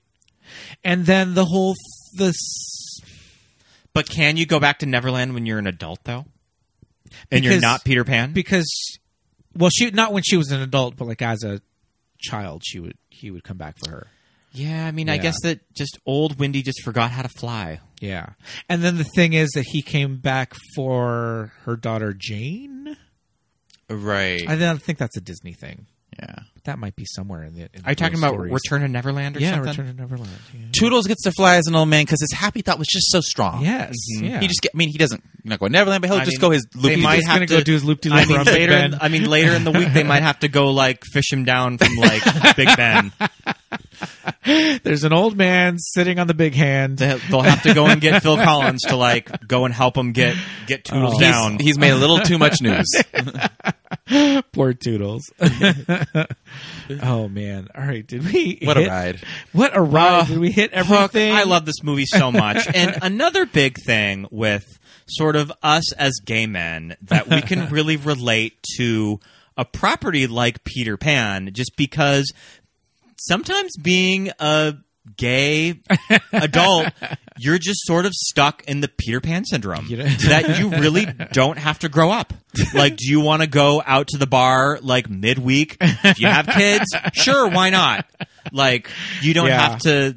And then the whole the s-
But can you go back to Neverland when you're an adult though? And you're
Because-
not Peter Pan?
because well she not when she was an adult but like as a child she would he would come back for her
yeah, I mean, I
Yeah.
guess that just old Wendy just forgot how to fly.
yeah and then the thing is that he came back for her daughter jane
Right.
i don't think that's a disney thing
yeah.
that might be somewhere in the in
Are you talking
those
about
stories.
Return to Neverland or
yeah
something?
return to neverland yeah.
Toodles gets to fly as an old man because his happy thought was just so strong.
yes yeah.
He just, get, I mean, he doesn't you know, go to Neverland, but he'll
I
just
mean,
go his
they
loopy.
might
just
have
gonna
to
go do his loop-de-loop
I *laughs* mean,
around Big
later. In,
Ben.
I mean, later in the week they might have to go like fish him down
*laughs*
from like Big Ben.
there's an old man sitting on the big hand
*laughs* They- They'll have to go and get Phil Collins to like go and help him get get Toodles
Oh.
down.
he's made a little too
*laughs*
much news.
poor toodles *laughs* oh man all right did we
What a
hit-
ride.
what a ride
Uh,
did we hit
Hook,
everything
I love this movie so much.
*laughs*
and another big thing with sort of us as gay men that
*laughs*
we can really relate to a property like Peter Pan just because sometimes being a
*laughs*
gay adult you're just sort of stuck in the Peter Pan syndrome
You know-
that
*laughs*
you really don't have to grow up. Like do you want to go out to the bar like midweek if you have kids? Sure, why not? Like you don't
Yeah.
have to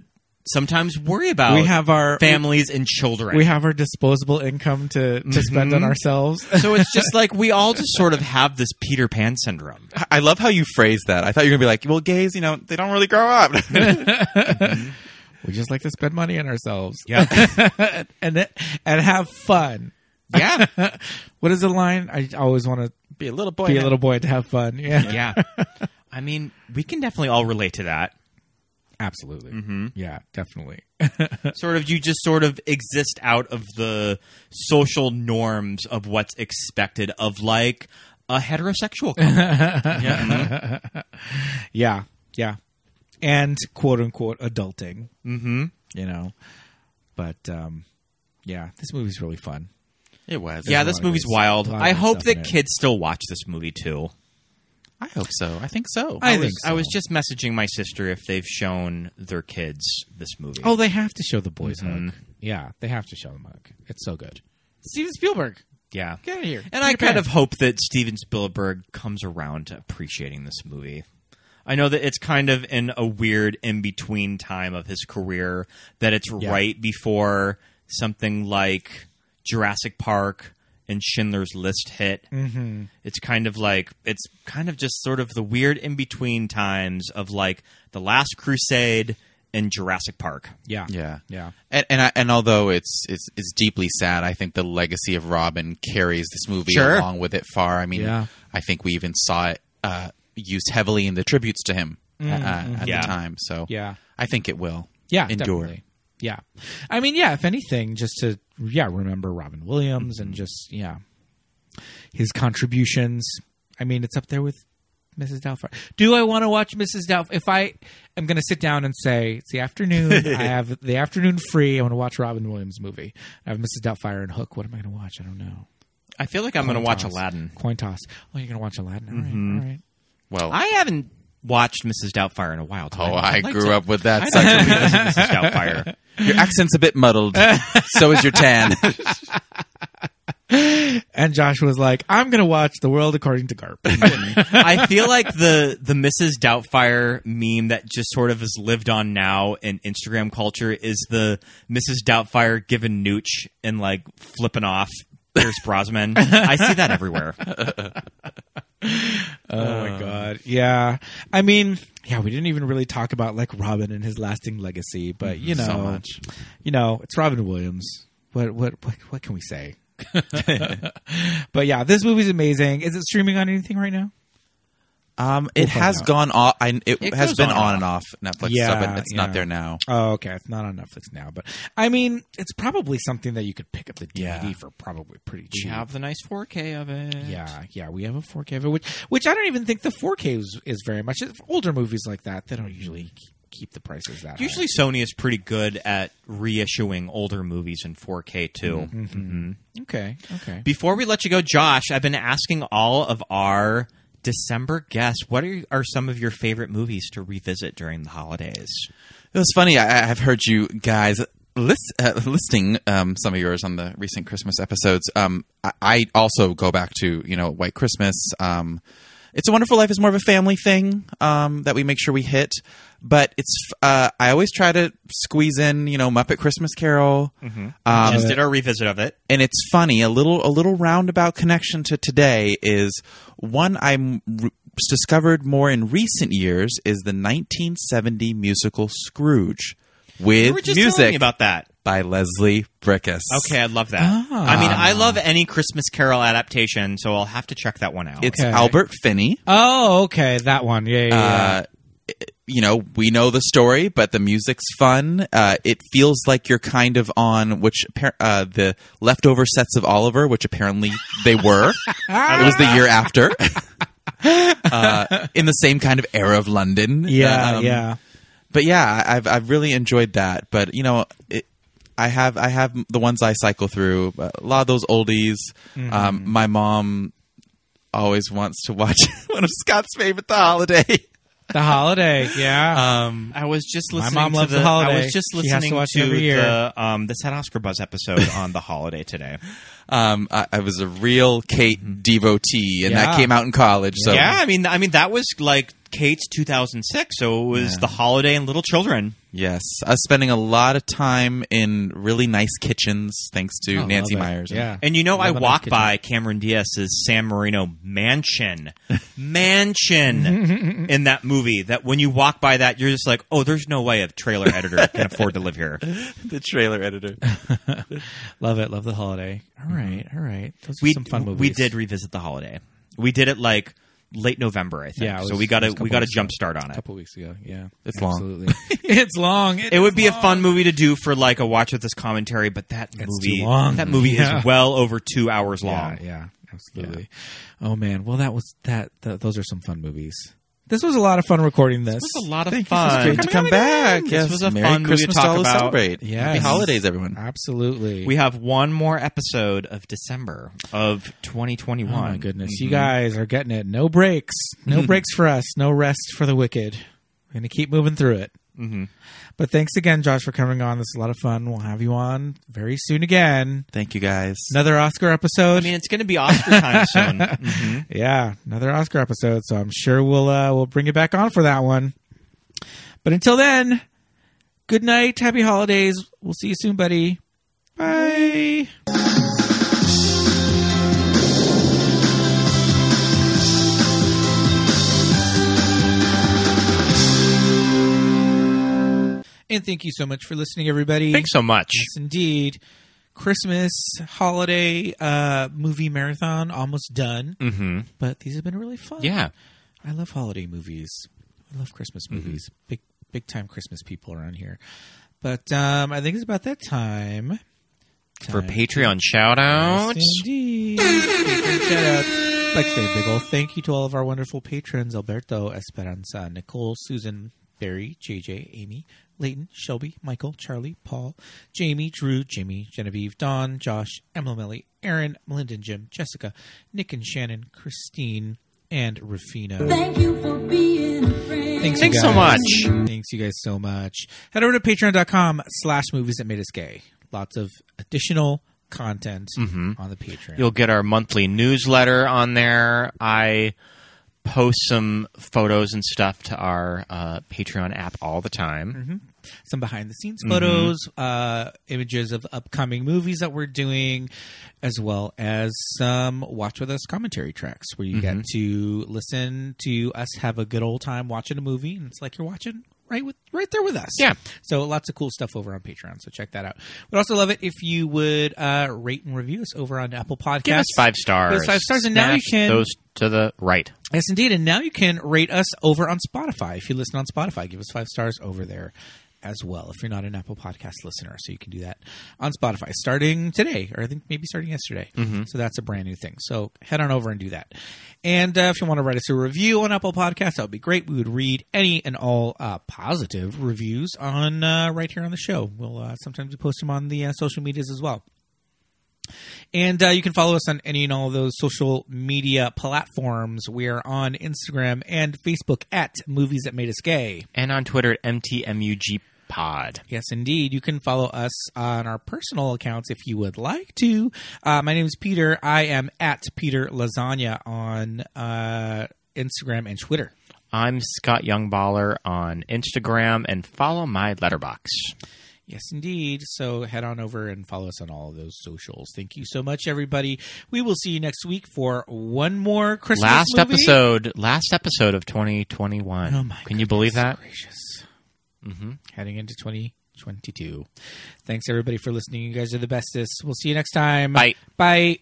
sometimes worry about
We have our-
families and children.
We have our disposable income to, to spend
Mm-hmm.
on ourselves.
so it's just *laughs* like we all just sort of have this Peter Pan syndrome.
*laughs* I love how you phrase that. I thought you were gonna be like, well, gays, you know, they don't really grow up. *laughs*
*laughs* we just like to spend money on ourselves.
Yeah.
*laughs* and it- and have fun.
yeah.
*laughs* What is the line? I always want to
be a little boy.
be a
now.
little boy to have fun. Yeah,
Yeah. I mean, we can definitely all relate to that.
absolutely.
Mm-hmm.
Yeah, definitely. *laughs*
Sort of, you just sort of exist out of the social norms of what's expected of like a heterosexual
*laughs*
couple. yeah. mhm.
Yeah, yeah, and quote unquote adulting. Mm-hmm. You know, but um, yeah, this movie's really fun.
It was.
Yeah,
a
this
lot of
movie's
ways-
wild.
a lot of
I
ways
hope
stuff in
that
it.
kids still watch this movie too.
I hope so. I think so.
I
was,
think so.
I was just messaging my sister if they've shown their kids this movie.
Oh, they have to show the boys hug. Yeah, they have to show the hug. It's so good. Steven Spielberg,
yeah.
get out of here.
And I kind of hope that Steven Spielberg comes around to appreciating this movie. I know that it's kind of in a weird in between time of his career, that it's
Yeah.
right before something like Jurassic Park and Schindler's List hit. Mm-hmm. It's kind of like, it's kind of just sort of the weird in between times of like The Last Crusade and Jurassic Park.
yeah,
Yeah.
yeah.
And and, I, and although it's, it's it's deeply sad, I think the legacy of Robin carries this movie
Sure.
along with it far. I mean,
Yeah.
I think we even saw it uh, used heavily in the tributes to him uh, uh, at
Mm-hmm. Yeah.
the time. So
Yeah.
I think it will.
yeah
endure.
definitely. yeah i mean yeah if anything just to yeah remember robin williams and just yeah his contributions i mean it's up there with mrs doubtfire do i want to watch mrs doubtfire if i am going to sit down and say it's the afternoon i have the afternoon free i want to watch robin williams movie i have mrs doubtfire and hook what am i going to watch i don't know
I feel like I'm going to watch
Toss.
Aladdin.
coin toss oh you're going to watch aladdin All right, all right
Well,
I haven't watched Mrs. Doubtfire in a while.
oh,
I'd
I
like
grew
to-
up with that.
I'd
sucker.
like to revisit Mrs. Doubtfire.
Your accent's a
*laughs*
bit muddled. so is your tan.
and josh was like i'm going to watch the world according to garp
I feel like the the Mrs. Doubtfire meme that just sort of is lived on now in Instagram culture is the Mrs. Doubtfire giving nooch and like flipping off Pierce Brosnan. I see that everywhere.
Oh my god. Yeah. I mean, yeah, we didn't even really talk about like Robin and his lasting legacy, but you know,
So much.
you know, it's Robin Williams. What what what, what can we say? *laughs* but yeah, this movie's amazing. Is it streaming on anything right now?
Um, it
find
has
out.
gone off. I, it,
It
has
goes
been
on
on,
and
and off Netflix,
Yeah,
stuff, but it's
yeah.
not there now.
Oh, okay. It's not on Netflix now, but I mean, it's probably something that you could pick up the DVD
Yeah.
for probably pretty
We
cheap.
have the nice 4K of it.
Yeah, yeah, we have a 4K, of it, which which I don't even think the 4K is, is very much. For older movies like that, they don't usually keep the prices that high.
Usually Sony is pretty good at reissuing older movies in 4K
Mm-hmm.
too.
Okay, okay.
Before we let you go, Josh, I've been asking all of our December guests what are, are some of your favorite movies to revisit during the holidays?
It was funny. I, I've heard you guys list, uh, listing um, some of yours on the recent Christmas episodes. Um, I, I also go back to you know White Christmas. Um, it's a Wonderful Life is more of a family thing um, that we make sure we hit, but it's uh, I always try to squeeze in you know Muppet Christmas Carol. Um,
Just did our revisit of it.
and it's funny a little a little roundabout connection to today is one i'm r discovered more in recent years is the 1970 musical scrooge with
We were just
music
talking about that.
by leslie brickus
Okay, I love that. I mean,
Ah.
I love any Christmas Carol adaptation, so I'll have to check that one out.
it's
Okay.
albert finney
Oh, okay, that one. Yeah, yeah. yeah.
uh, you know, we know the story, but the music's fun. Uh, it feels like you're kind of on which appar- uh, the leftover sets of Oliver, which apparently they were. it was the year after. *laughs* uh, in the same kind of era of London.
Yeah,
Um,
yeah.
But yeah, I- I've I've really enjoyed that. But you know, it, I have I have the ones I cycle through. but A lot of those oldies.
Mm-hmm.
Um, my mom always wants to watch *laughs* one of Scott's favorite, The Holiday.
The
*laughs*
holiday, yeah.
Um,
I was just
My
listening.
mom
to
loves
the,
the holiday.
I was just
She has to
listening
watch it every year.
the um, the Sad Oscar Buzz
*laughs*
episode on the holiday today.
um, I, I
Mm-hmm.
was a real Kate devotee,
Yeah. Oh.
and that came out in college. So
Yeah, I mean, I mean that was like indicates 2006, so it was the holiday and little children.
Yes, us spending a lot of time in really nice kitchens, thanks to
Oh,
Nancy
love it.
Myers.
Yeah.
And you know, I
Lebanon
walk
kitchen.
by Cameron Diaz's San Marino mansion,
*laughs*
mansion in that movie. That when you walk by that, you're just like, oh, there's no way a trailer editor can afford to
*laughs*
live here.
the trailer editor.
Love it. Love the holiday. All right. All right. Those were
Mm-hmm. We
some fun movies.
we did revisit the holiday. We did it like late November, I think.
Yeah, it was-
so we
it
got
was
a
a
we
couple
got a
weeks
jump start
*laughs*
on
a
it.
couple weeks ago. Yeah.
It's
*laughs*
long.
Absolutely. *laughs* it's long.
It would be a fun movie to do for like a watch with this commentary, but that movie
too long.
that movie
Yeah.
is well over two hours long.
Yeah, yeah, absolutely. Oh man, well that was that. Th- those are some fun movies. This was a lot of fun recording this.
This was a lot of
It's
fun.
great to come back.
This
Yes,
was a
Merry
fun movie to
Christmas
talk
all
about.
celebrate. Happy
Yes.
holidays, everyone.
Absolutely.
We have one more episode of December of 2021.
oh my goodness, you
Mm-hmm.
guys are getting it. No breaks. No breaks for us. No rest for the wicked. We're gonna keep moving through it. Mm-hmm. But thanks again, Josh, for coming on. This is a lot of fun. We'll have you on very soon again.
Mm-hmm. Thank you guys.
Another Oscar episode.
I mean, it's going to be Oscar
*laughs*
time soon.
Yeah, another Oscar episode. So I'm sure we'll uh, we'll bring you back on for that one. But until then, good night, happy holidays. We'll see you soon, buddy. Bye. And thank you so much for listening, everybody.
Thanks so much.
Yes, indeed. Christmas holiday uh, movie marathon almost done,
Mm-hmm.
but these have been really fun.
Yeah.
I love holiday movies. I love Christmas
Mm-hmm.
movies. Big big time Christmas people around here. But um, I think it's about that time.
For
Time.
Patreon shout outs.
Yes, indeed. Shout out. I'd Like to say a big ol' thank you to all of our wonderful patrons Alberto, Esperanza, Nicole, Susan, Barry, JJ, Amy, Leighton, Shelby, Michael, Charlie, Paul, Jamie, Drew, Jimmy, Genevieve, Don, Josh, Emma Melly, Aaron, Melinda and Jim, Jessica, Nick and Shannon, Christine, and Rafino.
Thank you for being a friend.
Thanks,
Thanks
you
so
guys.
much.
Thanks you guys so much. Head over to patreon.com slash movies that made us gay. Lots of additional content
Mm-hmm.
on the Patreon.
You'll get our monthly newsletter on there. I post some photos and stuff to our uh, Patreon app all the time.
Mm-hmm. some behind the scenes
Mm-hmm.
photos, uh, images of upcoming movies that we're doing, as well as some watch with us commentary tracks where you get
Mm-hmm.
to listen to us have a good old time watching a movie, and it's like you're watching right with right there with us.
Yeah.
So lots of cool stuff over on Patreon. So check that out. Would also love it if you would uh, rate and review us over on Apple Podcasts.
Give us five stars.
Give us five stars, and now you
Smash
can
those to the right.
Yes, indeed. And now you can rate us over on Spotify. If you listen on Spotify, give us five stars over there as well. If you're not an Apple Podcast listener, so you can do that on Spotify starting today, or I think maybe starting yesterday. So that's a brand new thing. So head on over and do that. And uh, if you want to write us a review on Apple Podcasts, that would be great. We would read any and all uh, positive reviews on uh, right here on the show. We'll uh, sometimes we post them on the uh, social medias as well. And uh, you can follow us on any and all of those social media platforms. We are on Instagram and Facebook at Movies That Made Us Gay.
And on Twitter at MTMUG Pod.
Yes, indeed. You can follow us on our personal accounts if you would like to. Uh, my name is Peter. I am at Peter Lasagna on uh, Instagram and Twitter.
I'm Scott Youngballer on Instagram and follow my letterbox.
Yes, indeed. So head on over and follow us on all of those socials. Thank you so much, everybody. We will see you next week for one more Christmas
last
movie.
episode, last episode of 2021.
Oh my
Can you believe that? Mm-hmm.
gracious. Heading into 2022. Thanks everybody for listening. You guys are the bestest. We'll see you next time.
Bye.
Bye.